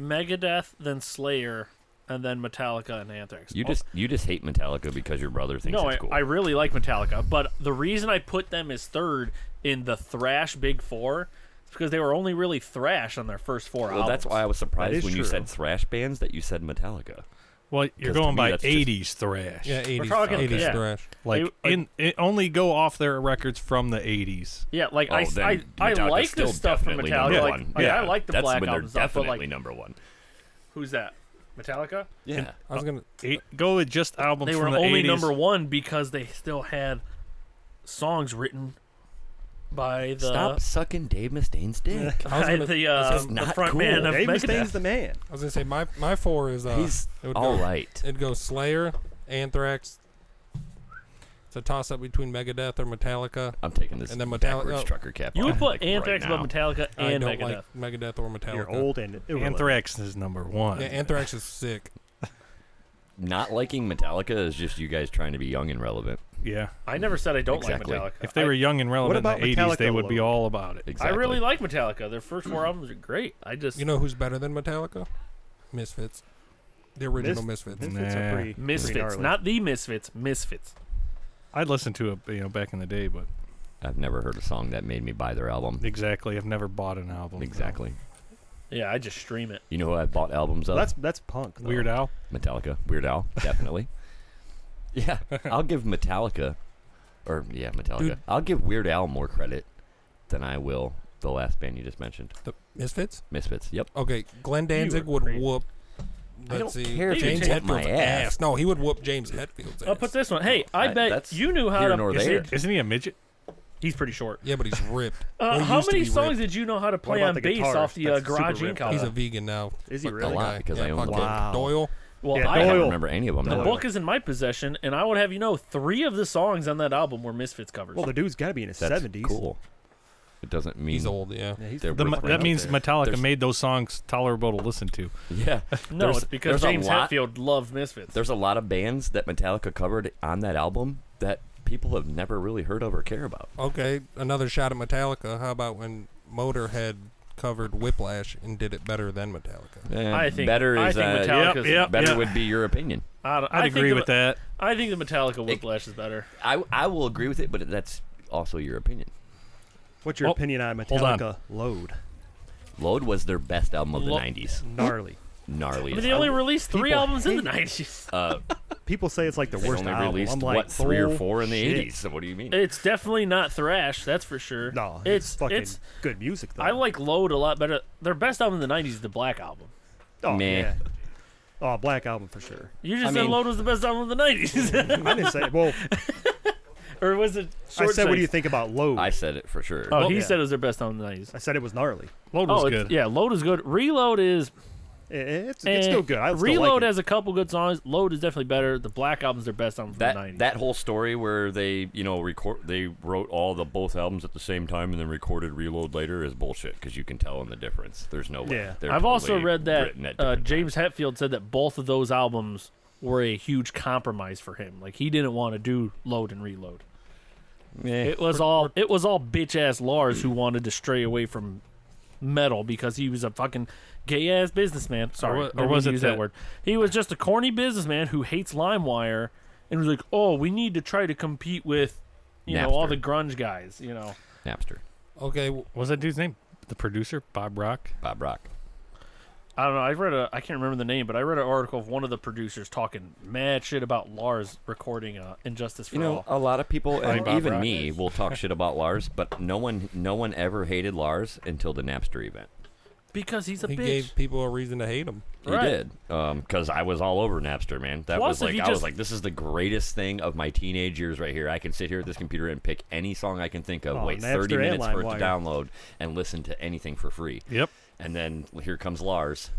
Speaker 3: Megadeth, then Slayer, and then Metallica and Anthrax.
Speaker 2: You just you just hate Metallica because your brother thinks
Speaker 3: no,
Speaker 2: it's
Speaker 3: I,
Speaker 2: cool.
Speaker 3: I really like Metallica, but the reason I put them as third in the thrash big four is because they were only really thrash on their first four
Speaker 2: well,
Speaker 3: albums.
Speaker 2: that's why I was surprised
Speaker 3: is
Speaker 2: when you
Speaker 3: true.
Speaker 2: said thrash bands that you said Metallica.
Speaker 1: Well, you're
Speaker 2: 'Cause to
Speaker 1: going
Speaker 2: me,
Speaker 1: by
Speaker 2: that's just-
Speaker 1: 80s thrash.
Speaker 10: Yeah, 80s,
Speaker 3: talking-
Speaker 10: 80s
Speaker 3: yeah.
Speaker 10: thrash.
Speaker 1: Like
Speaker 3: They-
Speaker 1: in, it only go off their records from the 80s.
Speaker 3: Yeah, like
Speaker 2: Oh,
Speaker 3: I,
Speaker 2: then
Speaker 3: I, I
Speaker 2: Metallica's
Speaker 3: like
Speaker 2: still
Speaker 3: the stuff from
Speaker 2: definitely
Speaker 3: Metallica.
Speaker 2: number
Speaker 3: Like,
Speaker 2: one.
Speaker 3: I, mean, I like the
Speaker 2: that's
Speaker 3: Black
Speaker 2: when they're
Speaker 3: Album stuff, but
Speaker 2: definitely
Speaker 3: like,
Speaker 2: number one.
Speaker 3: who's that? Metallica.
Speaker 2: Yeah,
Speaker 10: I was gonna.
Speaker 1: Eight, go with just albums
Speaker 3: They were
Speaker 1: from the
Speaker 3: only
Speaker 1: 80s.
Speaker 3: number one because they still had songs written by the
Speaker 2: stop sucking Dave Mustaine's dick.
Speaker 10: I was
Speaker 3: by
Speaker 10: gonna-
Speaker 3: the, uh,
Speaker 2: This is
Speaker 3: the
Speaker 2: not
Speaker 3: front
Speaker 2: cool.
Speaker 3: man of
Speaker 5: Dave Mustaine's
Speaker 3: Megadeth.
Speaker 5: the man.
Speaker 10: I was gonna say my my four is uh.
Speaker 2: He's
Speaker 10: it would
Speaker 2: all
Speaker 10: go,
Speaker 2: right.
Speaker 10: It'd go Slayer, Anthrax. It's a toss up between Megadeth or Metallica.
Speaker 2: I'm taking this
Speaker 10: And then oh. Metallica-
Speaker 2: backwards trucker cap.
Speaker 3: You
Speaker 2: off,
Speaker 3: would put
Speaker 2: like,
Speaker 3: Anthrax
Speaker 2: right now.
Speaker 3: above Metallica
Speaker 10: I
Speaker 3: and
Speaker 10: don't
Speaker 3: Megadeth.
Speaker 10: like Megadeth or Metallica.
Speaker 5: You're old and irrelevant.
Speaker 1: Anthrax is number one.
Speaker 10: Yeah, Anthrax is sick.
Speaker 2: Not liking Metallica is just you guys trying to be young and relevant.
Speaker 1: Yeah.
Speaker 3: I never said I don't
Speaker 2: Exactly.
Speaker 3: like Metallica.
Speaker 1: If they
Speaker 3: I-
Speaker 1: were young and relevant in
Speaker 5: about
Speaker 1: the 80s, they
Speaker 5: Metallica
Speaker 1: would be
Speaker 5: alone?
Speaker 1: all about it.
Speaker 2: Exactly.
Speaker 3: I really like Metallica. Their first four albums are great. I just
Speaker 10: You know who's better than Metallica? Misfits. The original
Speaker 5: Mis-
Speaker 10: Misfits.
Speaker 5: Misfits are
Speaker 1: Nah.
Speaker 5: pretty, pretty
Speaker 3: Misfits,
Speaker 5: gnarly.
Speaker 3: not the Misfits, Misfits.
Speaker 1: I'd listen to it, you know, back in the day, but
Speaker 2: I've never heard a song that made me buy their album.
Speaker 1: exactly, I've never bought an
Speaker 3: Oh,
Speaker 1: album. no.
Speaker 2: Exactly.
Speaker 3: Yeah, I just stream it.
Speaker 2: You know who I bought albums of?
Speaker 5: That's that's punk. Though.
Speaker 1: Weird Al.
Speaker 2: Metallica, Weird Al, definitely. yeah, I'll give Metallica, or yeah, Metallica.
Speaker 10: Dude.
Speaker 2: I'll give Weird Al more credit than I will the last band you just mentioned,
Speaker 10: The Misfits?
Speaker 2: Misfits. Yep.
Speaker 10: Okay, Glenn Danzig would
Speaker 3: crazy.
Speaker 10: whoop.
Speaker 2: I
Speaker 10: Let's
Speaker 2: don't
Speaker 10: see.
Speaker 2: care if you
Speaker 10: James
Speaker 2: take
Speaker 10: Hetfield's
Speaker 2: my ass.
Speaker 10: No, he would whoop James Hetfield's ass.
Speaker 3: I'll Oh, put this one. Hey, I,
Speaker 2: I-
Speaker 3: bet
Speaker 2: that's
Speaker 3: you knew how
Speaker 2: here
Speaker 3: to.
Speaker 2: nor
Speaker 3: is
Speaker 2: there.
Speaker 3: it-
Speaker 1: Isn't he a midget?
Speaker 3: He's pretty short.
Speaker 10: Yeah, but he's ripped. Or
Speaker 3: Uh,
Speaker 10: he
Speaker 3: how
Speaker 10: used to
Speaker 3: many
Speaker 10: be
Speaker 3: songs
Speaker 10: ripped.
Speaker 3: did you know how to play
Speaker 5: about
Speaker 3: on
Speaker 5: the
Speaker 3: bass
Speaker 5: guitar?
Speaker 3: off the uh,
Speaker 5: That's super
Speaker 3: garage
Speaker 5: ripped.
Speaker 3: income?
Speaker 10: He's a vegan now.
Speaker 5: Is he
Speaker 10: Fuck
Speaker 5: really?
Speaker 10: that
Speaker 2: A lot,
Speaker 10: guy.
Speaker 2: because
Speaker 10: yeah,
Speaker 2: I own
Speaker 10: fuck
Speaker 2: one.
Speaker 10: that.
Speaker 5: Wow.
Speaker 10: Doyle.
Speaker 3: well,
Speaker 5: Yeah,
Speaker 3: I
Speaker 2: I
Speaker 5: Doyle.
Speaker 3: have,
Speaker 2: don't remember any of them.
Speaker 3: the
Speaker 2: now.
Speaker 3: book is in my possession, and I would have you know three of the songs on that album were Misfits covers.
Speaker 5: Well, the dude's got to be in his
Speaker 2: That's
Speaker 5: seventies.
Speaker 2: cool. It doesn't mean
Speaker 10: He's old, yeah.
Speaker 5: Yeah, he's
Speaker 2: they're
Speaker 1: The,
Speaker 2: worth
Speaker 1: me-
Speaker 2: bringing
Speaker 1: that
Speaker 2: up
Speaker 1: means
Speaker 2: there.
Speaker 1: Metallica
Speaker 2: There's-
Speaker 1: made those songs tolerable to listen to.
Speaker 2: Yeah.
Speaker 3: no,
Speaker 2: there's-
Speaker 3: it's because
Speaker 2: there's a
Speaker 3: James
Speaker 2: lot-
Speaker 3: Hetfield loved Misfits.
Speaker 2: There's a lot of bands that Metallica covered on that album that people have never really heard of or care about.
Speaker 10: Okay, another shot at Metallica. How about when Motorhead covered Whiplash and did it better than Metallica?
Speaker 2: Eh,
Speaker 3: I think
Speaker 2: better
Speaker 3: I
Speaker 2: is
Speaker 3: think
Speaker 2: uh,
Speaker 1: Yep,
Speaker 3: Metallica's
Speaker 1: yep.
Speaker 2: better would be your opinion.
Speaker 3: I don't- I
Speaker 1: I'd
Speaker 3: think
Speaker 1: agree
Speaker 3: the-
Speaker 1: with that.
Speaker 3: I think the Metallica Whiplash is better.
Speaker 2: I I will agree with it, but that's also your opinion.
Speaker 5: What's your
Speaker 1: Oh,
Speaker 5: opinion on
Speaker 1: hold on.
Speaker 5: Metallica? Load
Speaker 2: Load was their best album of the
Speaker 3: Lo-
Speaker 2: '90s.
Speaker 5: gnarly.
Speaker 2: Gnarly.
Speaker 3: I mean,
Speaker 2: as
Speaker 3: they only
Speaker 2: hell.
Speaker 3: released three
Speaker 5: people
Speaker 3: albums in the
Speaker 5: hate-
Speaker 3: nineties.
Speaker 2: uh,
Speaker 5: People say it's like the
Speaker 2: they
Speaker 5: worst
Speaker 2: only
Speaker 5: album.
Speaker 2: released
Speaker 5: I'm like, oh,
Speaker 2: what three
Speaker 3: oh,
Speaker 2: or four in the
Speaker 5: bullshit.
Speaker 2: '80s. So what do you mean?
Speaker 3: It's definitely not thrash, that's for sure.
Speaker 5: No, it's,
Speaker 3: it's
Speaker 5: fucking
Speaker 3: it's.
Speaker 5: good music though.
Speaker 3: I like Load a lot better. Their best album in the '90s is the Black album.
Speaker 5: Oh
Speaker 2: Meh.
Speaker 5: yeah. Oh, Black Album for sure.
Speaker 3: You just
Speaker 2: I
Speaker 3: said
Speaker 2: mean-
Speaker 3: Load was the best album of the '90s,
Speaker 5: I didn't say. Well,
Speaker 3: or was it?
Speaker 5: I
Speaker 3: Short
Speaker 5: said, what do you
Speaker 3: Sex?
Speaker 5: think about Load?
Speaker 2: I said it for sure.
Speaker 3: Oh, he
Speaker 5: Yeah.
Speaker 3: said it was their best album in the '90s.
Speaker 5: I said it was gnarly.
Speaker 1: Load was
Speaker 3: Oh, it's-
Speaker 1: good.
Speaker 3: yeah, Load is good. Reload is
Speaker 5: I- It's,
Speaker 3: eh,
Speaker 5: it's still good. I still
Speaker 3: Reload
Speaker 5: like it.
Speaker 3: has a couple good songs. Load is definitely better. The Black album's their best album from the
Speaker 2: that
Speaker 3: '90s.
Speaker 2: that whole story where they you know record they wrote all the both albums at the same time and then recorded Reload later is bullshit because you can tell in the difference. There's no way.
Speaker 5: Yeah.
Speaker 2: They're
Speaker 3: I've also
Speaker 2: totally
Speaker 3: read that
Speaker 2: written at
Speaker 3: uh,
Speaker 2: different
Speaker 3: James Hetfield said that both of those albums were a huge compromise for him. Like he didn't want to do Load and Reload.
Speaker 2: times. Eh.
Speaker 3: It was all it was all bitch ass Lars who wanted to stray away from metal because he was a fucking gay ass businessman. Sorry,
Speaker 1: wa-
Speaker 3: didn't
Speaker 1: or
Speaker 3: mean
Speaker 1: was
Speaker 3: to
Speaker 1: it
Speaker 3: use that,
Speaker 1: that-
Speaker 3: word? He was just a corny businessman who hates LimeWire and was like, "Oh, we need to try to compete with, you know, all
Speaker 2: Napster.
Speaker 3: the grunge guys." You know,
Speaker 2: Napster,
Speaker 10: Okay, w-
Speaker 1: What was that dude's name? The producer, Bob Rock.
Speaker 2: Bob Rock.
Speaker 3: I don't know. I read a I can't remember the name, but I read an article of one of the producers talking mad shit about Lars recording uh, "Injustice for
Speaker 2: You know,
Speaker 3: All."
Speaker 2: a lot of people, and
Speaker 1: Bob
Speaker 2: even
Speaker 1: Rock.
Speaker 2: me, will talk shit about Lars, but no one, no one ever hated Lars until the Napster event.
Speaker 3: Because he's a
Speaker 10: he
Speaker 3: bitch.
Speaker 10: gave people a reason to hate him.
Speaker 2: He
Speaker 3: Right.
Speaker 2: did, because I was all over Napster, man. That
Speaker 3: Plus,
Speaker 2: was
Speaker 3: if
Speaker 2: like
Speaker 3: you
Speaker 2: I was
Speaker 3: just-
Speaker 2: like, this is the greatest thing of my teenage years right here. I can sit here at this computer and pick any song I can think of,
Speaker 5: Oh,
Speaker 2: wait
Speaker 5: Napster
Speaker 2: thirty
Speaker 5: and
Speaker 2: minutes for it to
Speaker 5: LimeWire.
Speaker 2: download, and listen to anything for free.
Speaker 1: Yep.
Speaker 2: And then here comes Lars.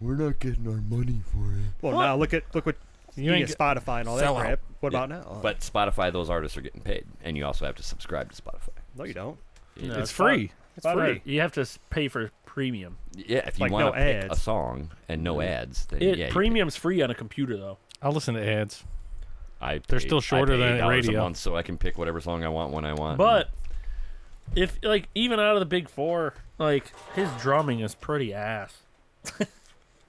Speaker 9: We're not getting our money for it.
Speaker 5: Well, now look at look what you
Speaker 1: ain't
Speaker 5: get Spotify and all that
Speaker 10: Sell out.
Speaker 5: crap. What
Speaker 2: Yeah.
Speaker 5: about now?
Speaker 2: But Spotify, those artists are getting paid, and you also have to subscribe to Spotify.
Speaker 5: no, you don't.
Speaker 3: No,
Speaker 1: it's free.
Speaker 5: It's
Speaker 3: Spotify-
Speaker 5: free.
Speaker 3: You have to s- pay for premium.
Speaker 2: Yeah, if you
Speaker 5: Like
Speaker 2: want
Speaker 5: no
Speaker 2: to pick a
Speaker 5: ads.
Speaker 2: song and no ads, then
Speaker 3: It
Speaker 2: yeah, you pay.
Speaker 3: premium's free on a computer though.
Speaker 1: I'll listen to ads.
Speaker 2: I
Speaker 1: They're
Speaker 2: pay-
Speaker 1: still
Speaker 2: I
Speaker 1: shorter
Speaker 2: pay
Speaker 1: than
Speaker 2: $8
Speaker 1: radio.
Speaker 2: A month, so I can pick whatever song I want when I want.
Speaker 3: But if like even out of the big four, like his drumming is pretty ass.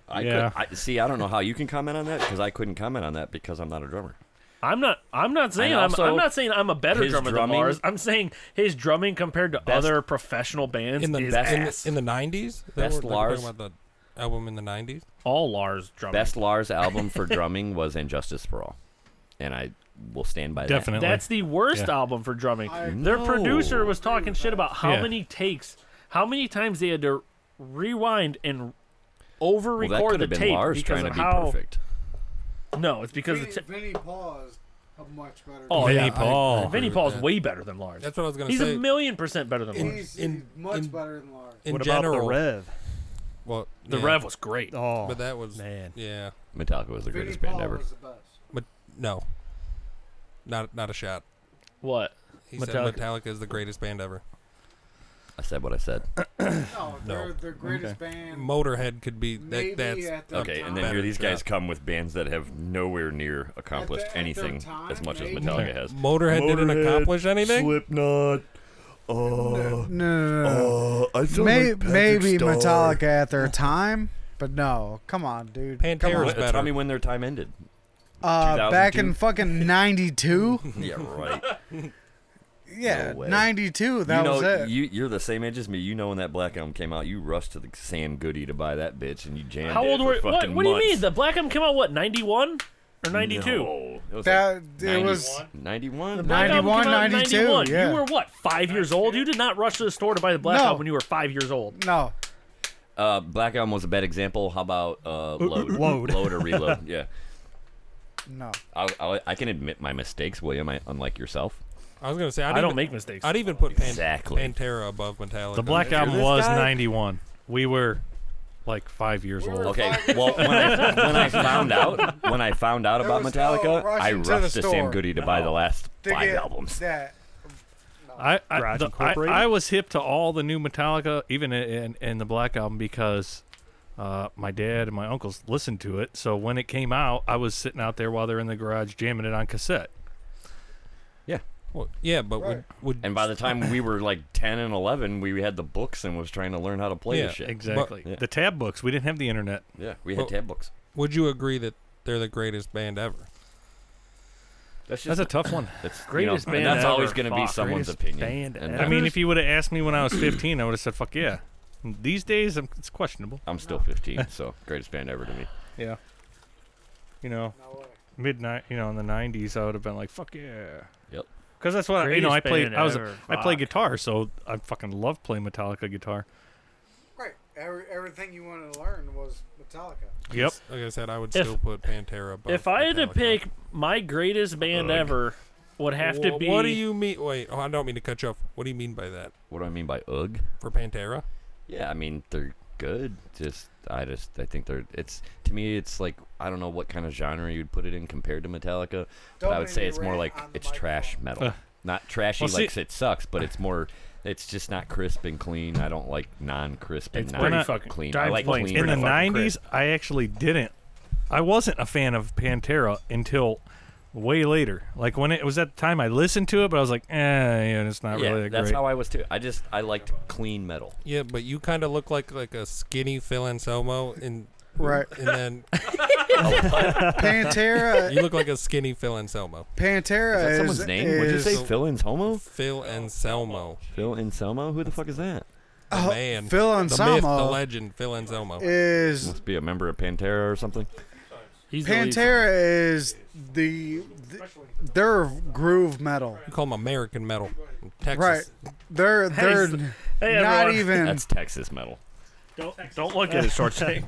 Speaker 2: I
Speaker 3: Yeah.
Speaker 2: could I, see. I don't know how you can comment on that because I couldn't comment on that because I'm not a drummer.
Speaker 3: I'm not. I'm not saying.
Speaker 2: And
Speaker 3: I'm,
Speaker 2: also,
Speaker 3: I'm not saying I'm a better
Speaker 2: his
Speaker 3: drummer
Speaker 2: drumming-
Speaker 3: than Lars. I'm saying his drumming compared to
Speaker 2: Best-
Speaker 3: other professional bands
Speaker 10: in the
Speaker 3: is
Speaker 10: in, the-
Speaker 3: ass.
Speaker 10: in the nineties.
Speaker 2: Best Lars.
Speaker 10: about the album in the nineties.
Speaker 3: All Lars drumming.
Speaker 2: Best Lars album for drumming was Injustice for All, and I will stand by that.
Speaker 1: Definitely.
Speaker 3: That's the worst
Speaker 1: Yeah.
Speaker 3: album for drumming. Their
Speaker 2: No.
Speaker 3: producer was talking shit about how
Speaker 1: Yeah.
Speaker 3: many takes, how many times they had to rewind and
Speaker 2: Well, that
Speaker 3: over-record
Speaker 2: could have
Speaker 3: the
Speaker 2: been
Speaker 3: tape
Speaker 2: Lars
Speaker 3: because
Speaker 2: trying to
Speaker 3: of
Speaker 2: be
Speaker 3: how.
Speaker 2: perfect.
Speaker 3: No, it's because
Speaker 6: Vinny,
Speaker 3: the ta-
Speaker 6: Vinny Paul is a much better.
Speaker 3: oh
Speaker 1: Vinnie
Speaker 3: yeah,
Speaker 1: Paul.
Speaker 10: I agree
Speaker 3: Vinnie
Speaker 10: with
Speaker 3: Paul's
Speaker 10: that.
Speaker 3: way better than Lars.
Speaker 10: That's what I was gonna
Speaker 3: He's
Speaker 10: say.
Speaker 3: a million percent better than Lars.
Speaker 6: he's,
Speaker 10: in-
Speaker 6: he's much
Speaker 10: in-
Speaker 6: better than Lars.
Speaker 10: in
Speaker 5: what about
Speaker 10: general,
Speaker 5: the Rev?
Speaker 10: Well,
Speaker 3: The
Speaker 10: yeah,
Speaker 3: Rev was great.
Speaker 5: Oh,
Speaker 10: but that was
Speaker 5: man.
Speaker 10: yeah.
Speaker 2: Metallica was the
Speaker 6: Vinny
Speaker 2: greatest
Speaker 6: Paul
Speaker 2: band ever.
Speaker 6: was the best.
Speaker 10: But no, not not a shot.
Speaker 3: What?
Speaker 10: He
Speaker 3: Metallica.
Speaker 10: said Metallica is the greatest band ever.
Speaker 2: I said what I said.
Speaker 6: No, they're the greatest band.
Speaker 10: Motorhead could be
Speaker 6: Maybe
Speaker 10: that. That's
Speaker 6: at the
Speaker 2: Okay, and then
Speaker 10: Better
Speaker 2: here these guys
Speaker 10: job.
Speaker 2: come with bands that have nowhere near accomplished
Speaker 6: At the- at their
Speaker 2: anything
Speaker 6: time,
Speaker 2: as much as
Speaker 6: maybe.
Speaker 2: Metallica has.
Speaker 10: Motorhead, didn't
Speaker 9: Motorhead,
Speaker 10: accomplish anything.
Speaker 9: Slipknot. Uh,
Speaker 6: No, no, no, no.
Speaker 9: uh, I sound
Speaker 6: May-
Speaker 9: like Patrick
Speaker 6: maybe
Speaker 9: Star.
Speaker 6: Metallica at their time, but no. Come on, dude. Come
Speaker 10: Pantera's
Speaker 6: on.
Speaker 2: Wh- Tell
Speaker 10: better.
Speaker 2: me when their time ended.
Speaker 6: Uh, back
Speaker 2: 2002?
Speaker 6: in fucking '92.
Speaker 2: yeah, right.
Speaker 6: Yeah,
Speaker 2: No way.
Speaker 6: '92. That
Speaker 2: you know,
Speaker 6: was it.
Speaker 2: You, you're the same age as me. You know when that Black Album came out, you rushed to the Sam Goody to buy that bitch, and you jammed
Speaker 3: How
Speaker 2: it
Speaker 3: old
Speaker 2: for
Speaker 3: were? What?
Speaker 2: fucking
Speaker 3: What do you
Speaker 2: months.
Speaker 3: mean? The Black Album came out what? Ninety one or ninety two?
Speaker 2: No, it was
Speaker 6: that
Speaker 2: like
Speaker 6: it was.
Speaker 2: 91.
Speaker 3: Black Album
Speaker 6: 91,
Speaker 3: came out in
Speaker 6: 92,
Speaker 3: 91.
Speaker 6: yeah.
Speaker 3: You were what? Five years old. You did not rush to the store to buy the Black
Speaker 6: No.
Speaker 3: Album when you were five years old.
Speaker 6: No,
Speaker 2: Uh, Black Album was a bad example. How about uh, load,
Speaker 5: Load.
Speaker 2: or reload? Yeah,
Speaker 6: no.
Speaker 2: I'll, I'll, I can admit my mistakes, William. I, unlike yourself.
Speaker 10: I was gonna say I'd
Speaker 3: I don't
Speaker 10: even-
Speaker 3: make mistakes.
Speaker 10: I'd even put Pan-
Speaker 2: Exactly.
Speaker 10: Pantera above Metallica.
Speaker 1: The Black Album was '91. We were like five years old.
Speaker 2: Okay. Well, when I, when I found out when I found out about
Speaker 6: was
Speaker 2: Metallica,
Speaker 6: no
Speaker 2: I
Speaker 6: rushing to the
Speaker 2: rushed to, Sam
Speaker 6: store.
Speaker 2: Goody to buy the last
Speaker 6: To
Speaker 2: five
Speaker 6: get
Speaker 2: albums.
Speaker 6: That.
Speaker 1: I I,
Speaker 5: Garage
Speaker 1: the, I
Speaker 5: Incorporated?
Speaker 1: I was hip to all the new Metallica, even in in, in the Black album, because uh, my dad and my uncles listened to it. So when it came out, I was sitting out there while they're in the garage jamming it on cassette.
Speaker 10: Well, yeah, but would, would
Speaker 2: And by the time we were like ten and eleven, we had the books and was trying to learn how to play
Speaker 10: Yeah,
Speaker 2: the shit.
Speaker 1: Exactly.
Speaker 2: Yeah.
Speaker 1: The tab books. We didn't have the internet.
Speaker 2: Yeah, we
Speaker 10: Well-
Speaker 2: had tab books.
Speaker 10: would you agree that they're the greatest band ever?
Speaker 1: That's
Speaker 2: That's just
Speaker 1: a tough one.
Speaker 2: that's you
Speaker 3: Greatest
Speaker 2: know,
Speaker 3: band
Speaker 2: and that's
Speaker 3: ever,
Speaker 2: always going to be
Speaker 3: fuck.
Speaker 2: someone's
Speaker 3: Greatest
Speaker 2: opinion.
Speaker 3: band
Speaker 2: And
Speaker 1: I mean, if you would have asked me when I was 15, I would have said, "Fuck yeah." These days, I'm, it's questionable.
Speaker 2: I'm still 15, so greatest band ever to me.
Speaker 1: Yeah. You know, midnight. You know, in the 90s, I would have been like, "Fuck yeah."
Speaker 2: Yep.
Speaker 1: Because that's what I, you know. I
Speaker 3: Greatest
Speaker 1: played.
Speaker 3: band
Speaker 1: I was.
Speaker 3: ever,
Speaker 1: I play
Speaker 3: fuck.
Speaker 1: guitar, so I fucking love playing Metallica guitar.
Speaker 6: Right. Every, everything you wanted to learn was Metallica.
Speaker 1: Yep.
Speaker 10: Like I said, I would
Speaker 3: If-
Speaker 10: still put Pantera above.
Speaker 3: If I had to
Speaker 10: Metallica.
Speaker 3: pick my greatest band
Speaker 2: Ugh.
Speaker 3: ever, would have to
Speaker 10: Wha-
Speaker 3: be.
Speaker 10: What do you mean? Wait, oh, I don't mean to cut you off. What do you mean by that?
Speaker 2: What do I mean by ugh?
Speaker 10: For Pantera?
Speaker 2: Yeah, I mean they're good. Just I just I think they're it's to me it's like I don't know what kind of genre you'd put it in compared to Metallica, but
Speaker 6: Don't
Speaker 2: I would
Speaker 6: make
Speaker 2: say
Speaker 6: me
Speaker 2: it's more
Speaker 6: rant
Speaker 2: like
Speaker 6: on the
Speaker 2: it's trash metal. Not trashy
Speaker 1: Well,
Speaker 2: like
Speaker 1: see-
Speaker 2: it sucks, but it's more it's just not crisp and clean. I don't like non-crisp and
Speaker 3: It's
Speaker 2: non
Speaker 3: pretty fucking-
Speaker 2: clean. I
Speaker 3: Dime's
Speaker 2: like
Speaker 3: Plane's
Speaker 2: clean.
Speaker 1: in the
Speaker 3: pretty fucking
Speaker 1: nineties, I actually didn't. I wasn't a fan of Pantera until way later. Like when it was at the time, I listened to it, but I was like, eh, yeah, it's not
Speaker 2: yeah,
Speaker 1: really that
Speaker 2: that's
Speaker 1: great.
Speaker 2: how I was too. I just I liked clean metal.
Speaker 10: Yeah, but you kind of look like like a skinny Phil Anselmo, and
Speaker 6: Right.
Speaker 10: and then
Speaker 6: Pantera.
Speaker 10: you look like a skinny Phil Anselmo.
Speaker 6: Pantera
Speaker 2: Is that
Speaker 6: is.
Speaker 2: someone's name? Would you
Speaker 6: is-
Speaker 2: say Phil Anselmo?
Speaker 10: Phil Anselmo,
Speaker 2: Phil Anselmo? Who the fuck is that?
Speaker 10: the
Speaker 6: Oh,
Speaker 10: man,
Speaker 6: Phil
Speaker 10: the myth, the
Speaker 6: Anselmo.
Speaker 10: legend, Phil Anselmo.
Speaker 6: Is
Speaker 2: Must be a member of Pantera or something.
Speaker 3: He's the lead singer.
Speaker 6: Pantera is the, th- they're groove metal.
Speaker 10: You call him American metal, from Texas.
Speaker 6: Right. They're they're
Speaker 3: Hey,
Speaker 6: n-
Speaker 3: hey,
Speaker 6: not
Speaker 3: everyone.
Speaker 6: even
Speaker 2: That's Texas metal.
Speaker 3: Don't, don't look at his short thing.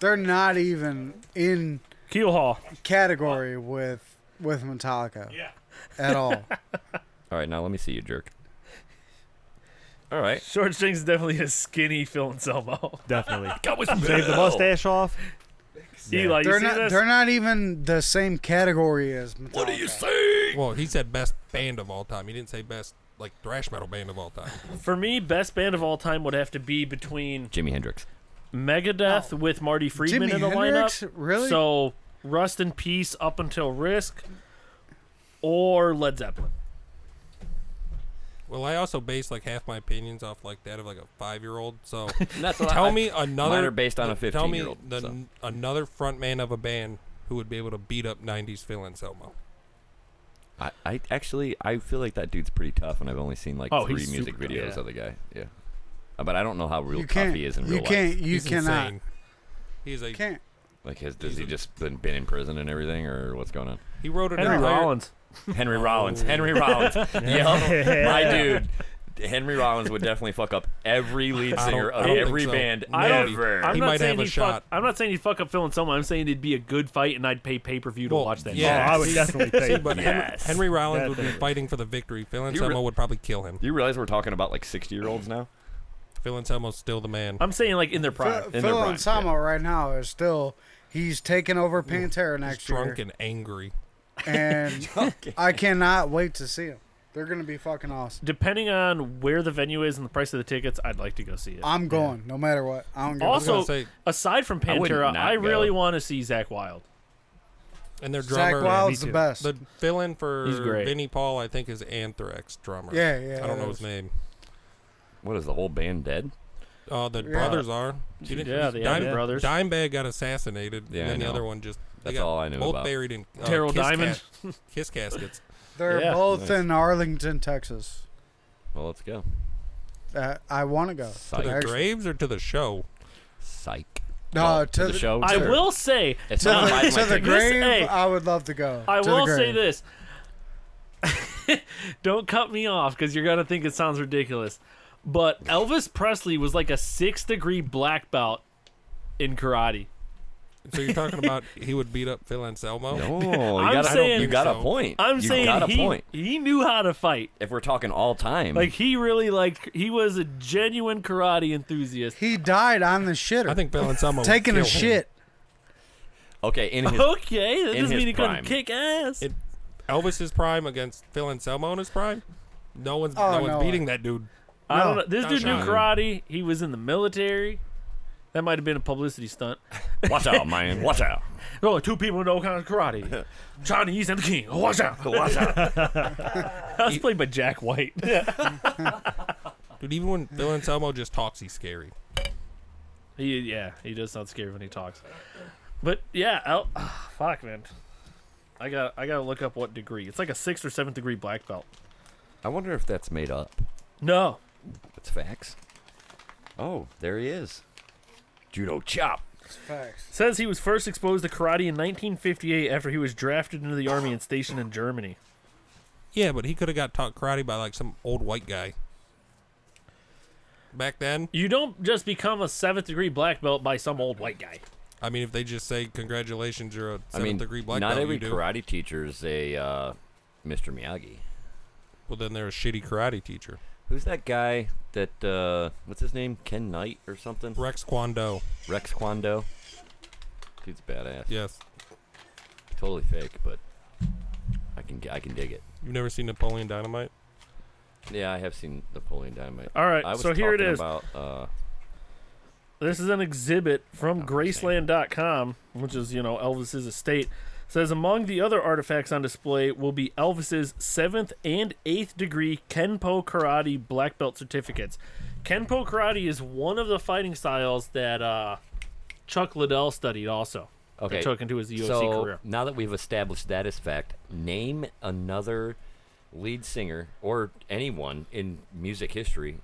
Speaker 6: they're not even in
Speaker 3: Keel Hall.
Speaker 6: category with with Metallica. Yeah. At all.
Speaker 2: All right, now let me see you, jerk. All right.
Speaker 3: Short Strings is definitely a skinny Phil Anselmo.
Speaker 5: Definitely.
Speaker 2: Got with
Speaker 5: Shave the mustache off.
Speaker 3: Eli, you
Speaker 6: they're
Speaker 3: see
Speaker 6: not
Speaker 3: this?
Speaker 6: they're not even the same category as Metallica. What do you say?
Speaker 10: Well, he said best band of all time. He didn't say best like thrash metal band of all time.
Speaker 3: For me, best band of all time would have to be between
Speaker 2: Jimi Hendrix.
Speaker 3: Megadeth with Marty Friedman
Speaker 6: Oh. Jimi
Speaker 3: in the
Speaker 6: Hendrix?
Speaker 3: lineup.
Speaker 6: Really?
Speaker 3: So Rust in Peace up until Risk, or Led Zeppelin.
Speaker 10: Well, I also base like half my opinions off like that of like a five year old. So
Speaker 2: That's what
Speaker 10: tell
Speaker 2: I-
Speaker 10: me
Speaker 2: I-
Speaker 10: another
Speaker 2: mine are based on a
Speaker 10: Tell me
Speaker 2: 15-year-old,
Speaker 10: the,
Speaker 2: so.
Speaker 10: n- another frontman of a band who would be able to beat up '90s Phil Anselmo.
Speaker 2: I, I actually I feel like that dude's pretty tough, and I've only seen like
Speaker 10: Oh,
Speaker 2: three
Speaker 10: he's
Speaker 2: music
Speaker 10: super tough.
Speaker 2: videos
Speaker 10: Yeah.
Speaker 2: of the guy. Yeah, Uh, but I don't know how real
Speaker 6: You
Speaker 2: tough
Speaker 6: can't-
Speaker 2: he is in
Speaker 6: you
Speaker 2: real life.
Speaker 6: can't- you He's cannot.
Speaker 10: Insane. He's a
Speaker 6: Can't.
Speaker 2: Like, has does he just been, been in prison and everything, or what's going on?
Speaker 10: He wrote an
Speaker 3: Henry
Speaker 10: entire-
Speaker 3: Rollins.
Speaker 2: Henry
Speaker 10: Oh.
Speaker 2: Rollins. Henry Rollins. yeah, my dude. Henry Rollins would definitely fuck up every lead
Speaker 10: I
Speaker 2: singer
Speaker 10: don't- I
Speaker 2: of
Speaker 10: don't think
Speaker 2: every
Speaker 10: so.
Speaker 2: band
Speaker 10: I don't-
Speaker 2: ever.
Speaker 10: I'm He not might saying have a
Speaker 3: he'd Fuck, I'm not saying he'd fuck up Phil and Selma. I'm saying it'd be a good fight, and I'd pay pay per view to
Speaker 10: Well,
Speaker 3: watch that.
Speaker 10: yeah.
Speaker 3: shit.
Speaker 10: See- see, but
Speaker 2: Yes.
Speaker 10: Henry, Henry Rollins
Speaker 2: That
Speaker 10: would be
Speaker 2: thing.
Speaker 10: fighting for the victory. Phil
Speaker 2: re-
Speaker 10: Anselmo would probably kill him.
Speaker 2: You realize we're talking about like sixty year olds now?
Speaker 10: Phil Anselmo's still the man.
Speaker 3: I'm saying like in their
Speaker 10: prime.
Speaker 2: In
Speaker 6: Phil
Speaker 2: their prime,
Speaker 6: Anselmo right now is still he's taking over Pantera next
Speaker 10: drunk
Speaker 6: year,
Speaker 10: and angry.
Speaker 6: and I cannot wait to see him. They're gonna be fucking awesome.
Speaker 3: Depending on where the venue is and the price of the tickets, I'd like to go see it.
Speaker 6: I'm going no matter what. I don't give
Speaker 3: also,
Speaker 6: a fuck.
Speaker 3: aside from
Speaker 6: I would
Speaker 3: Pantera,
Speaker 6: not
Speaker 3: I,
Speaker 6: go.
Speaker 3: really want to see Zach Wild.
Speaker 10: And their
Speaker 6: Zach
Speaker 10: drummer,
Speaker 6: Wild's Yeah, me the too. best.
Speaker 10: The fill-in
Speaker 3: He's
Speaker 10: for
Speaker 3: great.
Speaker 10: Vinnie Paul, I think, is Anthrax drummer.
Speaker 6: Yeah, yeah,
Speaker 10: I don't know
Speaker 6: that
Speaker 10: his name.
Speaker 2: What is the whole band dead?
Speaker 10: Uh, the
Speaker 6: Yeah.
Speaker 10: brothers are. You didn't-
Speaker 3: Yeah, the
Speaker 10: Dime,
Speaker 3: Abbott brothers.
Speaker 10: Dimebag got assassinated,
Speaker 2: Yeah,
Speaker 10: and
Speaker 2: I
Speaker 10: then the
Speaker 2: know.
Speaker 10: other one just. They
Speaker 2: That's
Speaker 10: got
Speaker 2: all I know
Speaker 10: Both
Speaker 2: about.
Speaker 10: buried in uh,
Speaker 3: Daryl
Speaker 10: kiss
Speaker 3: Diamond?
Speaker 10: cas- kiss caskets.
Speaker 6: They're
Speaker 3: Yeah.
Speaker 6: both
Speaker 2: Nice.
Speaker 6: in Arlington, Texas.
Speaker 2: Well, let's go.
Speaker 6: Uh, I want to go.
Speaker 10: To their
Speaker 6: Actually-
Speaker 10: graves or to the show?
Speaker 2: Psych.
Speaker 6: No,
Speaker 2: Well,
Speaker 6: to, the,
Speaker 2: show.
Speaker 3: I
Speaker 2: too.
Speaker 3: will say
Speaker 2: It's
Speaker 6: To
Speaker 2: not
Speaker 6: the,
Speaker 2: like my
Speaker 6: to the
Speaker 2: ticket.
Speaker 6: grave,
Speaker 3: hey,
Speaker 6: I would love to go.
Speaker 3: I
Speaker 6: to the
Speaker 3: will say
Speaker 6: grave.
Speaker 3: this. Don't cut me off because you're gonna think it sounds ridiculous, but Elvis Presley was like a six degree black belt in karate.
Speaker 10: So you're talking about he would beat up Phil Anselmo?
Speaker 2: No, you
Speaker 3: I'm
Speaker 2: got, a-
Speaker 3: saying-
Speaker 2: you got
Speaker 10: so.
Speaker 2: a point.
Speaker 3: I'm
Speaker 2: you
Speaker 3: saying
Speaker 2: got a
Speaker 3: he,
Speaker 2: point. Mm.
Speaker 3: he knew how to fight.
Speaker 2: If we're talking all time,
Speaker 3: Like he really like he was a genuine karate enthusiast.
Speaker 6: He died on the shitter. I think
Speaker 10: Bill and Selma would
Speaker 6: taking a
Speaker 10: kill him.
Speaker 6: shit.
Speaker 2: okay, in his
Speaker 3: okay, that
Speaker 2: in
Speaker 3: doesn't
Speaker 2: his
Speaker 3: mean he couldn't
Speaker 2: prime.
Speaker 3: kick ass.
Speaker 10: It- Elvis's prime against Phil Anselmo in his prime. No one's
Speaker 6: Oh,
Speaker 10: no one's
Speaker 6: no.
Speaker 10: beating that dude.
Speaker 3: I don't know. This
Speaker 10: No
Speaker 3: dude knew
Speaker 10: shot.
Speaker 3: karate. He was in the military. That might have been a publicity stunt.
Speaker 2: Watch out, man. Watch out.
Speaker 3: Oh, two people know kind of karate. Chinese and the King. Oh, watch out!
Speaker 2: Watch out.
Speaker 3: That was played by Jack White.
Speaker 10: Dude, even when Phil Anselmo just talks, he's scary.
Speaker 3: He, yeah, he does sound scary when he talks. But yeah, I'll, fuck, man. I got I gotta look up what degree. It's like a sixth or seventh degree black belt.
Speaker 2: I wonder if that's made up.
Speaker 3: No,
Speaker 2: It's facts. Oh, there he is. Judo chop.
Speaker 3: says he was first exposed to karate in 1958 after he was drafted into the army and stationed in Germany.
Speaker 10: Yeah, but he could have got taught karate by like some old white guy. Back then,
Speaker 3: You don't just become a seventh degree black belt by some old white guy.
Speaker 10: I mean, if they just say congratulations, you're a
Speaker 2: I
Speaker 10: seventh
Speaker 2: mean,
Speaker 10: degree black
Speaker 2: not
Speaker 10: belt,
Speaker 2: every
Speaker 10: you do.
Speaker 2: karate teacher is a uh, Mr. Miyagi.
Speaker 10: Well, then they're a shitty karate teacher.
Speaker 2: Who's that guy that, uh, what's his name? Ken Knight or something?
Speaker 10: Rex Kwando.
Speaker 2: Rex Kwando. Dude's badass.
Speaker 10: Yes,
Speaker 2: Totally fake, but I can I can dig it.
Speaker 10: you've never seen Napoleon Dynamite.
Speaker 2: Yeah, I have seen Napoleon Dynamite.
Speaker 3: All right,
Speaker 2: I was
Speaker 3: so here it
Speaker 2: talking
Speaker 3: is.
Speaker 2: About, uh,
Speaker 3: This is an exhibit
Speaker 2: Oh,
Speaker 3: from Graceland.com, which is, you know, Elvis's estate. Says among the other artifacts on display will be Elvis's seventh and eighth degree Kenpo Karate black belt certificates. Kenpo Karate is one of the fighting styles that uh, Chuck Liddell studied also. that
Speaker 2: okay,
Speaker 3: Took into his UFC
Speaker 2: so
Speaker 3: career.
Speaker 2: now that we've established that as fact, name another lead singer or anyone in music history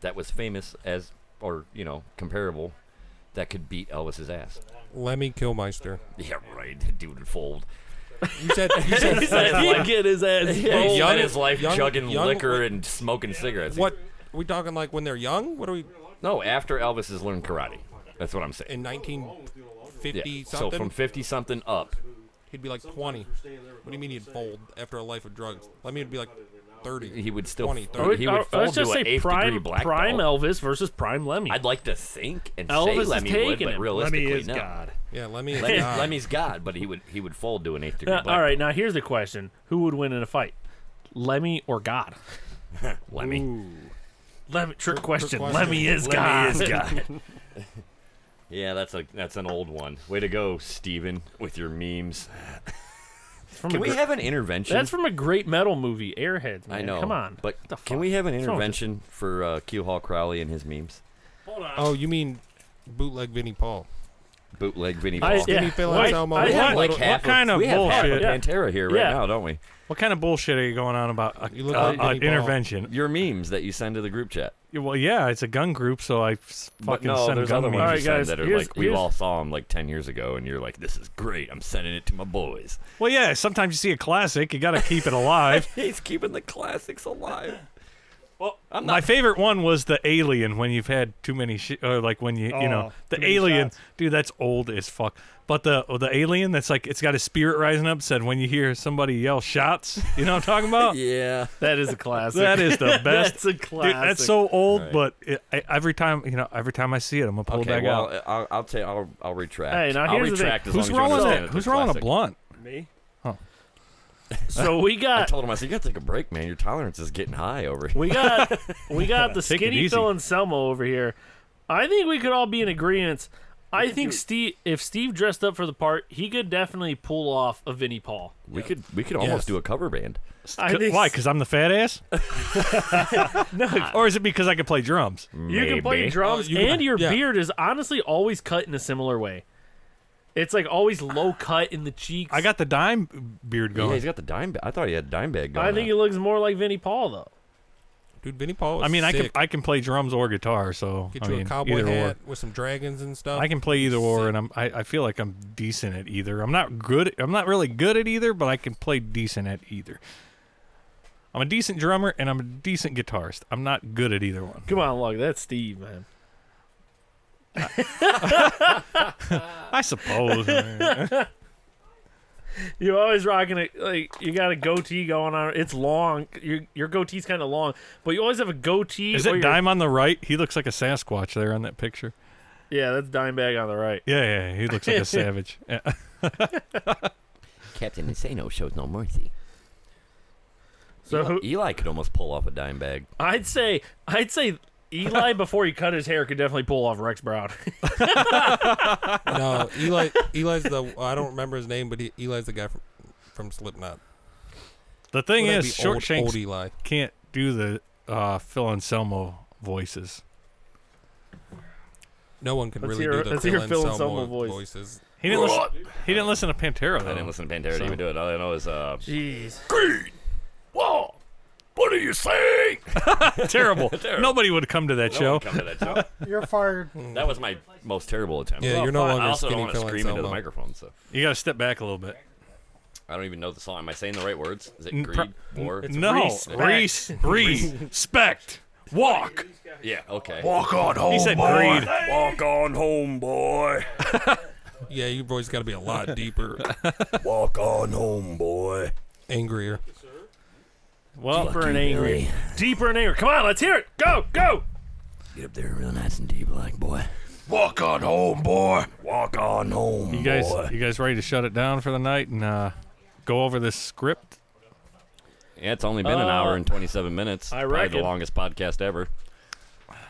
Speaker 2: that was famous as or you know comparable that could beat Elvis's ass.
Speaker 10: Lemmy Kilmeister.
Speaker 2: Yeah, right. That Dude would fold.
Speaker 10: You said you said,
Speaker 3: He said he'd get his ass
Speaker 2: Yeah, he
Speaker 3: pulled.
Speaker 10: young-
Speaker 2: spent his life
Speaker 10: young-
Speaker 2: chugging
Speaker 10: young-
Speaker 2: liquor and smoking cigarettes.
Speaker 10: what? Are we talking like when they're young? What are we
Speaker 2: No, after Elvis has learned karate. That's what I'm saying.
Speaker 10: in 1950
Speaker 2: Yeah. So
Speaker 10: something?
Speaker 2: from 50 something up.
Speaker 10: he'd be like 20. What do you mean he'd fold after a life of drugs? Lemmy would be like 30.
Speaker 2: He would still
Speaker 10: 20,
Speaker 2: fold.
Speaker 10: 30.
Speaker 2: he would
Speaker 3: Uh,
Speaker 2: fold
Speaker 3: let's
Speaker 2: to
Speaker 3: just
Speaker 2: an
Speaker 3: say
Speaker 2: eighth
Speaker 3: prime,
Speaker 2: degree black
Speaker 3: prime
Speaker 2: belt.
Speaker 3: Elvis versus prime Lemmy.
Speaker 2: I'd like to think and
Speaker 3: Elvis
Speaker 2: say
Speaker 3: is
Speaker 2: Lemmy would,
Speaker 3: taking
Speaker 2: but
Speaker 3: him.
Speaker 2: realistically,
Speaker 5: Lemmy is
Speaker 2: no.
Speaker 5: God.
Speaker 10: Yeah, Lemmy. is
Speaker 2: Lemmy's,
Speaker 10: God.
Speaker 2: Lemmy's God, but he would he would fold to an eighth degree
Speaker 3: Now,
Speaker 2: black
Speaker 3: all right, now here's the question: Who would win in a fight, Lemmy or God?
Speaker 2: belt. Lemmy.
Speaker 3: Lemmy, trick question.
Speaker 10: question.
Speaker 3: Lemmy is
Speaker 2: Lemmy
Speaker 3: God.
Speaker 2: is God. Yeah, that's a that's an old one. Way to go, Steven, with your memes.
Speaker 3: From
Speaker 2: Can
Speaker 3: a
Speaker 2: we
Speaker 3: gr-
Speaker 2: have an intervention?
Speaker 3: That's from a great metal movie, Airheads. Man.
Speaker 2: I know.
Speaker 3: Come on.
Speaker 2: But
Speaker 3: The
Speaker 2: can
Speaker 3: fuck?
Speaker 2: we have an
Speaker 3: What's wrong with this?
Speaker 2: intervention for uh, Q Hall Crowley and his memes?
Speaker 10: Oh, you mean bootleg Vinnie Paul?
Speaker 2: Bootleg Vinny Paul.
Speaker 10: I- Skinny yeah. Phil
Speaker 1: Wait,
Speaker 10: Anselmo.
Speaker 1: I
Speaker 10: We have
Speaker 1: have-
Speaker 10: like
Speaker 1: what
Speaker 10: half of-
Speaker 1: kind of
Speaker 10: we have half
Speaker 1: bullshit?
Speaker 10: of
Speaker 2: Pantera here right
Speaker 1: Yeah.
Speaker 2: now, don't we?
Speaker 1: What kind of bullshit are you going on about? A,
Speaker 10: You look
Speaker 1: a- a
Speaker 10: like Vinnie Paul.
Speaker 1: intervention.
Speaker 2: Your memes that you send to the group chat.
Speaker 1: Yeah, Well, yeah, it's a gun group, so I s-
Speaker 2: But
Speaker 1: fucking
Speaker 2: no,
Speaker 1: send
Speaker 2: there's
Speaker 1: gun
Speaker 2: other ones
Speaker 1: memes.
Speaker 2: you send that are
Speaker 1: here's-
Speaker 2: like we
Speaker 1: here's-
Speaker 2: all saw them like ten years ago, and you're like, "This is great. I'm sending it to my boys."
Speaker 1: Well, yeah, sometimes you see a classic, you got to keep it alive.
Speaker 2: He's keeping the classics alive. I'm
Speaker 1: My favorite one was the alien when you've had too many shi or like when you you know
Speaker 5: Oh, too
Speaker 1: the
Speaker 5: many
Speaker 1: alien
Speaker 5: shots.
Speaker 1: dude that's old as fuck. But the oh, the alien that's like it's got a spirit rising up said when you hear somebody yell shots, you know what I'm talking about?
Speaker 2: Yeah.
Speaker 3: That is a classic.
Speaker 1: That is the best.
Speaker 3: that's a
Speaker 1: Dude,
Speaker 3: classic.
Speaker 1: that's so old,
Speaker 2: Right.
Speaker 1: but it, I, every time you know, every time I see it, I'm gonna pull it
Speaker 2: Okay,
Speaker 1: back
Speaker 2: well,
Speaker 1: out.
Speaker 2: I'll, I'll tell I'll, I'll retract.
Speaker 3: Hey, now
Speaker 2: I'll
Speaker 3: here's the thing.
Speaker 2: retract as
Speaker 1: Who's
Speaker 2: long as you
Speaker 1: rolling
Speaker 2: understand
Speaker 1: it?
Speaker 2: that
Speaker 1: Who's
Speaker 2: they're
Speaker 1: rolling a
Speaker 2: classic.
Speaker 1: blunt?
Speaker 7: Me?
Speaker 3: So we
Speaker 2: I
Speaker 3: got
Speaker 2: told him, I said, you gotta take a break, man. Your tolerance is getting high over here.
Speaker 3: We got we got the
Speaker 1: Take it
Speaker 3: skinny
Speaker 1: easy.
Speaker 3: Phil and Selma over here. I think we could all be in agreement. I think Steve, if Steve dressed up for the part, he could definitely pull off a Vinnie Paul.
Speaker 2: We could we could almost
Speaker 10: Yes.
Speaker 2: do a cover band.
Speaker 3: I
Speaker 1: C-
Speaker 3: think
Speaker 1: Why? Because I'm the fat ass? Or is it because I can play drums?
Speaker 3: you can play
Speaker 2: Maybe.
Speaker 3: drums,
Speaker 10: Uh, you-
Speaker 3: and your
Speaker 10: yeah.
Speaker 3: beard is honestly always cut in a similar way. It's like always low cut in the cheeks.
Speaker 1: I got the dime beard
Speaker 2: Yeah,
Speaker 1: going.
Speaker 2: he's got the dime. Ba- I thought he had a dime bag going.
Speaker 3: I think he
Speaker 2: on.
Speaker 3: looks more like Vinnie Paul though.
Speaker 10: Dude, Vinnie Paul. Was
Speaker 1: I mean, I can
Speaker 10: sick.
Speaker 1: I can play drums or guitar, so
Speaker 10: get
Speaker 1: I
Speaker 10: you
Speaker 1: mean,
Speaker 10: a cowboy
Speaker 1: either
Speaker 10: hat with some dragons and
Speaker 1: or.
Speaker 10: stuff.
Speaker 1: I can play either or, and I'm I, I feel like I'm decent at either. I'm not good. I'm not really good at either, but I can play decent at either. I'm a decent drummer and I'm a decent guitarist. I'm not good at either one.
Speaker 3: Come on, look, that's Steve, man.
Speaker 1: I suppose.
Speaker 3: You're always rocking it. Like you got a goatee going on. It's long. Your your goatee's kind of long, but you always have a goatee.
Speaker 1: Is
Speaker 3: or
Speaker 1: it
Speaker 3: your-
Speaker 1: dime on the right? He looks like a Sasquatch there on that picture.
Speaker 3: Yeah, that's Dimebag on the right.
Speaker 1: Yeah, yeah, he looks like a savage. Yeah.
Speaker 2: Captain Insano shows no mercy.
Speaker 3: So
Speaker 2: Eli,
Speaker 3: who-
Speaker 2: Eli could almost pull off a dime bag.
Speaker 3: I'd say I'd say Eli before he cut his hair could definitely pull off Rex Brown.
Speaker 10: no, Eli. Eli's the. I don't remember his name, but he, Eli's the guy from, from Slipknot.
Speaker 1: The thing
Speaker 10: Well, that'd
Speaker 1: is,
Speaker 10: be
Speaker 1: Short
Speaker 10: old,
Speaker 1: Shanks
Speaker 10: old Eli.
Speaker 1: can't do the uh, Phil Anselmo voices.
Speaker 10: No one could
Speaker 3: Let's
Speaker 10: really
Speaker 3: hear-
Speaker 10: do the
Speaker 3: let's
Speaker 10: Phil
Speaker 3: hear Phil
Speaker 10: Anselmo
Speaker 3: Anselmo voice.
Speaker 10: voices.
Speaker 1: He didn't listen. He didn't listen to Pantera. Though.
Speaker 2: I didn't listen to Pantera to even do it. All I know is, uh,
Speaker 3: Oh. Jeez.
Speaker 2: whoa, what do you say?
Speaker 1: Terrible. Nobody would come to that show.
Speaker 2: Come to that, show.
Speaker 6: You're fired.
Speaker 2: that was my most terrible attempt.
Speaker 10: Yeah, you're no
Speaker 2: I
Speaker 10: longer
Speaker 2: also don't
Speaker 10: skinny
Speaker 2: want to
Speaker 10: Phil
Speaker 2: scream into the
Speaker 10: Anselmo.
Speaker 2: microphone, so
Speaker 1: You got to step back a little bit.
Speaker 2: I don't even know the song. Am I saying the right words? Is it
Speaker 1: N-
Speaker 2: greed, war?
Speaker 1: no,
Speaker 3: respect.
Speaker 1: Reese, respect, walk.
Speaker 2: Yeah. Okay.
Speaker 9: Walk on home,
Speaker 1: He said greed.
Speaker 9: Walk on home, boy.
Speaker 10: Yeah, your voice got to be a lot deeper,
Speaker 9: Walk on home, boy.
Speaker 10: angrier.
Speaker 1: Well,
Speaker 3: Deeper and angry. Deeper and angry. Come on, let's hear it. Go, go.
Speaker 2: Get up there real nice and deep, like boy.
Speaker 9: Walk on home, boy. Walk on home,
Speaker 1: you guys,
Speaker 9: boy.
Speaker 1: you guys ready to shut it down for the night and uh, go over this script?
Speaker 2: Yeah, it's only been an
Speaker 3: Uh,
Speaker 2: hour and 27 minutes.
Speaker 3: I
Speaker 2: Probably
Speaker 3: reckon.
Speaker 2: the longest podcast ever.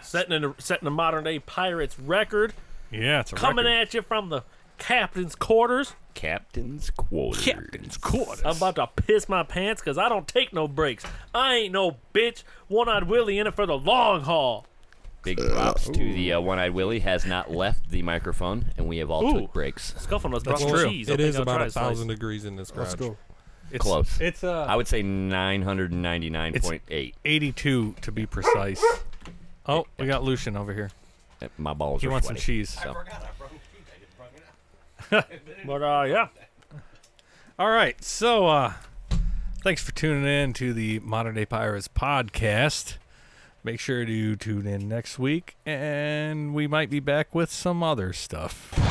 Speaker 3: Setting a setting a modern day pirates record.
Speaker 1: Yeah, it's a
Speaker 3: Coming
Speaker 1: record.
Speaker 3: at you from the captain's quarters.
Speaker 2: Captain's quarters.
Speaker 1: Captain's quarters.
Speaker 3: I'm about to piss my pants because I don't take no breaks. I ain't no bitch. One eyed Willie in it for the long haul.
Speaker 2: Big props to the uh, one-eyed Willie has not left the microphone, and we have all took breaks.
Speaker 3: Scuffing us brought
Speaker 1: That's
Speaker 3: some
Speaker 1: true.
Speaker 3: cheese. I
Speaker 10: It
Speaker 3: think
Speaker 10: is
Speaker 3: I'll
Speaker 10: about
Speaker 3: try
Speaker 10: a
Speaker 3: slice.
Speaker 10: thousand degrees in this garage.
Speaker 5: Let's go.
Speaker 1: It's
Speaker 2: Close.
Speaker 1: It's uh,
Speaker 2: I would say 999.8.
Speaker 1: 82 to be precise. Oh, we got Lucian over here.
Speaker 2: My balls
Speaker 1: He
Speaker 2: are
Speaker 1: wants some
Speaker 2: sweaty.
Speaker 1: cheese.
Speaker 3: But uh, yeah.
Speaker 1: All right. So, uh, thanks for tuning in to the Modern Day Pirates podcast. Make sure to tune in next week, and we might be back with some other stuff.